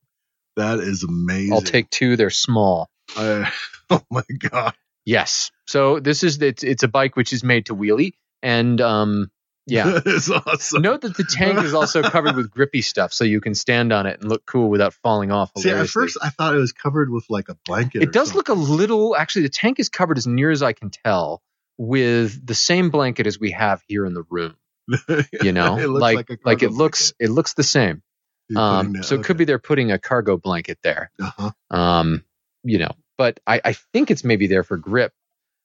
[SPEAKER 1] That is amazing.
[SPEAKER 2] I'll take two. They're small."
[SPEAKER 1] I- oh my god.
[SPEAKER 2] Yes, so this is it's it's a bike which is made to wheelie, and um, Yeah.
[SPEAKER 1] it's awesome.
[SPEAKER 2] Note that the tank is also covered with grippy stuff, so you can stand on it and look cool without falling off.
[SPEAKER 1] See, at
[SPEAKER 2] hilariously.
[SPEAKER 1] first I thought it was covered with like a blanket.
[SPEAKER 2] it
[SPEAKER 1] or
[SPEAKER 2] does
[SPEAKER 1] something.
[SPEAKER 2] look a little. Actually, the tank is covered, as near as I can tell, with the same blanket as we have here in the room. You know,
[SPEAKER 1] It looks
[SPEAKER 2] like
[SPEAKER 1] like a cargo
[SPEAKER 2] it looks it looks the same.
[SPEAKER 1] You're putting
[SPEAKER 2] Um,
[SPEAKER 1] that-
[SPEAKER 2] so it could be
[SPEAKER 1] okay.
[SPEAKER 2] they're putting a cargo blanket there.
[SPEAKER 1] Uh-huh.
[SPEAKER 2] Um, you know, but I, I think it's maybe there for grip,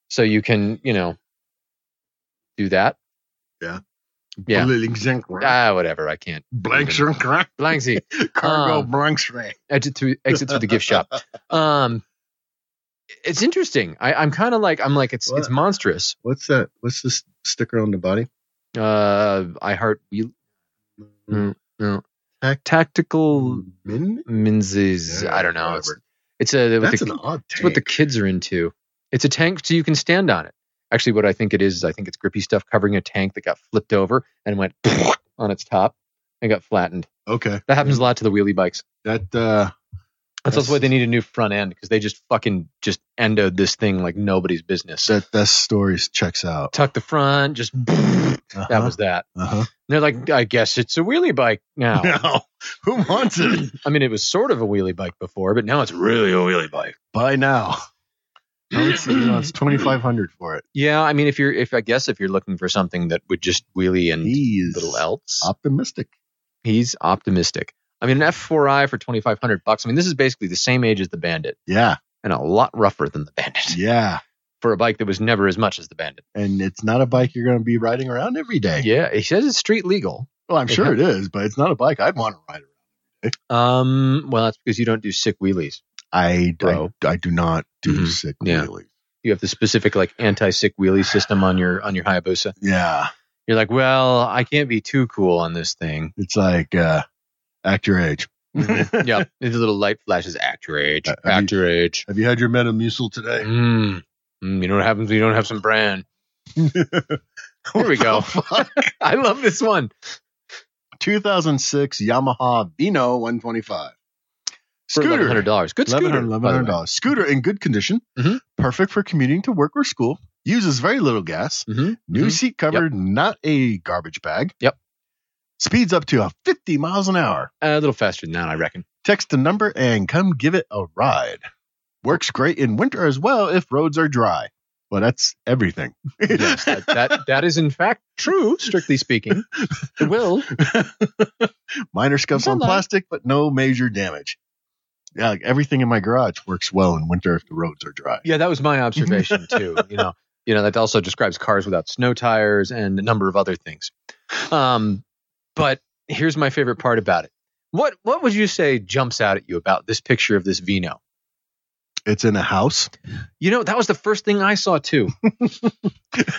[SPEAKER 2] so you can you know do that. Yeah.
[SPEAKER 1] Blank zinc rack.
[SPEAKER 2] Ah, whatever. I can't.
[SPEAKER 1] Blank zinc rack.
[SPEAKER 2] Blanksy,
[SPEAKER 1] Cargo
[SPEAKER 2] Um,
[SPEAKER 1] blank rack.
[SPEAKER 2] exit through exit through the gift shop. Um, it's interesting. I, I'm kind of like I'm like it's it's
[SPEAKER 1] What?
[SPEAKER 2] monstrous.
[SPEAKER 1] What's that? What's this sticker on the body?
[SPEAKER 2] Uh, I heart wheel Mm. tactical
[SPEAKER 1] Min?
[SPEAKER 2] minzes.
[SPEAKER 1] Hmm. Yeah,
[SPEAKER 2] Mm. I don't know. It's
[SPEAKER 1] whatever.
[SPEAKER 2] it's a what
[SPEAKER 1] That's
[SPEAKER 2] the,
[SPEAKER 1] an odd
[SPEAKER 2] it's what the
[SPEAKER 1] tank.
[SPEAKER 2] kids are into. It's a tank, so you can stand on it. Actually, what I think it is is I think it's grippy stuff covering a tank that got flipped over and went on its top and got flattened.
[SPEAKER 1] Okay.
[SPEAKER 2] That happens a lot to the wheelie bikes.
[SPEAKER 1] That uh
[SPEAKER 2] That's, also why they need a new front end because they just fucking just endoed this thing like nobody's business.
[SPEAKER 1] that that story checks out.
[SPEAKER 2] Tuck the front, just that
[SPEAKER 1] Uh-huh.
[SPEAKER 2] was that.
[SPEAKER 1] uh-huh.
[SPEAKER 2] And they're like, I guess it's a wheelie bike now.
[SPEAKER 1] Now, who wants it?
[SPEAKER 2] I mean, it was sort of a wheelie bike before, but now it's really a wheelie bike.
[SPEAKER 1] Buy now. How much is it? No, it's twenty five hundred for it.
[SPEAKER 2] Yeah, I mean, if you're, if I guess if you're looking for something that would just wheelie and
[SPEAKER 1] He's
[SPEAKER 2] Mm. little else,
[SPEAKER 1] optimistic.
[SPEAKER 2] he's optimistic. I mean, an F4i for twenty five hundred bucks. I mean, this is basically the same age as the Bandit
[SPEAKER 1] Yeah,
[SPEAKER 2] and a lot rougher than the Bandit
[SPEAKER 1] yeah.
[SPEAKER 2] for a bike that was never as much as the Bandit.
[SPEAKER 1] And it's not a bike you're going to be riding around every day.
[SPEAKER 2] Yeah, he says it's street legal.
[SPEAKER 1] Well, I'm sure it is, but it's not a bike I'd want to ride around.
[SPEAKER 2] Um, well, that's because you don't do sick wheelies.
[SPEAKER 1] I, I,
[SPEAKER 2] Bro.
[SPEAKER 1] I do not do
[SPEAKER 2] Mhm.
[SPEAKER 1] sick
[SPEAKER 2] Yeah.
[SPEAKER 1] wheelies.
[SPEAKER 2] You have the specific like anti-sick wheelie system on your on your Hayabusa.
[SPEAKER 1] Yeah,
[SPEAKER 2] You're like, well, I can't be too cool on this thing.
[SPEAKER 1] it's like uh, act your age.
[SPEAKER 2] yeah, these little light flashes. Act your age.
[SPEAKER 1] Uh, have
[SPEAKER 2] act your age.
[SPEAKER 1] Have you had your Metamucil today?
[SPEAKER 2] Mm. Mm, you know what happens when you don't have some brand. Here we go. I love this one.
[SPEAKER 1] 2006 Yamaha Vino 125.
[SPEAKER 2] For eleven
[SPEAKER 1] Scooter.
[SPEAKER 2] hundred dollars. Good scooter.
[SPEAKER 1] $1,100.
[SPEAKER 2] by the way.
[SPEAKER 1] $1,100. Scooter in good condition.
[SPEAKER 2] Mhm.
[SPEAKER 1] Perfect for commuting to work or school. Uses very little gas.
[SPEAKER 2] Mhm.
[SPEAKER 1] New
[SPEAKER 2] Mhm.
[SPEAKER 1] seat cover, not a garbage bag.
[SPEAKER 2] Yep.
[SPEAKER 1] Speeds up to a 50 miles an hour.
[SPEAKER 2] A little faster than that, I reckon.
[SPEAKER 1] Text the number and come give it a ride. Works great in winter as well if roads are dry. Well, that's everything.
[SPEAKER 2] Yes, that, that that is in fact true. Strictly speaking, it will.
[SPEAKER 1] Minor scuffs
[SPEAKER 2] It's all
[SPEAKER 1] on
[SPEAKER 2] right.
[SPEAKER 1] plastic, but no major damage. Yeah, like everything in my garage works well in winter if the roads are dry.
[SPEAKER 2] Yeah, that was my observation too. You know, you know that also describes cars without snow tires and a number of other things. Um, but here's my favorite part about it. What what would you say jumps out at you about this picture of this Vino?
[SPEAKER 1] It's in a house.
[SPEAKER 2] You know, that was the first thing I saw too.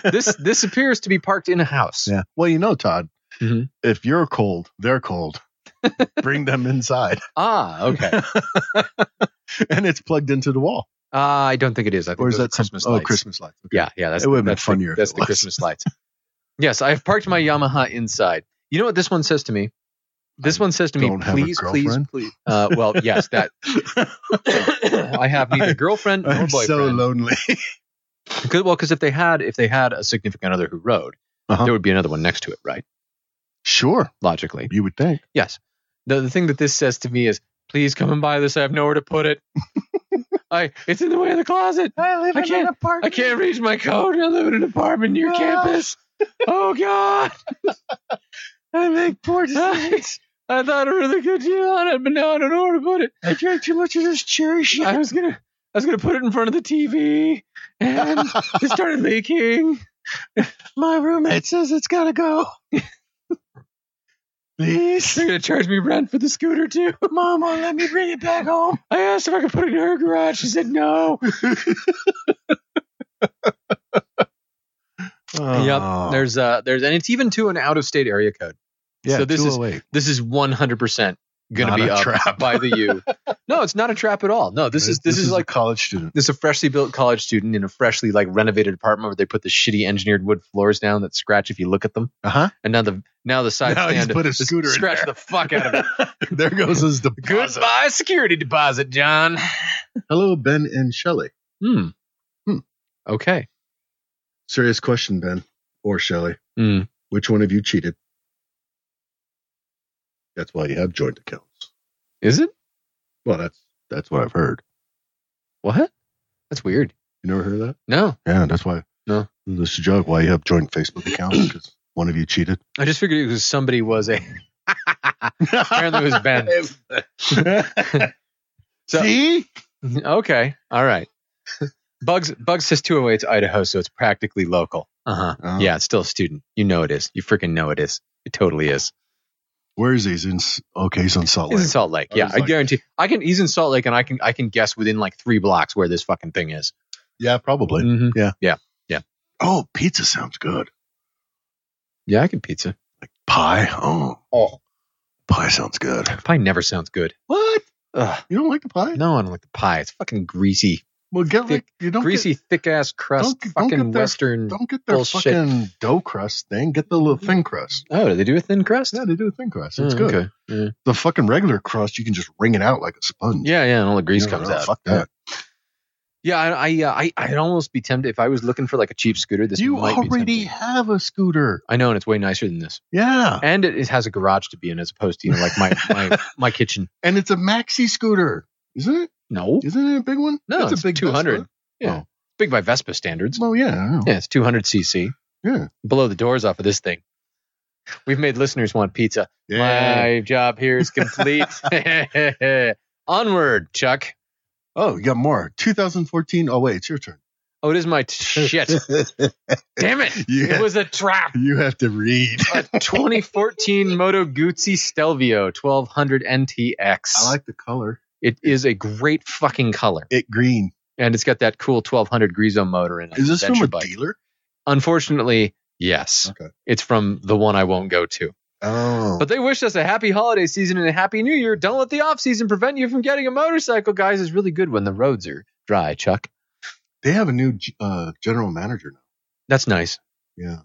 [SPEAKER 2] this this appears to be parked in a house.
[SPEAKER 1] Yeah. Well, you know, Todd,
[SPEAKER 2] Mhm.
[SPEAKER 1] if you're cold, they're cold. Bring them inside.
[SPEAKER 2] Ah, okay.
[SPEAKER 1] and it's plugged into the wall.
[SPEAKER 2] Uh, I don't think it is. I think
[SPEAKER 1] Or is
[SPEAKER 2] those are
[SPEAKER 1] that
[SPEAKER 2] Christmas
[SPEAKER 1] some,
[SPEAKER 2] lights.
[SPEAKER 1] Oh, Christmas lights. Okay.
[SPEAKER 2] Yeah, yeah. That's,
[SPEAKER 1] It would've been
[SPEAKER 2] that's the-
[SPEAKER 1] funnier if
[SPEAKER 2] That's
[SPEAKER 1] it
[SPEAKER 2] the
[SPEAKER 1] was.
[SPEAKER 2] Christmas lights. yes, I have parked my Yamaha inside. You know what this one says to me? This
[SPEAKER 1] I
[SPEAKER 2] one says to me,
[SPEAKER 1] don't have a
[SPEAKER 2] please, please,
[SPEAKER 1] girlfriend."
[SPEAKER 2] please. Uh, well, yes, that I have neither girlfriend nor
[SPEAKER 1] I'm
[SPEAKER 2] boyfriend.
[SPEAKER 1] so lonely.
[SPEAKER 2] Because- well, because if they had, if they had a significant other who rode,
[SPEAKER 1] Uh-huh.
[SPEAKER 2] there would be another one next to it, right?
[SPEAKER 1] sure.
[SPEAKER 2] Logically,
[SPEAKER 1] You would think.
[SPEAKER 2] yes. The, the thing that this says to me is, please come and buy this. I have nowhere to put it. I, it's in the way of the closet.
[SPEAKER 1] I live
[SPEAKER 2] I in an can't- I
[SPEAKER 1] apartment.
[SPEAKER 2] can't reach my code. I live in an apartment near
[SPEAKER 1] Ah.
[SPEAKER 2] campus. Oh God!
[SPEAKER 1] I make poor
[SPEAKER 2] decisions. I thought a really good deal on it, but now I don't know where to put it.
[SPEAKER 1] I drank too much of this cherry shit.
[SPEAKER 2] I was gonna, I was gonna put it in front of the TV, and it started leaking.
[SPEAKER 1] My roommate says it's gotta go. Please,
[SPEAKER 2] They're gonna charge me rent for the scooter too.
[SPEAKER 1] Mama, let me bring it back home.
[SPEAKER 2] I asked if I could put it in her garage. She said no.
[SPEAKER 1] Oh.
[SPEAKER 2] Yep. There's uh, there's, and it's even to an out-of-state area code.
[SPEAKER 1] yeah,
[SPEAKER 2] so this is-
[SPEAKER 1] 208.
[SPEAKER 2] This is 100 percent gonna
[SPEAKER 1] Not
[SPEAKER 2] be
[SPEAKER 1] a
[SPEAKER 2] up
[SPEAKER 1] trap.
[SPEAKER 2] by the U. No, it's not a trap at all. No, this is this, is
[SPEAKER 1] a
[SPEAKER 2] like.
[SPEAKER 1] college student.
[SPEAKER 2] this is a freshly built college student in a freshly like renovated apartment where they put the shitty engineered wood floors down that scratch if you look at them.
[SPEAKER 1] Uh huh.
[SPEAKER 2] And now the now the side
[SPEAKER 1] Now he's
[SPEAKER 2] stand
[SPEAKER 1] put a
[SPEAKER 2] just
[SPEAKER 1] scooter in
[SPEAKER 2] scratch
[SPEAKER 1] there.
[SPEAKER 2] the fuck out of it.
[SPEAKER 1] there goes his deposit.
[SPEAKER 2] Goodbye security deposit, John.
[SPEAKER 1] Hello, Ben and Shelley.
[SPEAKER 2] Hmm.
[SPEAKER 1] Hmm.
[SPEAKER 2] Okay.
[SPEAKER 1] Serious question, Ben or Shelley.
[SPEAKER 2] Hmm.
[SPEAKER 1] Which one of you cheated? That's why you have joint accounts.
[SPEAKER 2] Is it?
[SPEAKER 1] Well, that's that's what I've heard.
[SPEAKER 2] What? That's weird.
[SPEAKER 1] You never heard of that?
[SPEAKER 2] No,
[SPEAKER 1] Yeah, that's why.
[SPEAKER 2] No.
[SPEAKER 1] this is a joke. Why you have joint Facebook accounts? Because one of you cheated.
[SPEAKER 2] I just figured it was somebody was a. Apparently, it was Ben. So-
[SPEAKER 1] See,
[SPEAKER 2] Okay, all right. Bugs Bugs says 208's Idaho, so it's practically local. Uh huh.
[SPEAKER 1] Uh,
[SPEAKER 2] Yeah, it's still a student. You know it is. You freaking know it is. It totally is.
[SPEAKER 1] Where is he? He's in S- okay. He's in Salt
[SPEAKER 2] He's
[SPEAKER 1] Lake.
[SPEAKER 2] in Salt Lake.
[SPEAKER 1] I
[SPEAKER 2] Yeah,
[SPEAKER 1] was
[SPEAKER 2] I
[SPEAKER 1] like-
[SPEAKER 2] guarantee. I can. He's in Salt Lake, and I can. I can guess within like three blocks where this fucking thing is.
[SPEAKER 1] yeah, probably.
[SPEAKER 2] Mhm.
[SPEAKER 1] Oh, pizza sounds good.
[SPEAKER 2] Yeah, I can pizza.
[SPEAKER 1] Like pie. Oh,
[SPEAKER 2] Oh,
[SPEAKER 1] pie sounds good.
[SPEAKER 2] pie never sounds good.
[SPEAKER 1] What?
[SPEAKER 2] Ugh.
[SPEAKER 1] You don't like the pie?
[SPEAKER 2] No, I don't like the pie. It's fucking greasy,
[SPEAKER 1] Well, get like
[SPEAKER 2] Thick-
[SPEAKER 1] you don't
[SPEAKER 2] greasy, thick ass crust.
[SPEAKER 1] don't get- don't
[SPEAKER 2] fucking
[SPEAKER 1] get their-
[SPEAKER 2] Western.
[SPEAKER 1] Get, don't get their
[SPEAKER 2] bullshit.
[SPEAKER 1] fucking dough crust thing. Get the little thin crust.
[SPEAKER 2] Oh, do they do a thin crust?
[SPEAKER 1] Yeah, they do a thin crust. It's
[SPEAKER 2] Oh,
[SPEAKER 1] good.
[SPEAKER 2] okay. Yeah.
[SPEAKER 1] The fucking regular crust, you can just wring it out like a sponge.
[SPEAKER 2] yeah, yeah, and all the grease
[SPEAKER 1] You know,
[SPEAKER 2] comes
[SPEAKER 1] oh,
[SPEAKER 2] out.
[SPEAKER 1] Fuck that.
[SPEAKER 2] Yeah, I, I, uh, I, I'd almost be tempted if I was looking for like a cheap scooter. This
[SPEAKER 1] you
[SPEAKER 2] might be
[SPEAKER 1] already
[SPEAKER 2] tempting.
[SPEAKER 1] have a scooter.
[SPEAKER 2] I know, and it's way nicer than this,
[SPEAKER 1] Yeah,
[SPEAKER 2] and it, it has a garage to be in as opposed to you know like my my, my kitchen.
[SPEAKER 1] and it's a maxi scooter, isn't it?
[SPEAKER 2] No,
[SPEAKER 1] Isn't it a big one?
[SPEAKER 2] No, it's
[SPEAKER 1] a big
[SPEAKER 2] 200.
[SPEAKER 1] Vespa.
[SPEAKER 2] Yeah.
[SPEAKER 1] Oh.
[SPEAKER 2] big by Vespa standards.
[SPEAKER 1] Well, yeah, I know.
[SPEAKER 2] Yeah, it's 200 cc.
[SPEAKER 1] Yeah.
[SPEAKER 2] Blow the doors off of this thing. We've made listeners want pizza. My job here is complete. Onward, Chuck.
[SPEAKER 1] Oh, you got more. 2014. Oh wait, it's your turn.
[SPEAKER 2] Oh, it is my t- shit. Damn it.
[SPEAKER 1] Yeah.
[SPEAKER 2] It was a trap.
[SPEAKER 1] you have to read.
[SPEAKER 2] A 2014 Moto Guzzi Stelvio 1200 NTX.
[SPEAKER 1] I like the color.
[SPEAKER 2] it is a great fucking color.
[SPEAKER 1] It green.
[SPEAKER 2] And it's got that cool 1200 Grizo motor in it.
[SPEAKER 1] Is this from
[SPEAKER 2] adventure
[SPEAKER 1] a
[SPEAKER 2] bike.
[SPEAKER 1] dealer?
[SPEAKER 2] Unfortunately, yes.
[SPEAKER 1] Okay.
[SPEAKER 2] It's from the one I won't go to.
[SPEAKER 1] Oh,
[SPEAKER 2] But they wish us a happy holiday season and a happy new year. Don't let the off season prevent you from getting a motorcycle, guys. It's really good when the roads are dry, Chuck.
[SPEAKER 1] they have a new g- uh, general manager now.
[SPEAKER 2] That's nice.
[SPEAKER 1] Yeah.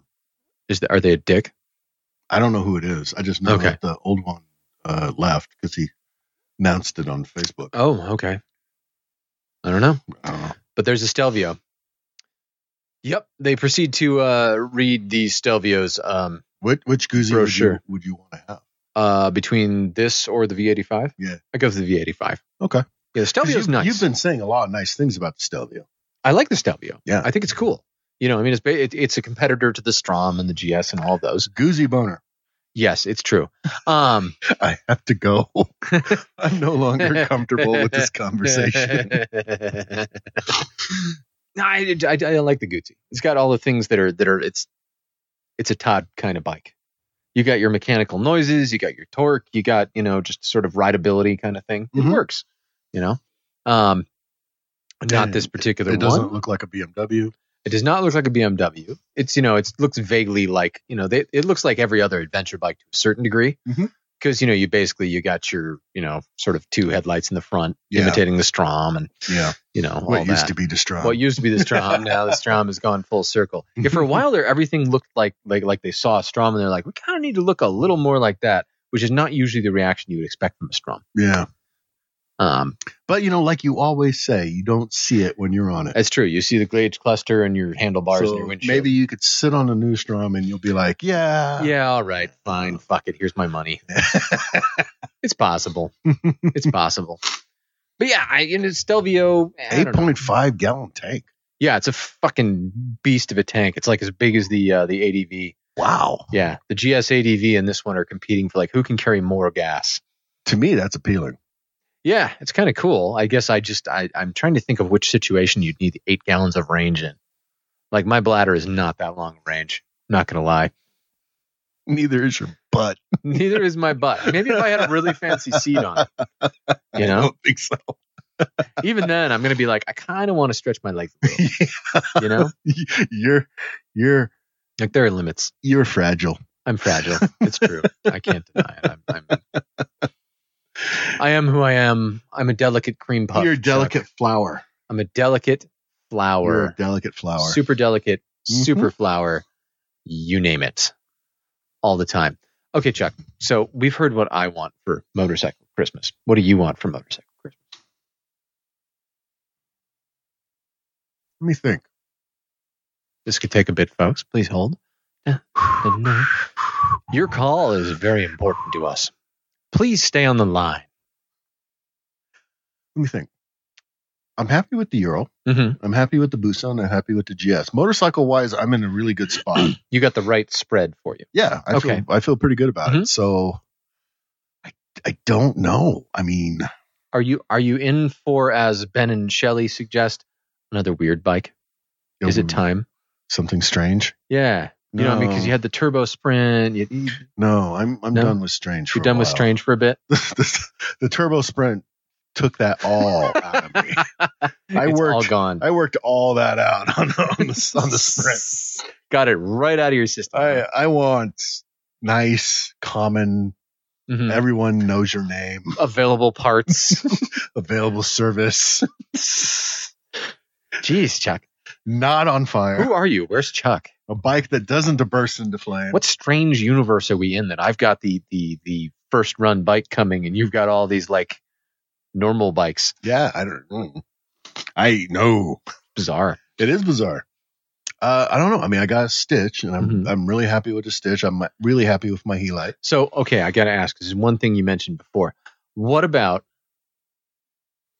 [SPEAKER 2] Is the, are they a dick?
[SPEAKER 1] I don't know who it is. I just know
[SPEAKER 2] Okay.
[SPEAKER 1] that the old one uh, left because he announced it on Facebook.
[SPEAKER 2] Oh, okay. I don't know.
[SPEAKER 1] I don't know.
[SPEAKER 2] But there's a Stelvio. Yep. They proceed to uh, read the Stelvio's um,
[SPEAKER 1] Which, which Guzzi would you,
[SPEAKER 2] Brochure.
[SPEAKER 1] would you want to have?
[SPEAKER 2] uh, between this or the V85.
[SPEAKER 1] Yeah.
[SPEAKER 2] I go for the V85.
[SPEAKER 1] Okay.
[SPEAKER 2] Yeah, the
[SPEAKER 1] 'Cause
[SPEAKER 2] Stelvio's
[SPEAKER 1] you,
[SPEAKER 2] nice.
[SPEAKER 1] You've been saying a lot of nice things about the Stelvio.
[SPEAKER 2] I like the Stelvio.
[SPEAKER 1] Yeah.
[SPEAKER 2] I think it's cool. You know, I mean, it's ba- it, it's a competitor to the Strom and the GS and all those.
[SPEAKER 1] Guzzi boner.
[SPEAKER 2] Yes, it's true. Um,
[SPEAKER 1] I have to go. I'm no longer comfortable with this conversation.
[SPEAKER 2] no, I, I, I like the Gucci. It's got all the things that are that are. It's it's a Todd kind of bike. You got your mechanical noises. You got your torque. You got you know just sort of rideability kind of thing.
[SPEAKER 1] Mhm.
[SPEAKER 2] It works. You know, um, not
[SPEAKER 1] And
[SPEAKER 2] this particular
[SPEAKER 1] it
[SPEAKER 2] one.
[SPEAKER 1] doesn't look like a BMW.
[SPEAKER 2] It does not look like a BMW. It's you know, it looks vaguely like you know, they, it looks like every other adventure bike to a certain degree.
[SPEAKER 1] Mhm.
[SPEAKER 2] Because you know, you basically you got your you know sort of two headlights in the front,
[SPEAKER 1] Yeah.
[SPEAKER 2] imitating the Strom, and
[SPEAKER 1] Yeah.
[SPEAKER 2] you know all
[SPEAKER 1] What used
[SPEAKER 2] that.
[SPEAKER 1] to be Destron.
[SPEAKER 2] what used to be the Strom now the Strom has gone full circle. Yeah, for a while there, everything looked like like like they saw a Strom, and they're like, we kind of need to look a little more like that, which is not usually the reaction you would expect from a Strom.
[SPEAKER 1] yeah.
[SPEAKER 2] Um,
[SPEAKER 1] But, you know, like you always say, you don't see it when you're on it.
[SPEAKER 2] it's true. You see the gauge cluster and your handlebars and your windshield. Uh,
[SPEAKER 1] maybe you could sit on a new Strom and you'll be like, yeah.
[SPEAKER 2] yeah, all right, fine, fuck it. Here's my money. It's possible. it's possible. But yeah, I you know, Stelvio. I don't know.
[SPEAKER 1] 8.5 gallon tank.
[SPEAKER 2] Yeah, it's a fucking beast of a tank. It's like as big as the uh, the ADV.
[SPEAKER 1] Wow.
[SPEAKER 2] Yeah, the GS ADV and this one are competing for like who can carry more gas.
[SPEAKER 1] To me, that's appealing.
[SPEAKER 2] Yeah, it's kind of cool. I guess I just I, I'm trying to think of which situation you'd need eight gallons of range in. Like my bladder is not that long range. Not gonna lie.
[SPEAKER 1] Neither is your butt.
[SPEAKER 2] Neither is my butt. Maybe if I had a really fancy seat on it, you
[SPEAKER 1] I
[SPEAKER 2] know.
[SPEAKER 1] don't think so.
[SPEAKER 2] Even then, I'm gonna be like, I kind of want to stretch my legs a little. You know,
[SPEAKER 1] you're you're
[SPEAKER 2] like there are limits.
[SPEAKER 1] you're fragile.
[SPEAKER 2] I'm fragile. It's true. I can't deny it. I'm, I'm, I am who I am. I'm a delicate cream puff.
[SPEAKER 1] you're a
[SPEAKER 2] Chuck.
[SPEAKER 1] delicate flower.
[SPEAKER 2] I'm a delicate
[SPEAKER 1] You're
[SPEAKER 2] flower.
[SPEAKER 1] a delicate flower.
[SPEAKER 2] Super delicate,
[SPEAKER 1] Mhm.
[SPEAKER 2] super flower. You name it, all the time. Okay, Chuck. So we've heard what I want for motorcycle Christmas. What do you want for motorcycle Christmas?
[SPEAKER 1] Let me think.
[SPEAKER 2] This could take a bit, folks. Please hold. Yeah. and no. Your call is very important to us. Please stay on the line.
[SPEAKER 1] Let me think. I'm happy with the Ural.
[SPEAKER 2] Mm-hmm.
[SPEAKER 1] I'm happy with the Busan. I'm happy with the GS. Motorcycle wise, I'm in a really good spot.
[SPEAKER 2] You got the right spread for you.
[SPEAKER 1] yeah, I
[SPEAKER 2] Okay. Mm-hmm.
[SPEAKER 1] feel I feel pretty good about it. So, I I don't know. I mean,
[SPEAKER 2] Are you are you in for as Ben and Shelley suggest another weird bike? Is it time?
[SPEAKER 1] Something strange?
[SPEAKER 2] Yeah. You know what I mean? Because you had the turbo sprint. You, you,
[SPEAKER 1] no. I'm I'm
[SPEAKER 2] No?
[SPEAKER 1] done with strange.
[SPEAKER 2] you're
[SPEAKER 1] for a
[SPEAKER 2] done with
[SPEAKER 1] while.
[SPEAKER 2] strange for a bit.
[SPEAKER 1] the, the turbo sprint took that all out of me. I
[SPEAKER 2] it's all
[SPEAKER 1] worked-
[SPEAKER 2] gone.
[SPEAKER 1] I worked all that out on, on the on the sprint.
[SPEAKER 2] Got it right out of your system.
[SPEAKER 1] I I want nice, common,
[SPEAKER 2] Mhm.
[SPEAKER 1] everyone knows your name,
[SPEAKER 2] Available parts.
[SPEAKER 1] available service,
[SPEAKER 2] Jeez, Chuck.
[SPEAKER 1] not on fire,
[SPEAKER 2] Who are you? Where's Chuck?
[SPEAKER 1] a bike that doesn't burst into flame.
[SPEAKER 2] What strange universe are we in that I've got the the the first run bike coming and you've got all these like normal bikes?
[SPEAKER 1] Yeah, I don't. mm. I know
[SPEAKER 2] Bizarre.
[SPEAKER 1] it is bizarre. Uh, I don't know. I mean, I got a stitch, and I'm
[SPEAKER 2] Mhm.
[SPEAKER 1] I'm really happy with the stitch. I'm really happy with my helite.
[SPEAKER 2] So okay, I gotta ask. This is one thing you mentioned before. What about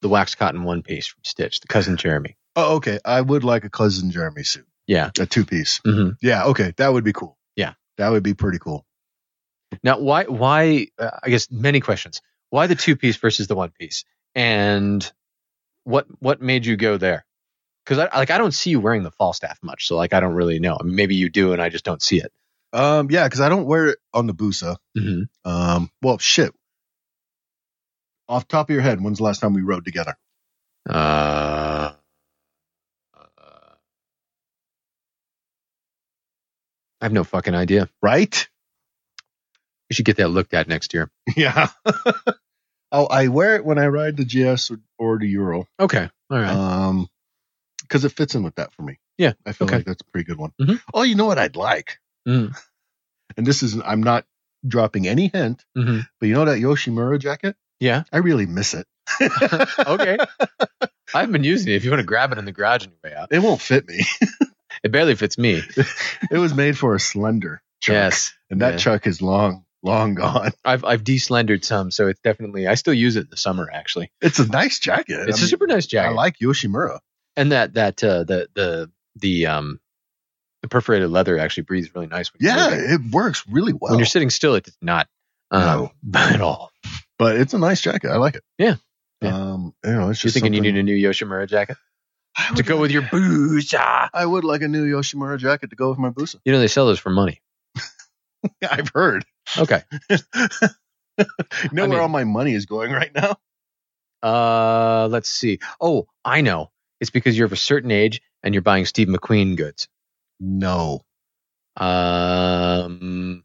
[SPEAKER 2] the wax cotton one piece from Stitch, the cousin Jeremy?
[SPEAKER 1] Oh, okay. I would like a cousin Jeremy suit,
[SPEAKER 2] Yeah.
[SPEAKER 1] a two piece.
[SPEAKER 2] Mm-hmm.
[SPEAKER 1] Yeah. Okay. That would be cool.
[SPEAKER 2] Yeah.
[SPEAKER 1] That would be pretty cool.
[SPEAKER 2] Now, why? Why? Uh, I guess many questions. Why the two piece versus the one piece? And what what made you go there? Because I like I don't see you wearing the Falstaff much, so like I don't really know. I mean, maybe you do, and I just don't see it.
[SPEAKER 1] Um, yeah, because I don't wear it on the Busa.
[SPEAKER 2] Mm-hmm.
[SPEAKER 1] Um, well, shit. Off top of your head, when's the last time we rode together?
[SPEAKER 2] Uh, uh, I have no fucking idea.
[SPEAKER 1] Right?
[SPEAKER 2] We should get that looked at next year.
[SPEAKER 1] Yeah. oh, I wear it when I ride the GS or, or the Ural.
[SPEAKER 2] Okay, all right.
[SPEAKER 1] Um, because it fits in with that for me.
[SPEAKER 2] Yeah,
[SPEAKER 1] I feel
[SPEAKER 2] okay.
[SPEAKER 1] like that's a pretty good one.
[SPEAKER 2] Mhm.
[SPEAKER 1] Oh, you know what I'd like?
[SPEAKER 2] Mm.
[SPEAKER 1] And this is I'm not dropping any hint,
[SPEAKER 2] hmm
[SPEAKER 1] but you know that Yoshimura jacket?
[SPEAKER 2] Yeah.
[SPEAKER 1] I really miss it.
[SPEAKER 2] Okay. I haven't been using it. If you want to grab it in the garage on your way out,
[SPEAKER 1] It won't fit me.
[SPEAKER 2] it barely fits me.
[SPEAKER 1] It was made for a slender chuck.
[SPEAKER 2] Yes.
[SPEAKER 1] And that
[SPEAKER 2] yeah.
[SPEAKER 1] chuck is long, long gone.
[SPEAKER 2] I've I've deslendered some, so it's definitely I still use it in the summer. Actually,
[SPEAKER 1] It's a nice jacket.
[SPEAKER 2] it's
[SPEAKER 1] I
[SPEAKER 2] a super nice
[SPEAKER 1] mean,
[SPEAKER 2] jacket,
[SPEAKER 1] I like Yoshimura.
[SPEAKER 2] and that that uh, the the the um the perforated leather actually breathes really nice. When you're,
[SPEAKER 1] Yeah,
[SPEAKER 2] moving.
[SPEAKER 1] it works really well.
[SPEAKER 2] when you're sitting still, it does not um,
[SPEAKER 1] No.
[SPEAKER 2] at all.
[SPEAKER 1] but it's a nice jacket. I like it.
[SPEAKER 2] Yeah. Yeah.
[SPEAKER 1] Um, you know, it's
[SPEAKER 2] You're
[SPEAKER 1] just
[SPEAKER 2] thinking you
[SPEAKER 1] something-
[SPEAKER 2] need a new Yoshimura jacket
[SPEAKER 1] I would
[SPEAKER 2] to go
[SPEAKER 1] like-
[SPEAKER 2] with your booze. ah.
[SPEAKER 1] I would like a new Yoshimura jacket to go with my Busa.
[SPEAKER 2] You know they sell those for money.
[SPEAKER 1] Yeah, I've heard.
[SPEAKER 2] Okay,
[SPEAKER 1] You know
[SPEAKER 2] I mean-
[SPEAKER 1] where all my money is going right now?
[SPEAKER 2] uh, let's see. Oh, I know. It's because you're of a certain age and you're buying Steve McQueen goods.
[SPEAKER 1] No.
[SPEAKER 2] Um,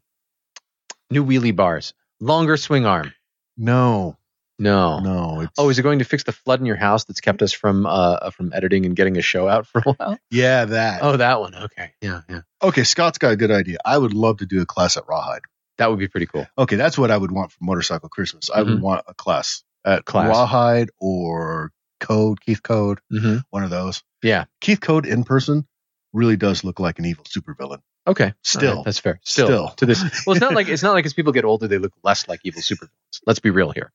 [SPEAKER 2] new wheelie bars, longer swing arm.
[SPEAKER 1] No.
[SPEAKER 2] No.
[SPEAKER 1] No. It's,
[SPEAKER 2] Oh, is it going to fix the flood in your house that's kept us from uh from editing and getting a show out for a while?
[SPEAKER 1] yeah, that.
[SPEAKER 2] Oh, that one. Okay. Yeah, yeah.
[SPEAKER 1] Okay, Scott's got a good idea. I would love to do a class at Rawhide.
[SPEAKER 2] That would be pretty cool.
[SPEAKER 1] Okay, that's what I would want for Motorcycle Christmas. I would want a class at
[SPEAKER 2] Mm-hmm. Class.
[SPEAKER 1] Rawhide or Code, Keith Code,
[SPEAKER 2] Mm-hmm.
[SPEAKER 1] one of those.
[SPEAKER 2] Yeah.
[SPEAKER 1] Keith Code in person really does look like an evil supervillain.
[SPEAKER 2] Okay.
[SPEAKER 1] Still.
[SPEAKER 2] All right, that's fair. Still,
[SPEAKER 1] Still.
[SPEAKER 2] to this. Well, it's not like it's not like as people get older they look less like evil supervillains. Let's be real here.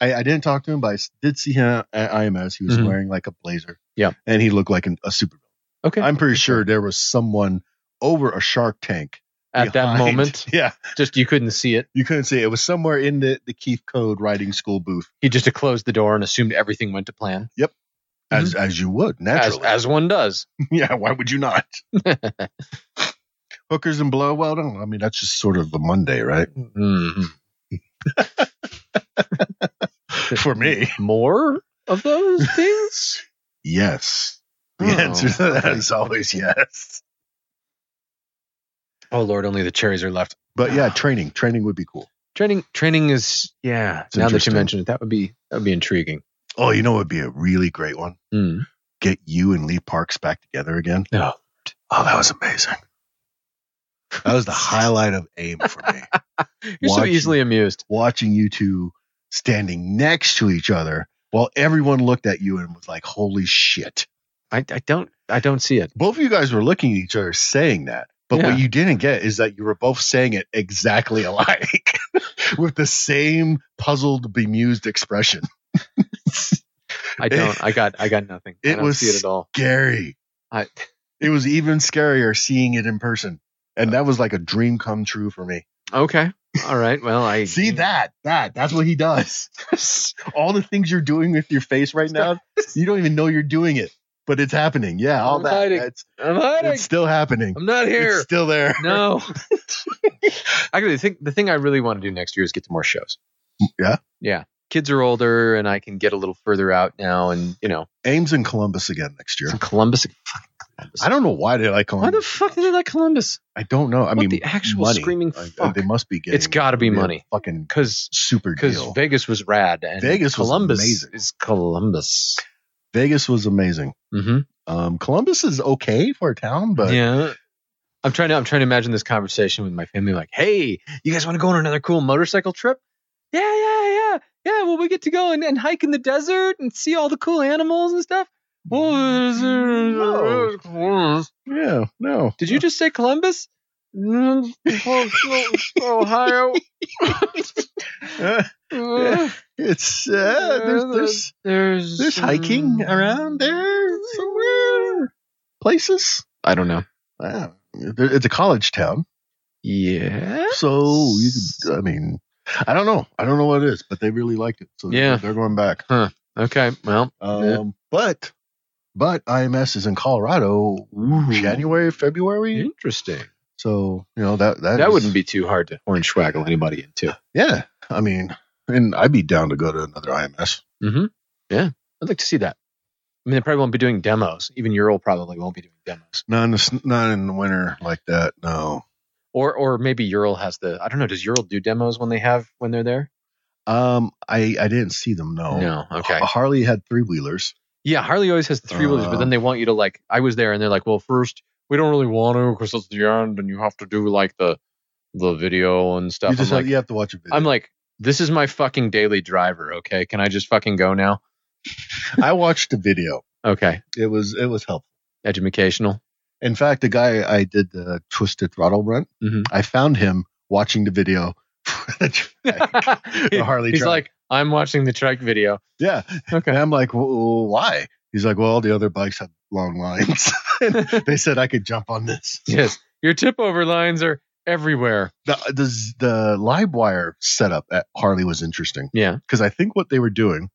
[SPEAKER 1] I, I didn't talk to him, but I s- did see him at IMS. He was
[SPEAKER 2] Mhm.
[SPEAKER 1] wearing like a blazer.
[SPEAKER 2] Yeah.
[SPEAKER 1] And he looked like an, a supervillain.
[SPEAKER 2] Okay.
[SPEAKER 1] I'm pretty sure there was someone over a shark tank.
[SPEAKER 2] At that
[SPEAKER 1] behind-
[SPEAKER 2] moment,
[SPEAKER 1] Yeah.
[SPEAKER 2] just you couldn't see it.
[SPEAKER 1] You couldn't see it. It was somewhere in the, the Keith Code riding school booth,
[SPEAKER 2] He just closed the door and assumed everything went to plan.
[SPEAKER 1] as Mm-hmm. as you would
[SPEAKER 2] As
[SPEAKER 1] naturally.
[SPEAKER 2] as one does.
[SPEAKER 1] yeah, why would you not? Hookers and blow. Well, no, I mean that's just sort of the Monday, right?
[SPEAKER 2] Mhm.
[SPEAKER 1] For me,
[SPEAKER 2] More of those things?
[SPEAKER 1] yes. The
[SPEAKER 2] Oh,
[SPEAKER 1] answer to that
[SPEAKER 2] okay.
[SPEAKER 1] is always yes.
[SPEAKER 2] Oh Lord, only the cherries are left.
[SPEAKER 1] But yeah, training. Training would be cool.
[SPEAKER 2] Training training is yeah.
[SPEAKER 1] It's
[SPEAKER 2] now that you
[SPEAKER 1] interesting.
[SPEAKER 2] mention it, that would be that would be intriguing.
[SPEAKER 1] Oh, you know, what would be a really great one.
[SPEAKER 2] Mm.
[SPEAKER 1] Get you and Lee Parks back together again.
[SPEAKER 2] No.
[SPEAKER 1] Oh, that was amazing. That was the highlight of AIM for me.
[SPEAKER 2] You're so
[SPEAKER 1] Watching-
[SPEAKER 2] easily amused.
[SPEAKER 1] watching you two standing next to each other while everyone looked at you and was like, holy shit.
[SPEAKER 2] I, I don't I don't see it.
[SPEAKER 1] Both of you guys were looking at each other saying that. But
[SPEAKER 2] Yeah.
[SPEAKER 1] what you didn't get is that you were both saying it exactly alike with the same puzzled, bemused expression.
[SPEAKER 2] I don't. I got. I got nothing. I
[SPEAKER 1] It
[SPEAKER 2] don't
[SPEAKER 1] was-
[SPEAKER 2] see it at all.
[SPEAKER 1] Gary.
[SPEAKER 2] I,
[SPEAKER 1] It was even scarier seeing it in person. And that was like a dream come true for me.
[SPEAKER 2] okay. All right. Well, I
[SPEAKER 1] See that? That. That's what he does. all the things you're doing with your face right now, you don't even know you're doing it, but it's happening. Yeah, all
[SPEAKER 2] I'm
[SPEAKER 1] that.
[SPEAKER 2] hiding.
[SPEAKER 1] It's,
[SPEAKER 2] I'm hiding.
[SPEAKER 1] it's still happening.
[SPEAKER 2] I'm not
[SPEAKER 1] It's
[SPEAKER 2] here.
[SPEAKER 1] still there.
[SPEAKER 2] No. Actually, the thing, the thing I really want to do next year is get to more shows.
[SPEAKER 1] Yeah?
[SPEAKER 2] Yeah. Kids are older, and I can get a little further out now, and you know,
[SPEAKER 1] Ames in Columbus again next year.
[SPEAKER 2] some Columbus. Fucking Columbus.
[SPEAKER 1] I don't know why they like
[SPEAKER 2] Why
[SPEAKER 1] Columbus.
[SPEAKER 2] the fuck did they like Columbus?
[SPEAKER 1] I don't know. I
[SPEAKER 2] What
[SPEAKER 1] mean,
[SPEAKER 2] the actual
[SPEAKER 1] money.
[SPEAKER 2] screaming
[SPEAKER 1] Like,
[SPEAKER 2] fuck?
[SPEAKER 1] They must be getting.
[SPEAKER 2] It's got to be
[SPEAKER 1] real
[SPEAKER 2] money
[SPEAKER 1] Fucking
[SPEAKER 2] because
[SPEAKER 1] super deal.
[SPEAKER 2] Vegas was rad, and
[SPEAKER 1] Vegas was
[SPEAKER 2] Columbus
[SPEAKER 1] amazing.
[SPEAKER 2] is Columbus.
[SPEAKER 1] Vegas was amazing.
[SPEAKER 2] hmm
[SPEAKER 1] Um, Columbus is okay for a town, but
[SPEAKER 2] yeah. I'm trying to I'm trying to imagine this conversation with my family. Like, hey, you guys want to go on another cool motorcycle trip? Yeah, yeah, yeah, yeah. Well, we get to go and, and hike in the desert and see all the cool animals and stuff. Well,
[SPEAKER 1] yeah, no.
[SPEAKER 2] did you just say Columbus? Ohio.
[SPEAKER 1] Uh, it's uh, there's there's
[SPEAKER 2] There's
[SPEAKER 1] there's hiking
[SPEAKER 2] Mm.
[SPEAKER 1] around there somewhere. Places.
[SPEAKER 2] I don't know.
[SPEAKER 1] Wow. It's a college town,
[SPEAKER 2] Yeah.
[SPEAKER 1] so you. Could, I mean, I don't know. I don't know what it is, but they really liked it, so
[SPEAKER 2] Yeah.
[SPEAKER 1] they're going back.
[SPEAKER 2] Okay. Well.
[SPEAKER 1] Um,
[SPEAKER 2] Yeah.
[SPEAKER 1] But but IMS is in Colorado, January, February.
[SPEAKER 2] Interesting.
[SPEAKER 1] So you know that that,
[SPEAKER 2] That
[SPEAKER 1] is-
[SPEAKER 2] wouldn't be too hard to orange swaggle anybody into.
[SPEAKER 1] Yeah, I mean, and I'd be down to go to another IMS.
[SPEAKER 2] I'd like to see that. I mean, they probably won't be doing demos. Even your old probably won't be doing demos.
[SPEAKER 1] Not in the, s- not in the winter like that. No.
[SPEAKER 2] Or or maybe Ural has the I don't know. Does Ural do demos when they have when they're there?
[SPEAKER 1] Um, I I didn't see them. No.
[SPEAKER 2] No. Okay.
[SPEAKER 1] Ha- Harley had three wheelers.
[SPEAKER 2] Yeah, Harley always has the three wheelers, but
[SPEAKER 1] Uh.
[SPEAKER 2] then they want you to like. I was there, and they're like, "Well, first we don't really want to because it's the end, and you have to do like the the video and stuff."
[SPEAKER 1] You just
[SPEAKER 2] I'm
[SPEAKER 1] have,
[SPEAKER 2] like,
[SPEAKER 1] you have to watch a video.
[SPEAKER 2] I'm like, this is my fucking daily driver. Okay, can I just fucking go now?
[SPEAKER 1] I watched a video.
[SPEAKER 2] Okay,
[SPEAKER 1] It was it was helpful.
[SPEAKER 2] educational.
[SPEAKER 1] In fact, the guy I did the twisted throttle run,
[SPEAKER 2] Mhm.
[SPEAKER 1] I found him watching the video.
[SPEAKER 2] the
[SPEAKER 1] Harley
[SPEAKER 2] He's
[SPEAKER 1] track.
[SPEAKER 2] like, I'm watching the track video.
[SPEAKER 1] yeah, And
[SPEAKER 2] Okay.
[SPEAKER 1] I'm like, well, why? He's like, well, all the other bikes have long lines. And they said I could jump on this.
[SPEAKER 2] yes, your tip over lines are everywhere.
[SPEAKER 1] The, the, the live wire setup at Harley was interesting
[SPEAKER 2] Yeah.
[SPEAKER 1] because I think what they were doing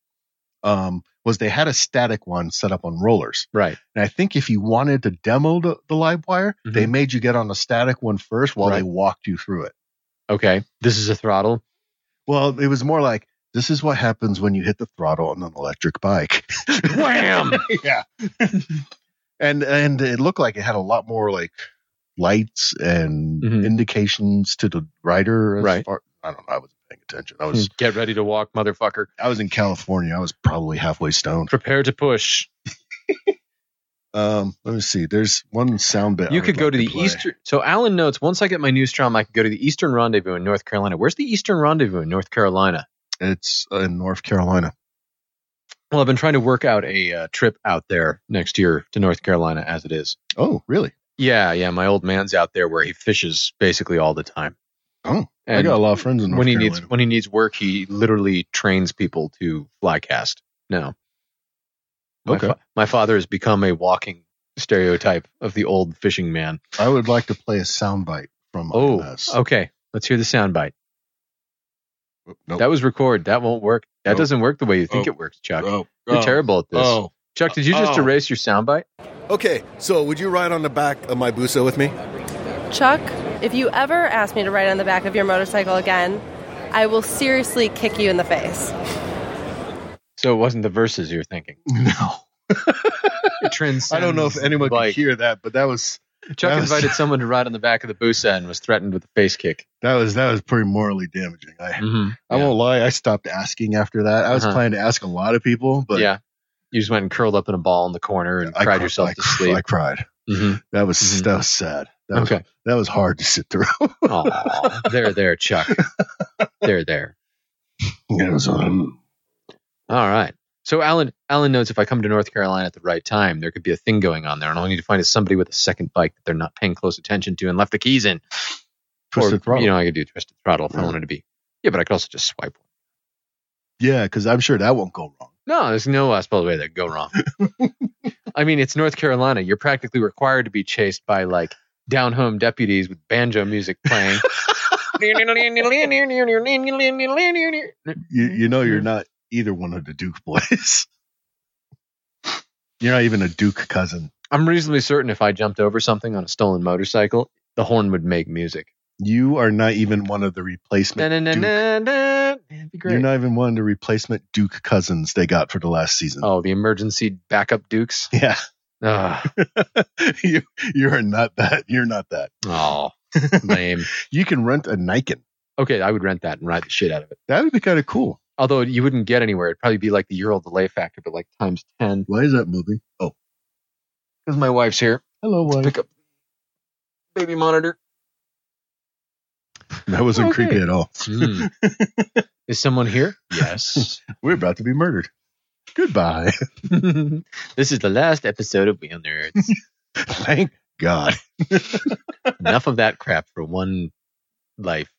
[SPEAKER 1] um, was they had a static one set up on rollers.
[SPEAKER 2] Right.
[SPEAKER 1] And I think if you wanted to demo the, the live wire,
[SPEAKER 2] Mhm.
[SPEAKER 1] they made you get on the static one first while they
[SPEAKER 2] Right.
[SPEAKER 1] walked you through it.
[SPEAKER 2] Okay. This is a throttle.
[SPEAKER 1] Well, it was more like, this is what happens when you hit the throttle on an electric bike.
[SPEAKER 2] Wham.
[SPEAKER 1] yeah. and and it looked like it had a lot more like lights and
[SPEAKER 2] Mhm.
[SPEAKER 1] indications to the rider. As
[SPEAKER 2] Right.
[SPEAKER 1] Far, I don't know. I wasn't paying attention. I was
[SPEAKER 2] Get ready to walk, motherfucker.
[SPEAKER 1] I was in California. I was probably halfway stoned.
[SPEAKER 2] Prepare to push. Um,
[SPEAKER 1] Let me see. There's one sound bit. I
[SPEAKER 2] you
[SPEAKER 1] would
[SPEAKER 2] could go
[SPEAKER 1] like
[SPEAKER 2] to the
[SPEAKER 1] play.
[SPEAKER 2] eastern. So Alan notes, once I get my new Strom, I could go to the Eastern Rendezvous in North Carolina. Where's the Eastern Rendezvous in North Carolina?
[SPEAKER 1] It's uh, in North Carolina.
[SPEAKER 2] Well, I've been trying to work out a uh, trip out there next year to North Carolina as it is.
[SPEAKER 1] Oh, really?
[SPEAKER 2] Yeah, yeah. My old man's out there where he fishes basically all the time.
[SPEAKER 1] Oh,
[SPEAKER 2] and
[SPEAKER 1] I got a lot of friends in North
[SPEAKER 2] when he
[SPEAKER 1] Carolina.
[SPEAKER 2] needs when he needs work, he literally trains people to fly cast. No, my,
[SPEAKER 1] Okay.
[SPEAKER 2] fa- my father has become a walking stereotype of the old fishing man.
[SPEAKER 1] I would like to play a sound bite from
[SPEAKER 2] Oh,
[SPEAKER 1] IMS.
[SPEAKER 2] okay. Let's hear the soundbite.
[SPEAKER 1] Oh, Nope.
[SPEAKER 2] That was record. That won't work. That
[SPEAKER 1] Nope.
[SPEAKER 2] doesn't work the way you think
[SPEAKER 3] Oh.
[SPEAKER 2] it works, Chuck.
[SPEAKER 3] Oh,
[SPEAKER 2] You're terrible at this. Chuck, did you just
[SPEAKER 3] Oh.
[SPEAKER 2] erase your soundbite?
[SPEAKER 3] Okay, so would you ride on the back of my Busa with me?
[SPEAKER 4] Chuck, if you ever ask me to ride on the back of your motorcycle again, I will seriously kick you in the face.
[SPEAKER 2] So it wasn't the verses you were thinking.
[SPEAKER 1] No.
[SPEAKER 2] It transcends
[SPEAKER 1] I don't know if anyone
[SPEAKER 2] bike.
[SPEAKER 1] could hear that, but that was
[SPEAKER 2] Chuck
[SPEAKER 1] that was-
[SPEAKER 2] invited someone to ride on the back of the Busa and was threatened with a face kick.
[SPEAKER 1] that was that was pretty morally damaging. I
[SPEAKER 2] Mm-hmm.
[SPEAKER 1] I won't lie, I stopped asking after that. I was
[SPEAKER 2] Uh-huh.
[SPEAKER 1] planning to ask a lot of people, but
[SPEAKER 2] yeah, you just went and curled up in a ball in the corner and
[SPEAKER 1] I
[SPEAKER 2] cried
[SPEAKER 1] cr-
[SPEAKER 2] yourself
[SPEAKER 1] I
[SPEAKER 2] to
[SPEAKER 1] cr-
[SPEAKER 2] sleep.
[SPEAKER 1] I cried.
[SPEAKER 2] Mhm.
[SPEAKER 1] That was
[SPEAKER 2] Mhm.
[SPEAKER 1] that was sad. That was,
[SPEAKER 2] Okay.
[SPEAKER 1] that was hard to sit through.
[SPEAKER 2] Oh, there, there, Chuck. There, there.
[SPEAKER 1] it was um,
[SPEAKER 2] All right. So Alan Alan knows if I come to North Carolina at the right time, there could be a thing going on there, and all I need to find is somebody with a second bike that they're not paying close attention to and left the keys in.
[SPEAKER 1] Twisted
[SPEAKER 2] or,
[SPEAKER 1] throttle.
[SPEAKER 2] You know, I could do twisted throttle if I
[SPEAKER 1] Yeah.
[SPEAKER 2] wanted to be. Yeah, but I could also just swipe one.
[SPEAKER 1] Yeah, because I'm sure that won't go wrong.
[SPEAKER 2] No, there's no uh, spell way that could go wrong. I mean, it's North Carolina. You're practically required to be chased by like down home deputies with banjo music playing.
[SPEAKER 1] You, you know, you're not either one of the Duke boys. you're not even a Duke cousin.
[SPEAKER 2] I'm reasonably certain if I jumped over something on a stolen motorcycle, the horn would make music.
[SPEAKER 1] You are not even one of the
[SPEAKER 2] Na,
[SPEAKER 1] replacement.
[SPEAKER 2] na, na,
[SPEAKER 1] Duke-
[SPEAKER 2] na, na. It'd be
[SPEAKER 1] You're
[SPEAKER 2] great.
[SPEAKER 1] not even one of the replacement Duke cousins they got for the last season.
[SPEAKER 2] Oh, the emergency backup dukes.
[SPEAKER 1] Yeah,
[SPEAKER 2] Ugh.
[SPEAKER 1] you you are not that. You're not that.
[SPEAKER 2] Oh, lame.
[SPEAKER 1] You can rent a Nikon.
[SPEAKER 2] Okay, I would rent that and ride the shit out of it.
[SPEAKER 1] That would be kind of cool.
[SPEAKER 2] Although you wouldn't get anywhere. It'd probably be like the year old delay factor, but like times 10.
[SPEAKER 1] Why is that moving? Oh,
[SPEAKER 2] Because my wife's here.
[SPEAKER 1] hello, wife.
[SPEAKER 2] Pick up baby monitor.
[SPEAKER 1] That wasn't
[SPEAKER 2] Okay.
[SPEAKER 1] creepy at all.
[SPEAKER 2] Hmm. Is someone here? Yes.
[SPEAKER 1] We're about to be murdered. Goodbye.
[SPEAKER 2] this is the last episode of Wheel Nerds.
[SPEAKER 1] Thank God.
[SPEAKER 2] Enough of that crap for one life.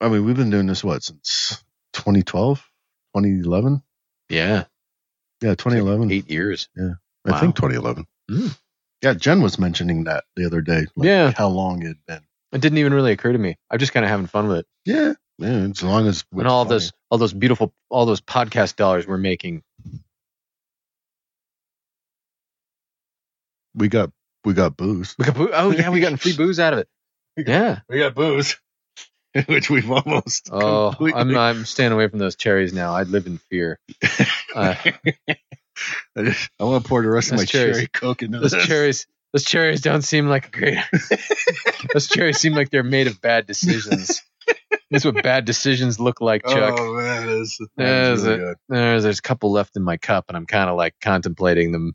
[SPEAKER 1] I mean, we've been doing this what since 2012, 2011.
[SPEAKER 2] Yeah.
[SPEAKER 1] Yeah, 2011.
[SPEAKER 2] Eight years.
[SPEAKER 1] I think
[SPEAKER 2] wow.
[SPEAKER 1] 2011.
[SPEAKER 2] Mm.
[SPEAKER 1] Yeah, Jen was mentioning that the other day.
[SPEAKER 2] Yeah.
[SPEAKER 1] how long it had been.
[SPEAKER 2] It didn't even really occur to me. I'm just kind of having fun with it.
[SPEAKER 1] Yeah, yeah. As long as
[SPEAKER 2] and all those, all those beautiful, all those podcast dollars we're making.
[SPEAKER 1] we got we got booze.
[SPEAKER 2] We got boo- oh yeah, we got free booze out of it. Yeah.
[SPEAKER 1] We got booze, which we've almost.
[SPEAKER 2] Oh,
[SPEAKER 1] completely-
[SPEAKER 2] I'm I'm staying away from those cherries now. I live in fear. Uh,
[SPEAKER 1] I want to pour the rest of my
[SPEAKER 2] Those cherries.
[SPEAKER 1] cherry coke into
[SPEAKER 2] those
[SPEAKER 1] this.
[SPEAKER 2] cherries, those cherries don't seem like a great. those cherries seem like they're made of bad decisions. That's what bad decisions look like, Chuck.
[SPEAKER 1] Oh man, this,
[SPEAKER 2] Yeah,
[SPEAKER 1] that was
[SPEAKER 2] is
[SPEAKER 1] really
[SPEAKER 2] it?
[SPEAKER 1] good.
[SPEAKER 2] There's, there's a couple left in my cup, and I'm kind of like contemplating them.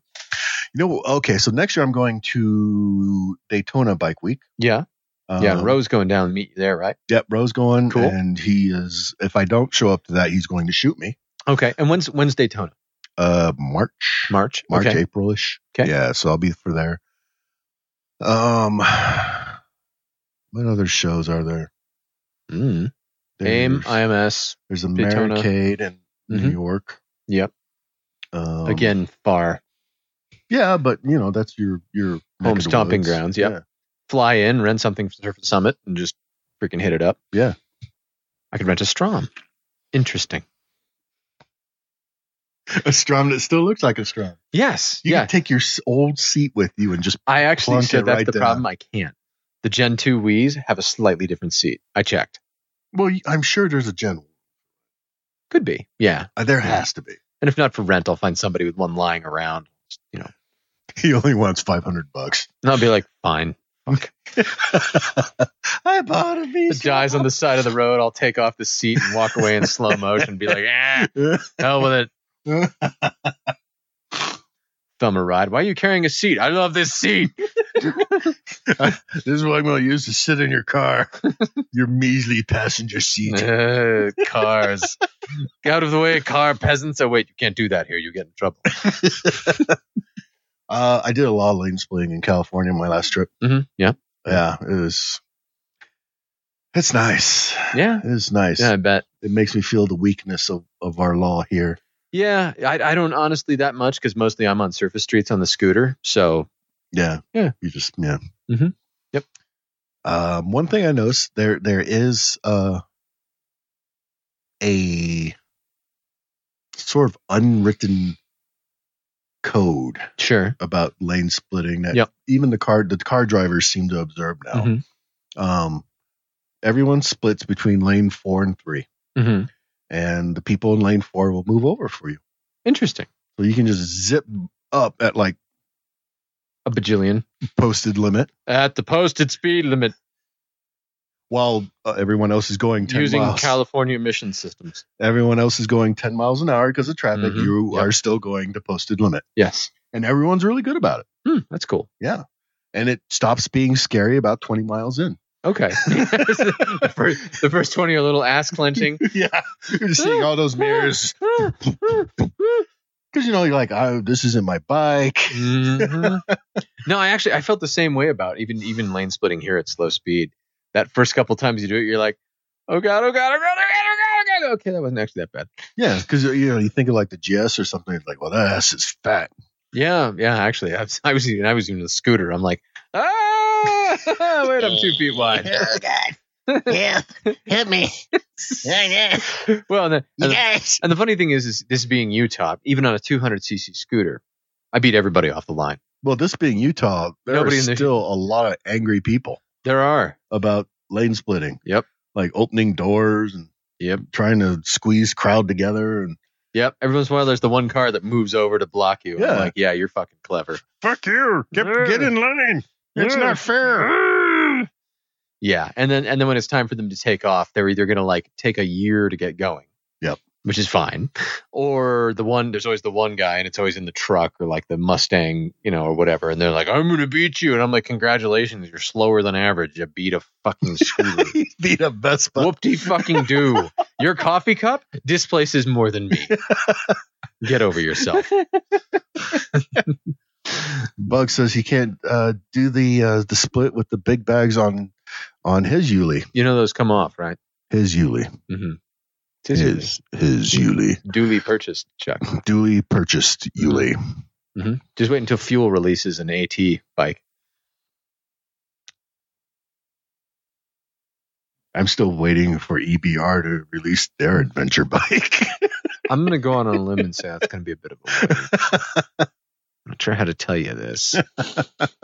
[SPEAKER 1] You know, okay. So next year I'm going to Daytona Bike Week.
[SPEAKER 2] Yeah, yeah.
[SPEAKER 1] Um,
[SPEAKER 2] and Rose going down to meet you there, right?
[SPEAKER 1] Yep, Rose going.
[SPEAKER 2] Cool.
[SPEAKER 1] And he is. If I don't show up to that, he's going to shoot me.
[SPEAKER 2] Okay. And when's when's Daytona?
[SPEAKER 1] Uh, March,
[SPEAKER 2] March.
[SPEAKER 1] March,
[SPEAKER 2] Okay.
[SPEAKER 1] Aprilish.
[SPEAKER 2] Okay.
[SPEAKER 1] Yeah, so I'll be for there. Um, what other shows are there?
[SPEAKER 2] Mm. AIM,
[SPEAKER 1] There's,
[SPEAKER 2] IMS.
[SPEAKER 1] there's
[SPEAKER 2] Daytona.
[SPEAKER 1] Americade in New
[SPEAKER 2] Mhm.
[SPEAKER 1] York.
[SPEAKER 2] Yep.
[SPEAKER 1] Um,
[SPEAKER 2] Again, far.
[SPEAKER 1] Yeah, but you know that's your your neck of the
[SPEAKER 2] stomping
[SPEAKER 1] woods.
[SPEAKER 2] grounds, yep. Fly in, rent something for the summit, and just freaking hit it up.
[SPEAKER 1] Yeah.
[SPEAKER 2] I could rent a Strom. Interesting.
[SPEAKER 1] Yeah. A strum that still looks like a strum.
[SPEAKER 2] Yes.
[SPEAKER 1] You
[SPEAKER 2] yeah.
[SPEAKER 1] can take your s- old seat with you and just
[SPEAKER 2] I actually
[SPEAKER 1] plunk it
[SPEAKER 2] said that's
[SPEAKER 1] right
[SPEAKER 2] the
[SPEAKER 1] down.
[SPEAKER 2] problem. I can't. The Gen 2 Wii's have a slightly different seat. I checked.
[SPEAKER 1] well, I'm sure there's a general.
[SPEAKER 2] Could be. Yeah.
[SPEAKER 1] Uh, There has to be.
[SPEAKER 2] And if not for rent, I'll find somebody with one lying around. You know,
[SPEAKER 1] He only wants five hundred bucks.
[SPEAKER 2] and I'll be like, fine.
[SPEAKER 1] I bought a
[SPEAKER 2] The
[SPEAKER 1] visa.
[SPEAKER 2] guy's on the side of the road. I'll take off the seat and walk away in slow motion and be like, ah, hell with it. Thumb a ride. Why are you carrying a seat? I love this seat.
[SPEAKER 1] this is what I'm going to use to sit in your car. your measly passenger seat.
[SPEAKER 2] Ugh, cars. Get out of the way, car peasants. Oh, wait, you can't do that here. You get in trouble.
[SPEAKER 1] Uh, I did a lot of lane splitting in California on my last trip.
[SPEAKER 2] Mm-hmm. Yeah.
[SPEAKER 1] Yeah, it was. It's nice.
[SPEAKER 2] Yeah.
[SPEAKER 1] It is nice.
[SPEAKER 2] Yeah, I bet.
[SPEAKER 1] It makes me feel the weakness of, of our law here.
[SPEAKER 2] Yeah, I, I don't honestly that much because mostly I'm on surface streets on the scooter. So
[SPEAKER 1] Yeah.
[SPEAKER 2] Yeah.
[SPEAKER 1] You just yeah.
[SPEAKER 2] Mhm. Yep.
[SPEAKER 1] Um, one thing I noticed there there is uh a sort of unwritten code
[SPEAKER 2] sure.
[SPEAKER 1] about lane splitting that
[SPEAKER 2] Yep.
[SPEAKER 1] even the car the car drivers seem to observe now.
[SPEAKER 2] Mhm.
[SPEAKER 1] Um, everyone splits between lane four and three,
[SPEAKER 2] hmm
[SPEAKER 1] and the people in lane four will move over for you.
[SPEAKER 2] Interesting.
[SPEAKER 1] So you can just zip up at like
[SPEAKER 2] A bajillion
[SPEAKER 1] posted limit
[SPEAKER 2] at the posted speed limit
[SPEAKER 1] while uh, everyone else is going ten
[SPEAKER 2] using
[SPEAKER 1] miles.
[SPEAKER 2] California emission systems.
[SPEAKER 1] everyone else is going ten miles an hour because of traffic.
[SPEAKER 2] Mhm.
[SPEAKER 1] You
[SPEAKER 2] Yep.
[SPEAKER 1] are still going to posted limit,
[SPEAKER 2] Yes.
[SPEAKER 1] and everyone's really good about it.
[SPEAKER 2] Hmm, that's cool.
[SPEAKER 1] And it stops being scary about twenty miles in.
[SPEAKER 2] Okay. the, first, the first 20 are a little ass clenching.
[SPEAKER 1] yeah, you're just seeing all those mirrors because you know you're like, oh, this isn't my bike.
[SPEAKER 2] Mhm. No, I actually I felt the same way about even even lane splitting here at slow speed. That first couple times you do it, you're like, oh god, oh god, oh god, oh god, oh god, oh god. Okay, that wasn't actually that bad.
[SPEAKER 1] Yeah, because you know you think of like the GS or something. It's like, well, that ass is fat.
[SPEAKER 2] Yeah, yeah. Actually, I was I was even I was even the scooter. I'm like, ah, wait, I'm two feet wide.
[SPEAKER 5] Oh God! Yeah, help me! Oh, yeah.
[SPEAKER 2] Well, and the,
[SPEAKER 5] You
[SPEAKER 2] and, the,
[SPEAKER 5] guys,
[SPEAKER 2] and the funny thing is, is this being Utah, even on a 200cc scooter, I beat everybody off the line.
[SPEAKER 1] Well, this being Utah, there
[SPEAKER 2] Nobody
[SPEAKER 1] are
[SPEAKER 2] in the-
[SPEAKER 1] still a lot of angry people
[SPEAKER 2] There are.
[SPEAKER 1] about lane splitting.
[SPEAKER 2] Yep.
[SPEAKER 1] Like opening doors and
[SPEAKER 2] Yep.
[SPEAKER 1] trying to squeeze crowd together and
[SPEAKER 2] Yep. Every once in a while, there's the one car that moves over to block you. Yeah.
[SPEAKER 1] Yeah.
[SPEAKER 2] I'm like, yeah, you're fucking clever.
[SPEAKER 1] fuck you. Get, get in line. It's not fair.
[SPEAKER 2] Yeah. And then and then when it's time for them to take off, they're either gonna like take a year to get going.
[SPEAKER 1] Yep.
[SPEAKER 2] Which is fine. Or the one there's always the one guy and it's always in the truck or like the Mustang, you know, or whatever, and they're like, I'm gonna beat you. And I'm like, Congratulations, you're slower than average. You beat a fucking scooter.
[SPEAKER 1] Beat a Vespa.
[SPEAKER 2] Whoop de fucking do. Your coffee cup displaces more than me. Get over yourself.
[SPEAKER 1] Bug says he can't uh, do the uh, the split with the big bags on on his Yuli.
[SPEAKER 2] You know those come off, right?
[SPEAKER 1] His Yuli.
[SPEAKER 2] Mm-hmm.
[SPEAKER 1] His his Yuli.
[SPEAKER 2] duly purchased, Chuck.
[SPEAKER 1] Duly purchased Yuli.
[SPEAKER 2] hmm Just wait until fuel releases an AT bike.
[SPEAKER 1] I'm still waiting for EBR to release their adventure bike.
[SPEAKER 2] I'm going to go out on a limb and say that's going to be a bit of a. wait. I'm not sure how to tell you this.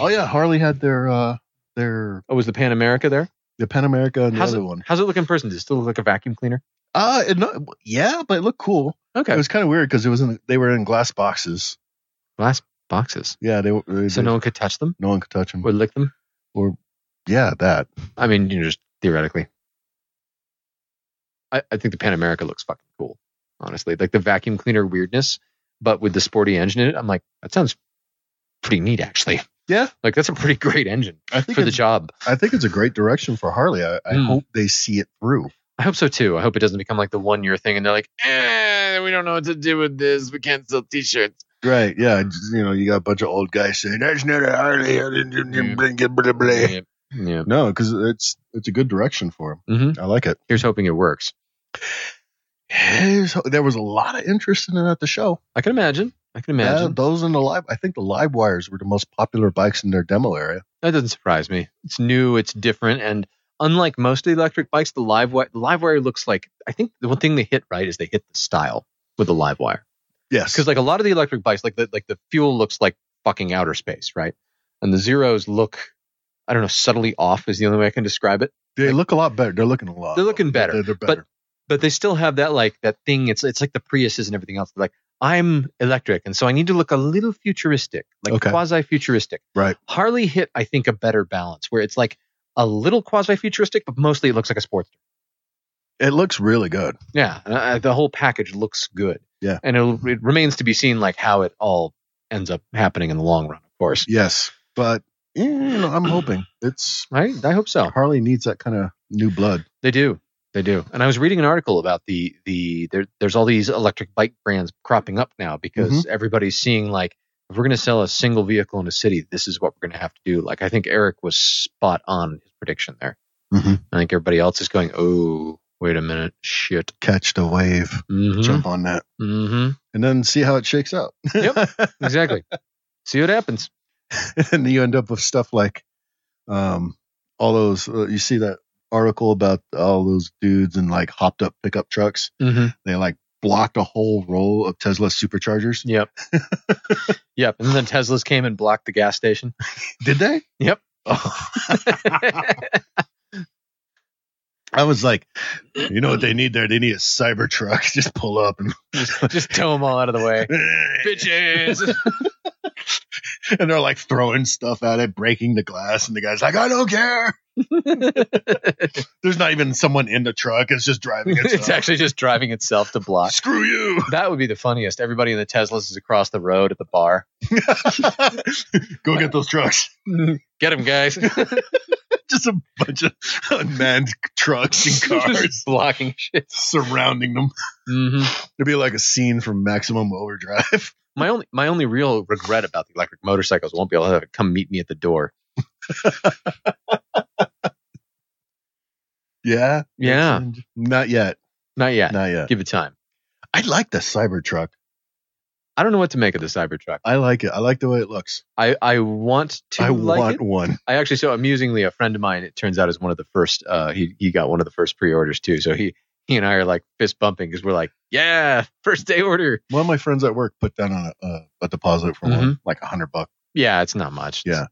[SPEAKER 1] oh yeah, Harley had their uh their
[SPEAKER 2] Oh, was the Pan America there?
[SPEAKER 1] the Pan America and the
[SPEAKER 2] How's
[SPEAKER 1] other
[SPEAKER 2] it,
[SPEAKER 1] one.
[SPEAKER 2] How's it look in person? Does it still look like a vacuum cleaner?
[SPEAKER 1] Uh it not, yeah, but it looked cool. It
[SPEAKER 2] Okay.
[SPEAKER 1] was kind of weird because it was in they were in glass boxes.
[SPEAKER 2] Glass boxes.
[SPEAKER 1] Yeah, they were. they-
[SPEAKER 2] So no one could touch them
[SPEAKER 1] no one could touch them.
[SPEAKER 2] or lick them?
[SPEAKER 1] yeah, that.
[SPEAKER 2] I mean, you know, just theoretically. I, I think the Pan America looks fucking cool, honestly. Like the vacuum cleaner weirdness, but with the sporty engine in it, I'm like, that sounds pretty neat, actually.
[SPEAKER 1] Yeah.
[SPEAKER 2] Like that's a pretty great engine
[SPEAKER 1] I think
[SPEAKER 2] for the
[SPEAKER 1] it's-
[SPEAKER 2] job.
[SPEAKER 1] I think it's a great direction for Harley. I, I
[SPEAKER 2] Hmm.
[SPEAKER 1] hope they see it through.
[SPEAKER 2] I hope so too. I hope it doesn't become like the one year thing and they're like, eh, we don't know what to do with this. We can't sell t shirts.
[SPEAKER 1] Right? Yeah. just, You know, you got a bunch of old guys saying that's not a Harley. I didn't- didn't- didn't bring it, blah, blah.
[SPEAKER 2] Yeah. yeah.
[SPEAKER 1] No, because it's it's a good direction for him.
[SPEAKER 2] hmm
[SPEAKER 1] I like it.
[SPEAKER 2] Here's hoping it works.
[SPEAKER 1] There's- There was a lot of interest in it at the show.
[SPEAKER 2] I can imagine. I can
[SPEAKER 1] Yeah,
[SPEAKER 2] imagine.
[SPEAKER 1] those in the live, I think the live wires were the most popular bikes in their demo area.
[SPEAKER 2] That doesn't surprise me. It's new, it's different, and unlike most of the electric bikes, the live wire, the live wire looks like I think the one thing they hit right is they hit the style with the live wire.
[SPEAKER 1] Yes,
[SPEAKER 2] Because like a lot of the electric bikes, like the like the fuel looks like fucking outer space, right? And the zeros look, I don't know, subtly off is the only way I can describe it.
[SPEAKER 1] they look a lot better. They're looking a lot.
[SPEAKER 2] They're looking better,
[SPEAKER 1] They're, they're better.
[SPEAKER 2] But they still have that like that thing. It's it's like the Priuses and everything else. They're like I'm electric, and so I need to look a little futuristic, like
[SPEAKER 1] Okay.
[SPEAKER 2] quasi futuristic.
[SPEAKER 1] Right.
[SPEAKER 2] Harley hit, I think, a better balance where it's like a little quasi futuristic, but mostly it looks like a sports.
[SPEAKER 1] it looks really good.
[SPEAKER 2] Yeah, and I, the whole package looks good.
[SPEAKER 1] Yeah.
[SPEAKER 2] and it'll, it remains to be seen like how it all ends up happening in the long run. Of course,
[SPEAKER 1] Yes, but eh, you know, I'm hoping it's
[SPEAKER 2] I I hope so.
[SPEAKER 1] Harley needs that kind of new blood.
[SPEAKER 2] They do, they do. And I was reading an article about the the there, there's all these electric bike brands cropping up now because everybody's seeing like if we're going to sell a single vehicle in a city, this is what we're going to have to do. Like I think Eric was spot on in his prediction there.
[SPEAKER 1] Mhm.
[SPEAKER 2] I think everybody else is going, oh, wait a minute, shit.
[SPEAKER 1] Catch the wave,
[SPEAKER 2] Mm-hmm.
[SPEAKER 1] jump on that,
[SPEAKER 2] hmm
[SPEAKER 1] and then see how it shakes out.
[SPEAKER 2] Yep. Exactly. See what happens.
[SPEAKER 1] and you end up with stuff like um, all those. Uh, you see that article about all those dudes in like hopped up pickup trucks.
[SPEAKER 2] Mm-hmm.
[SPEAKER 1] They like blocked a whole row of Tesla superchargers.
[SPEAKER 2] Yep. yep. And then Teslas came and blocked the gas station.
[SPEAKER 1] Did they?
[SPEAKER 2] Yep.
[SPEAKER 1] Oh, I was like, you know what they need there? They need a cyber truck. Just pull up and
[SPEAKER 2] Just tow them all out of the way.
[SPEAKER 1] and
[SPEAKER 2] Bitches.
[SPEAKER 1] they're like throwing stuff at it, breaking the glass, and the guy's like, I don't care. There's not even someone in the truck. It's just driving itself.
[SPEAKER 2] it's actually just driving itself to block.
[SPEAKER 1] Screw you.
[SPEAKER 2] That would be the funniest. Everybody in the Teslas is across the road at the bar.
[SPEAKER 1] Go get those trucks.
[SPEAKER 2] Get him, guys.
[SPEAKER 1] Just a bunch of unmanned trucks and cars
[SPEAKER 2] Just blocking shit.
[SPEAKER 1] surrounding them.
[SPEAKER 2] hmm
[SPEAKER 1] It'd be like a scene from Maximum Overdrive.
[SPEAKER 2] My only my only real regret about the electric motorcycles won't be able to have it come meet me at the door.
[SPEAKER 1] Yeah.
[SPEAKER 2] Yeah,
[SPEAKER 1] Not yet.
[SPEAKER 2] not yet.
[SPEAKER 1] Not yet.
[SPEAKER 2] Give it time.
[SPEAKER 1] I like the Cybertruck.
[SPEAKER 2] I don't know what to make of the Cybertruck.
[SPEAKER 1] I like it. I like the way it looks.
[SPEAKER 2] I I want to
[SPEAKER 1] I
[SPEAKER 2] like
[SPEAKER 1] want
[SPEAKER 2] it.
[SPEAKER 1] one.
[SPEAKER 2] I actually so amusingly a friend of mine it turns out is one of the first uh he he got one of the first pre-orders too. So he he and I are like fist bumping because we're like, yeah, first day order.
[SPEAKER 1] One of my friends at work put down a, a, a deposit for
[SPEAKER 2] Mm-hmm.
[SPEAKER 1] one, like a hundred bucks.
[SPEAKER 2] Yeah, it's not much. It's,
[SPEAKER 1] Yeah.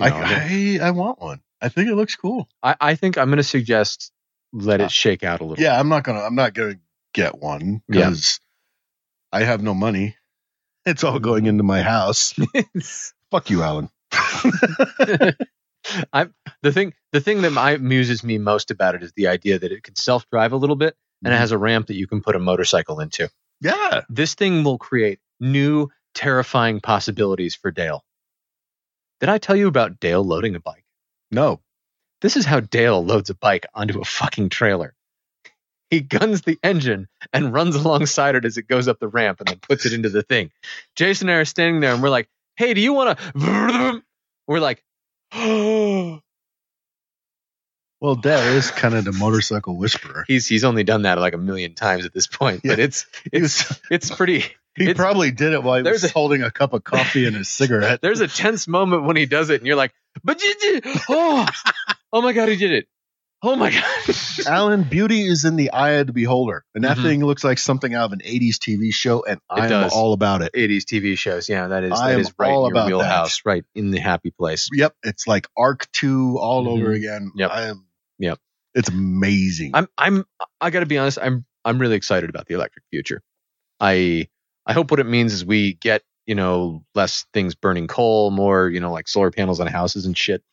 [SPEAKER 2] you know,
[SPEAKER 1] I, I I want one. I think it looks cool.
[SPEAKER 2] I, I think I'm going to suggest let
[SPEAKER 1] Uh,
[SPEAKER 2] it shake out a little.
[SPEAKER 1] Yeah, I'm not gonna. I'm not gonna get one
[SPEAKER 2] Yeah.
[SPEAKER 1] because I have no money. It's all going into my house. Fuck you, Alan.
[SPEAKER 2] I'm the thing. The thing that my, amuses me most about it is the idea that it can self-drive a little bit, and it has a ramp that you can put a motorcycle into.
[SPEAKER 1] Yeah,
[SPEAKER 2] This thing will create new terrifying possibilities for Dale. Did I tell you about Dale loading a bike?
[SPEAKER 1] no,
[SPEAKER 2] This is how Dale loads a bike onto a fucking trailer. He guns the engine and runs alongside it as it goes up the ramp and then puts it into the thing. Jason and I are standing there and we're like, hey, do you want to? We're like,
[SPEAKER 1] Well, Dale is kind of the motorcycle whisperer.
[SPEAKER 2] he's he's only done that like a million times at this point, but it's
[SPEAKER 1] He,
[SPEAKER 2] it's
[SPEAKER 1] was,
[SPEAKER 2] it's pretty.
[SPEAKER 1] he
[SPEAKER 2] it's-
[SPEAKER 1] probably did it while he was
[SPEAKER 2] there's a-
[SPEAKER 1] holding a cup of coffee and a cigarette.
[SPEAKER 2] There's a tense moment when he does it, and you're like, but you did, oh, oh my god, he did it. Oh my god.
[SPEAKER 1] Alan, beauty is in the eye of the beholder, and that
[SPEAKER 2] Mhm.
[SPEAKER 1] thing looks like something out of an '80s TV show, and I am
[SPEAKER 2] does.
[SPEAKER 1] all about it.
[SPEAKER 2] 80s TV shows, yeah, that is
[SPEAKER 1] I
[SPEAKER 2] that
[SPEAKER 1] am
[SPEAKER 2] is right
[SPEAKER 1] all
[SPEAKER 2] in your
[SPEAKER 1] about that.
[SPEAKER 2] wheelhouse, right in the happy place.
[SPEAKER 1] Yep, it's like Arc Two all
[SPEAKER 2] Mhm.
[SPEAKER 1] over again.
[SPEAKER 2] Yep.
[SPEAKER 1] I am.
[SPEAKER 2] Yep.
[SPEAKER 1] it's amazing.
[SPEAKER 2] I'm I'm I got to be honest. I'm I'm really excited about the electric future. I I hope what it means is we get you know less things burning coal, more you know like solar panels on houses and shit.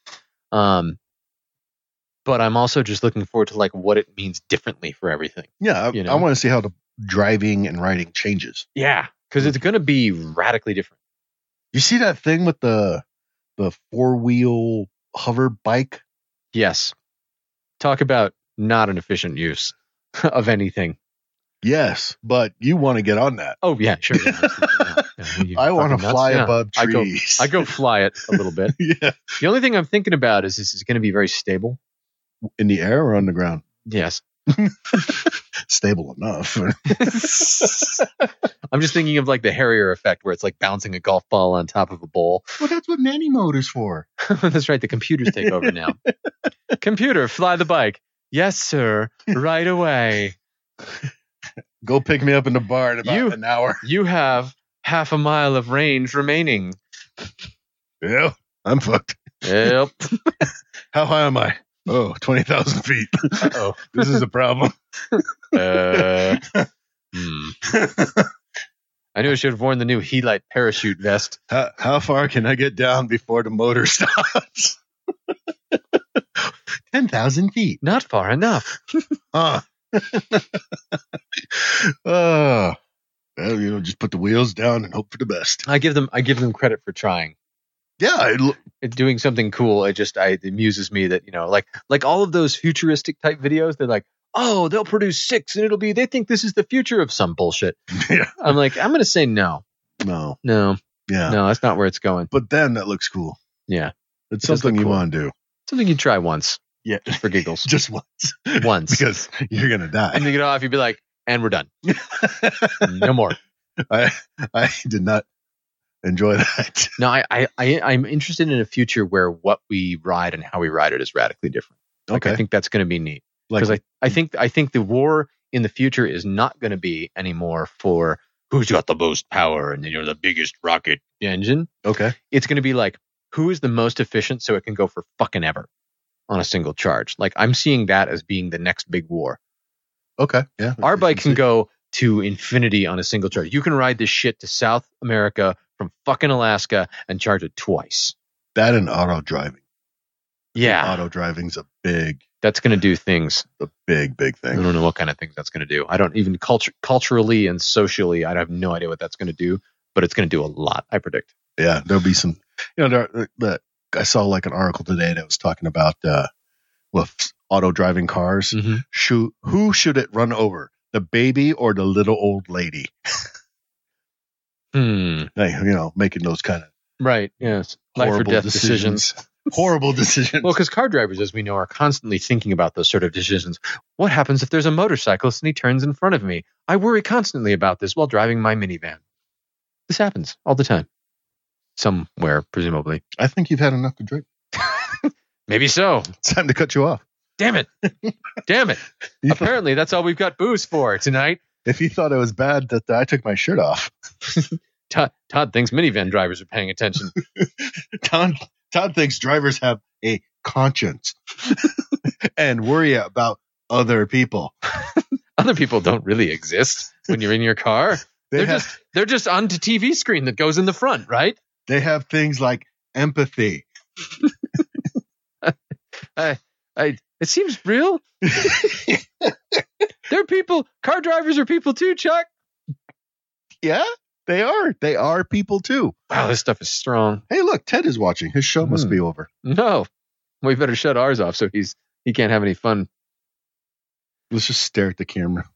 [SPEAKER 2] Um, but I'm also just looking forward to like what it means differently for everything.
[SPEAKER 1] yeah, I,
[SPEAKER 2] you know?
[SPEAKER 1] I want to see how the driving and riding changes.
[SPEAKER 2] Yeah, because it's going to be radically different.
[SPEAKER 1] You see that thing with the the four wheel hover bike?
[SPEAKER 2] Yes, talk about not an efficient use of anything.
[SPEAKER 1] Yes, but you want to get on that.
[SPEAKER 2] Oh yeah, sure. yeah, absolutely, yeah. Yeah, you
[SPEAKER 1] I want
[SPEAKER 2] fucking
[SPEAKER 1] to
[SPEAKER 2] nuts.
[SPEAKER 1] fly
[SPEAKER 2] Yeah.
[SPEAKER 1] above
[SPEAKER 2] I go-
[SPEAKER 1] trees.
[SPEAKER 2] I go fly it a little bit.
[SPEAKER 1] yeah,
[SPEAKER 2] The only thing I'm thinking about is this is going to be very stable.
[SPEAKER 1] in the air or on the ground.
[SPEAKER 2] Yes.
[SPEAKER 1] Stable enough.
[SPEAKER 2] I'm just thinking of like the Harrier effect where it's like bouncing a golf ball on top of a bowl.
[SPEAKER 1] well, that's what Manny Motors for.
[SPEAKER 2] That's right. The computers take over now. Computer, fly the bike. Yes, sir. Right away.
[SPEAKER 1] Go pick me up in the bar in about
[SPEAKER 2] You-
[SPEAKER 1] an hour.
[SPEAKER 2] You have half a mile of range remaining.
[SPEAKER 1] Yeah, I'm fucked.
[SPEAKER 2] Yep.
[SPEAKER 1] How high am I? Oh, 20,000 feet.
[SPEAKER 2] Uh-oh.
[SPEAKER 1] this is a problem.
[SPEAKER 2] Uh, hmm. I knew I should have worn the new Helite parachute vest.
[SPEAKER 1] How, how far can I get down before the motor stops? 10,000 feet.
[SPEAKER 2] Not far enough.
[SPEAKER 1] Huh. uh, well, you know, just put the wheels down and hope for the best.
[SPEAKER 2] I give them I give them credit for trying.
[SPEAKER 1] Yeah, I l-
[SPEAKER 2] it's doing something cool. It just I, it amuses me that you know, like like all of those futuristic type videos. They're like, oh, they'll produce six, and it'll be they think this is the future of some bullshit.
[SPEAKER 1] Yeah.
[SPEAKER 2] I'm like, I'm gonna say no,
[SPEAKER 1] no.
[SPEAKER 2] no,
[SPEAKER 1] Yeah.
[SPEAKER 2] no. That's not where it's going.
[SPEAKER 1] But then that looks cool.
[SPEAKER 2] Yeah,
[SPEAKER 1] It's
[SPEAKER 2] It does
[SPEAKER 1] something
[SPEAKER 2] look
[SPEAKER 1] you
[SPEAKER 2] cool.
[SPEAKER 1] want to do.
[SPEAKER 2] something you try once
[SPEAKER 1] Yeah.
[SPEAKER 2] for giggles,
[SPEAKER 1] Just once.
[SPEAKER 2] once,
[SPEAKER 1] Because you're going to
[SPEAKER 2] and
[SPEAKER 1] die.
[SPEAKER 2] you get off, you'd be like, and we're done, no more.
[SPEAKER 1] I, I did not enjoy that.
[SPEAKER 2] No, I, I I I'm interested in a future where what we ride and how we ride it is radically different. Like, I
[SPEAKER 1] Okay.
[SPEAKER 2] think that's gonna be neat.
[SPEAKER 1] Like, Hmm.
[SPEAKER 2] because I, I think I think the war in the future is not going to be anymore for who's got the most power and you're the biggest rocket engine.
[SPEAKER 1] okay.
[SPEAKER 2] It's going to be like who is the most efficient so it can go for fucking ever on a single charge. Like I'm seeing that as being the next big war.
[SPEAKER 1] Okay. Yeah.
[SPEAKER 2] Our bike can go to infinity on a single charge. You can ride this shit to South America from fucking Alaska and charge it twice.
[SPEAKER 1] That and auto driving.
[SPEAKER 2] Yeah,
[SPEAKER 1] Auto driving's a big,
[SPEAKER 2] that's going to do things.
[SPEAKER 1] a big, big
[SPEAKER 2] I
[SPEAKER 1] thing.
[SPEAKER 2] don't know what kind of things that's going to do. I don't even culture, culturally and socially. I have no idea what that's going to do, but it's going to do a lot. I predict.
[SPEAKER 1] Yeah, there'll be some. You know, there, the I saw like an article today that was talking about uh, with auto driving cars.
[SPEAKER 2] Mhm.
[SPEAKER 1] Shoo- who should it run over? The baby or the little old lady?
[SPEAKER 2] Hmm.
[SPEAKER 1] Like, you know, making those kind of
[SPEAKER 2] Right. Yes. Life or
[SPEAKER 1] horrible
[SPEAKER 2] death decisions.
[SPEAKER 1] horrible decisions.
[SPEAKER 2] Well, because car drivers, as we know, are constantly thinking about those sort of decisions. What happens if there's a motorcyclist and he turns in front of me? I worry constantly about this while driving my minivan. This happens all the time, somewhere, presumably.
[SPEAKER 1] I think you've had enough to drink.
[SPEAKER 2] Maybe so.
[SPEAKER 1] It's time to cut you off.
[SPEAKER 2] Damn it. Damn it.
[SPEAKER 1] You-
[SPEAKER 2] Apparently, that's all we've got booze for tonight.
[SPEAKER 1] if you thought it was bad that I took my shirt off,
[SPEAKER 2] Todd, Todd thinks minivan drivers are paying attention.
[SPEAKER 1] Todd, Todd thinks drivers have a conscience and worry about other people.
[SPEAKER 2] Other people don't really exist when you're in your car.
[SPEAKER 1] They
[SPEAKER 2] They're
[SPEAKER 1] have,
[SPEAKER 2] just they're just on the TV screen that goes in the front, right?
[SPEAKER 1] they have things like empathy.
[SPEAKER 2] It seems real. They're people. Car drivers are people too, Chuck.
[SPEAKER 1] yeah, they are. They are people too.
[SPEAKER 2] Wow, this stuff is strong.
[SPEAKER 1] Hey, look, Ted is watching. His show must
[SPEAKER 2] Hmm.
[SPEAKER 1] be over.
[SPEAKER 2] No, we better shut ours off so he's he can't have any fun.
[SPEAKER 1] Let's just stare at the camera.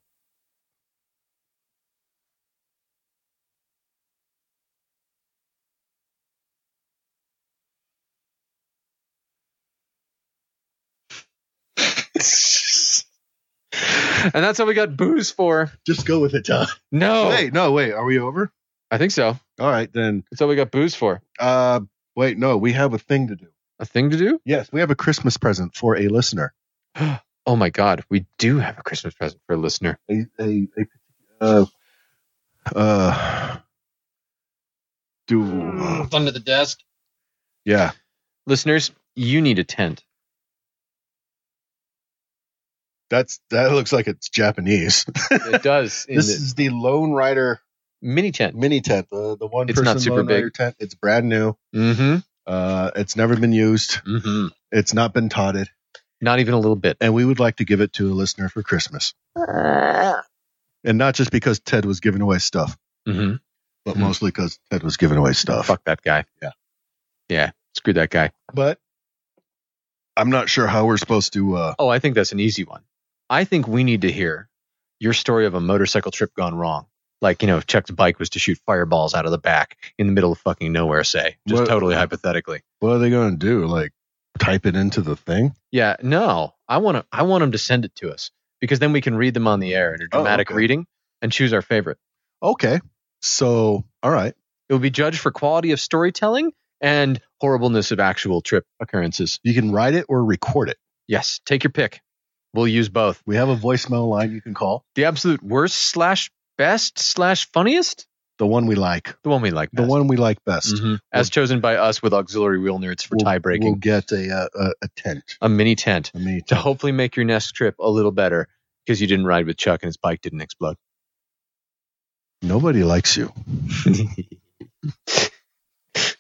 [SPEAKER 2] And that's how we got booze for.
[SPEAKER 1] Just go with it, Todd.
[SPEAKER 2] No,
[SPEAKER 1] Wait, no, wait. Are we over?
[SPEAKER 2] I think so.
[SPEAKER 1] All right, then.
[SPEAKER 2] That's all we got booze for.
[SPEAKER 1] Uh, wait, no, we have a thing to do.
[SPEAKER 2] A thing to do?
[SPEAKER 1] Yes, we have a Christmas present for a listener.
[SPEAKER 2] Oh my God, we do have a Christmas present for a listener.
[SPEAKER 1] A, a, a uh, uh, do
[SPEAKER 2] Under the desk,
[SPEAKER 1] yeah.
[SPEAKER 2] listeners, you need a tent.
[SPEAKER 1] That's that looks like it's Japanese.
[SPEAKER 2] It does. in
[SPEAKER 1] this
[SPEAKER 2] the-
[SPEAKER 1] is the Lone Rider
[SPEAKER 2] mini tent.
[SPEAKER 1] mini tent, the the one
[SPEAKER 2] It's not
[SPEAKER 1] person
[SPEAKER 2] super
[SPEAKER 1] Lone
[SPEAKER 2] big.
[SPEAKER 1] Rider tent. It's brand new.
[SPEAKER 2] Mm-hmm.
[SPEAKER 1] Uh, it's never been used.
[SPEAKER 2] Mm-hmm.
[SPEAKER 1] It's not been totted,
[SPEAKER 2] Not even a little bit.
[SPEAKER 1] and we would like to give it to a listener for Christmas, and not just because Ted was giving away stuff,
[SPEAKER 2] Mm-hmm.
[SPEAKER 1] but
[SPEAKER 2] Hmm.
[SPEAKER 1] mostly because Ted was giving away stuff.
[SPEAKER 2] Fuck that guy.
[SPEAKER 1] Yeah.
[SPEAKER 2] Yeah. Screw that guy.
[SPEAKER 1] But I'm not sure how we're supposed to. Uh,
[SPEAKER 2] Oh, I think that's an easy one. I think we need to hear your story of a motorcycle trip gone wrong. Like, you know, if Chuck's bike was to shoot fireballs out of the back in the middle of fucking nowhere, say, just
[SPEAKER 1] What-
[SPEAKER 2] totally hypothetically.
[SPEAKER 1] what are they going to do? Like type it into the thing?
[SPEAKER 2] Yeah. No, I want to, I want them to send it to us because then we can read them on the air in a dramatic
[SPEAKER 1] Oh, okay.
[SPEAKER 2] reading and choose our favorite.
[SPEAKER 1] Okay. So all right.
[SPEAKER 2] It will be judged for quality of storytelling and horribleness of actual trip occurrences.
[SPEAKER 1] You can write it or record it.
[SPEAKER 2] Yes. Take your pick. We'll use both.
[SPEAKER 1] We have a voicemail line you can call.
[SPEAKER 2] The absolute worst slash best slash funniest.
[SPEAKER 1] The one we like.
[SPEAKER 2] The one we like. Mm-hmm.
[SPEAKER 1] The one we like best.
[SPEAKER 2] As chosen by us with auxiliary wheel nerds
[SPEAKER 1] Mm-hmm.
[SPEAKER 2] for
[SPEAKER 1] We'll-
[SPEAKER 2] tie breaking.
[SPEAKER 1] We'll get a uh, a, a tent.
[SPEAKER 2] a mini tent
[SPEAKER 1] I mean,
[SPEAKER 2] to hopefully make your next trip a little better because you didn't ride with Chuck and his bike didn't explode.
[SPEAKER 1] nobody likes you.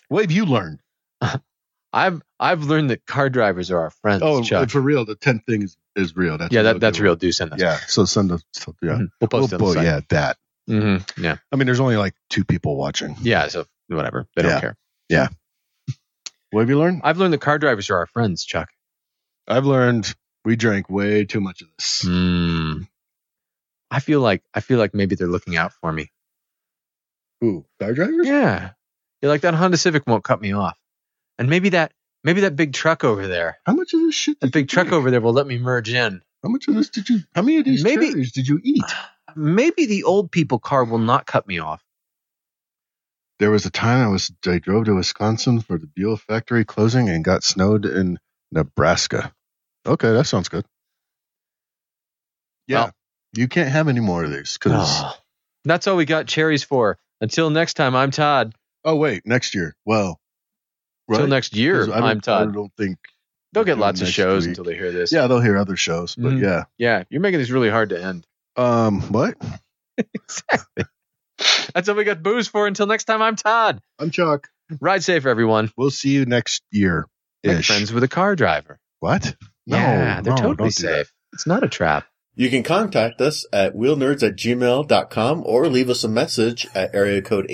[SPEAKER 1] What have you learned?
[SPEAKER 2] I've I've learned that car drivers are our friends,
[SPEAKER 1] Oh,
[SPEAKER 2] Chuck.
[SPEAKER 1] for real, the tent thing is, is real. That's
[SPEAKER 2] yeah,
[SPEAKER 1] a
[SPEAKER 2] that, that's
[SPEAKER 1] good
[SPEAKER 2] real. Do send
[SPEAKER 1] one.
[SPEAKER 2] us.
[SPEAKER 1] Yeah. So send us. So, yeah.
[SPEAKER 2] Mhm. We'll post
[SPEAKER 1] Well,
[SPEAKER 2] it.
[SPEAKER 1] boy,
[SPEAKER 2] On
[SPEAKER 1] yeah, that.
[SPEAKER 2] the site. hmm Yeah.
[SPEAKER 1] I mean, there's only like two people watching.
[SPEAKER 2] Yeah. So whatever. They
[SPEAKER 1] Yeah.
[SPEAKER 2] don't care.
[SPEAKER 1] What have you learned?
[SPEAKER 2] I've learned that car drivers are our friends, Chuck.
[SPEAKER 1] I've learned we drank way too much of this.
[SPEAKER 2] Hmm. I feel like I feel like maybe they're looking out for me.
[SPEAKER 1] Ooh, car drivers?
[SPEAKER 2] Yeah. You're like that Honda Civic won't cut me off. And maybe that maybe that big truck over there.
[SPEAKER 1] How much of this shit?
[SPEAKER 2] That
[SPEAKER 1] Did
[SPEAKER 2] big
[SPEAKER 1] you
[SPEAKER 2] truck
[SPEAKER 1] drink?
[SPEAKER 2] over there will let me merge in.
[SPEAKER 1] How much of this did you? How many of these
[SPEAKER 2] Maybe-
[SPEAKER 1] cherries did you eat?
[SPEAKER 2] Maybe the old people car will not cut me off.
[SPEAKER 1] There was a time I was I drove to Wisconsin for the Buell factory closing and got snowed in Nebraska. Okay, that sounds good. Yeah,
[SPEAKER 2] Well-
[SPEAKER 1] you can't have any more of these because.
[SPEAKER 2] Ah. That's all we got cherries for. Until next time, I'm Todd.
[SPEAKER 1] Oh wait, next year. Well,
[SPEAKER 2] Until next
[SPEAKER 1] 'Cause
[SPEAKER 2] year,
[SPEAKER 1] I don't-
[SPEAKER 2] I'm Todd.
[SPEAKER 1] I don't think.
[SPEAKER 2] They'll get
[SPEAKER 1] do
[SPEAKER 2] lots of
[SPEAKER 1] next
[SPEAKER 2] shows
[SPEAKER 1] week.
[SPEAKER 2] until they hear this.
[SPEAKER 1] Yeah, they'll hear other shows, but
[SPEAKER 2] Mhm.
[SPEAKER 1] yeah.
[SPEAKER 2] Yeah. You're making this really hard to end.
[SPEAKER 1] Um, what?
[SPEAKER 2] That's all we got booze for. Until next time, I'm Todd.
[SPEAKER 1] I'm Chuck.
[SPEAKER 2] Ride safe, everyone.
[SPEAKER 1] We'll see you next year.
[SPEAKER 2] Make
[SPEAKER 1] Ish.
[SPEAKER 2] friends with a car driver.
[SPEAKER 1] What?
[SPEAKER 2] yeah, they're
[SPEAKER 1] no,
[SPEAKER 2] totally
[SPEAKER 1] don't do that.
[SPEAKER 2] safe. It's not a trap.
[SPEAKER 6] You can contact us at wheelnerds at gmail.com or leave us a message at area code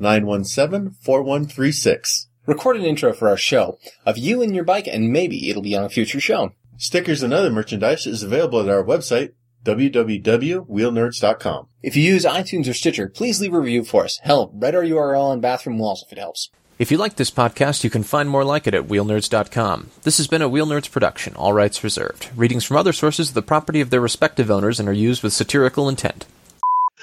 [SPEAKER 6] 801-917-4136.
[SPEAKER 7] Record an intro for our show of you and your bike, and maybe it'll be on a future show.
[SPEAKER 6] Stickers and other merchandise is available at our website, www.wheelnerds.com.
[SPEAKER 7] If you use iTunes or Stitcher, please leave a review for us. Hell, write our URL on bathroom walls if it helps.
[SPEAKER 8] If you like this podcast, you can find more like it at wheelnerds.com. This has been a Wheel Nerds production, all rights reserved. Readings from other sources are the property of their respective owners and are used with satirical intent.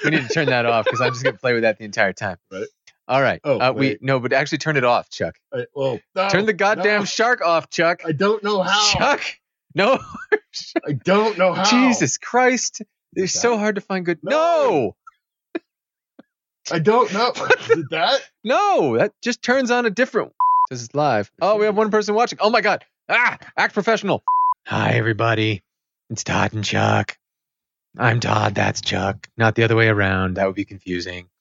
[SPEAKER 2] We need to turn that off because I'm just gonna play with that the entire time.
[SPEAKER 1] Right.
[SPEAKER 2] All right.
[SPEAKER 1] Oh,
[SPEAKER 2] uh, we
[SPEAKER 1] wait.
[SPEAKER 2] no, but actually turn it off, Chuck.
[SPEAKER 1] I, well, no,
[SPEAKER 2] turn the goddamn
[SPEAKER 1] no.
[SPEAKER 2] shark off, Chuck.
[SPEAKER 1] I don't know how.
[SPEAKER 2] Chuck. No.
[SPEAKER 1] I don't know how.
[SPEAKER 2] Jesus Christ. They're
[SPEAKER 1] Is
[SPEAKER 2] so
[SPEAKER 1] that-
[SPEAKER 2] hard to find good.
[SPEAKER 1] No. I don't know. Did that?
[SPEAKER 2] no, no. That just turns on a different. This is live. Oh, we have one person watching. Oh my God. Ah, act professional. Hi everybody. It's Todd and Chuck. I'm Todd. That's Chuck. Not the other way around. That would be confusing.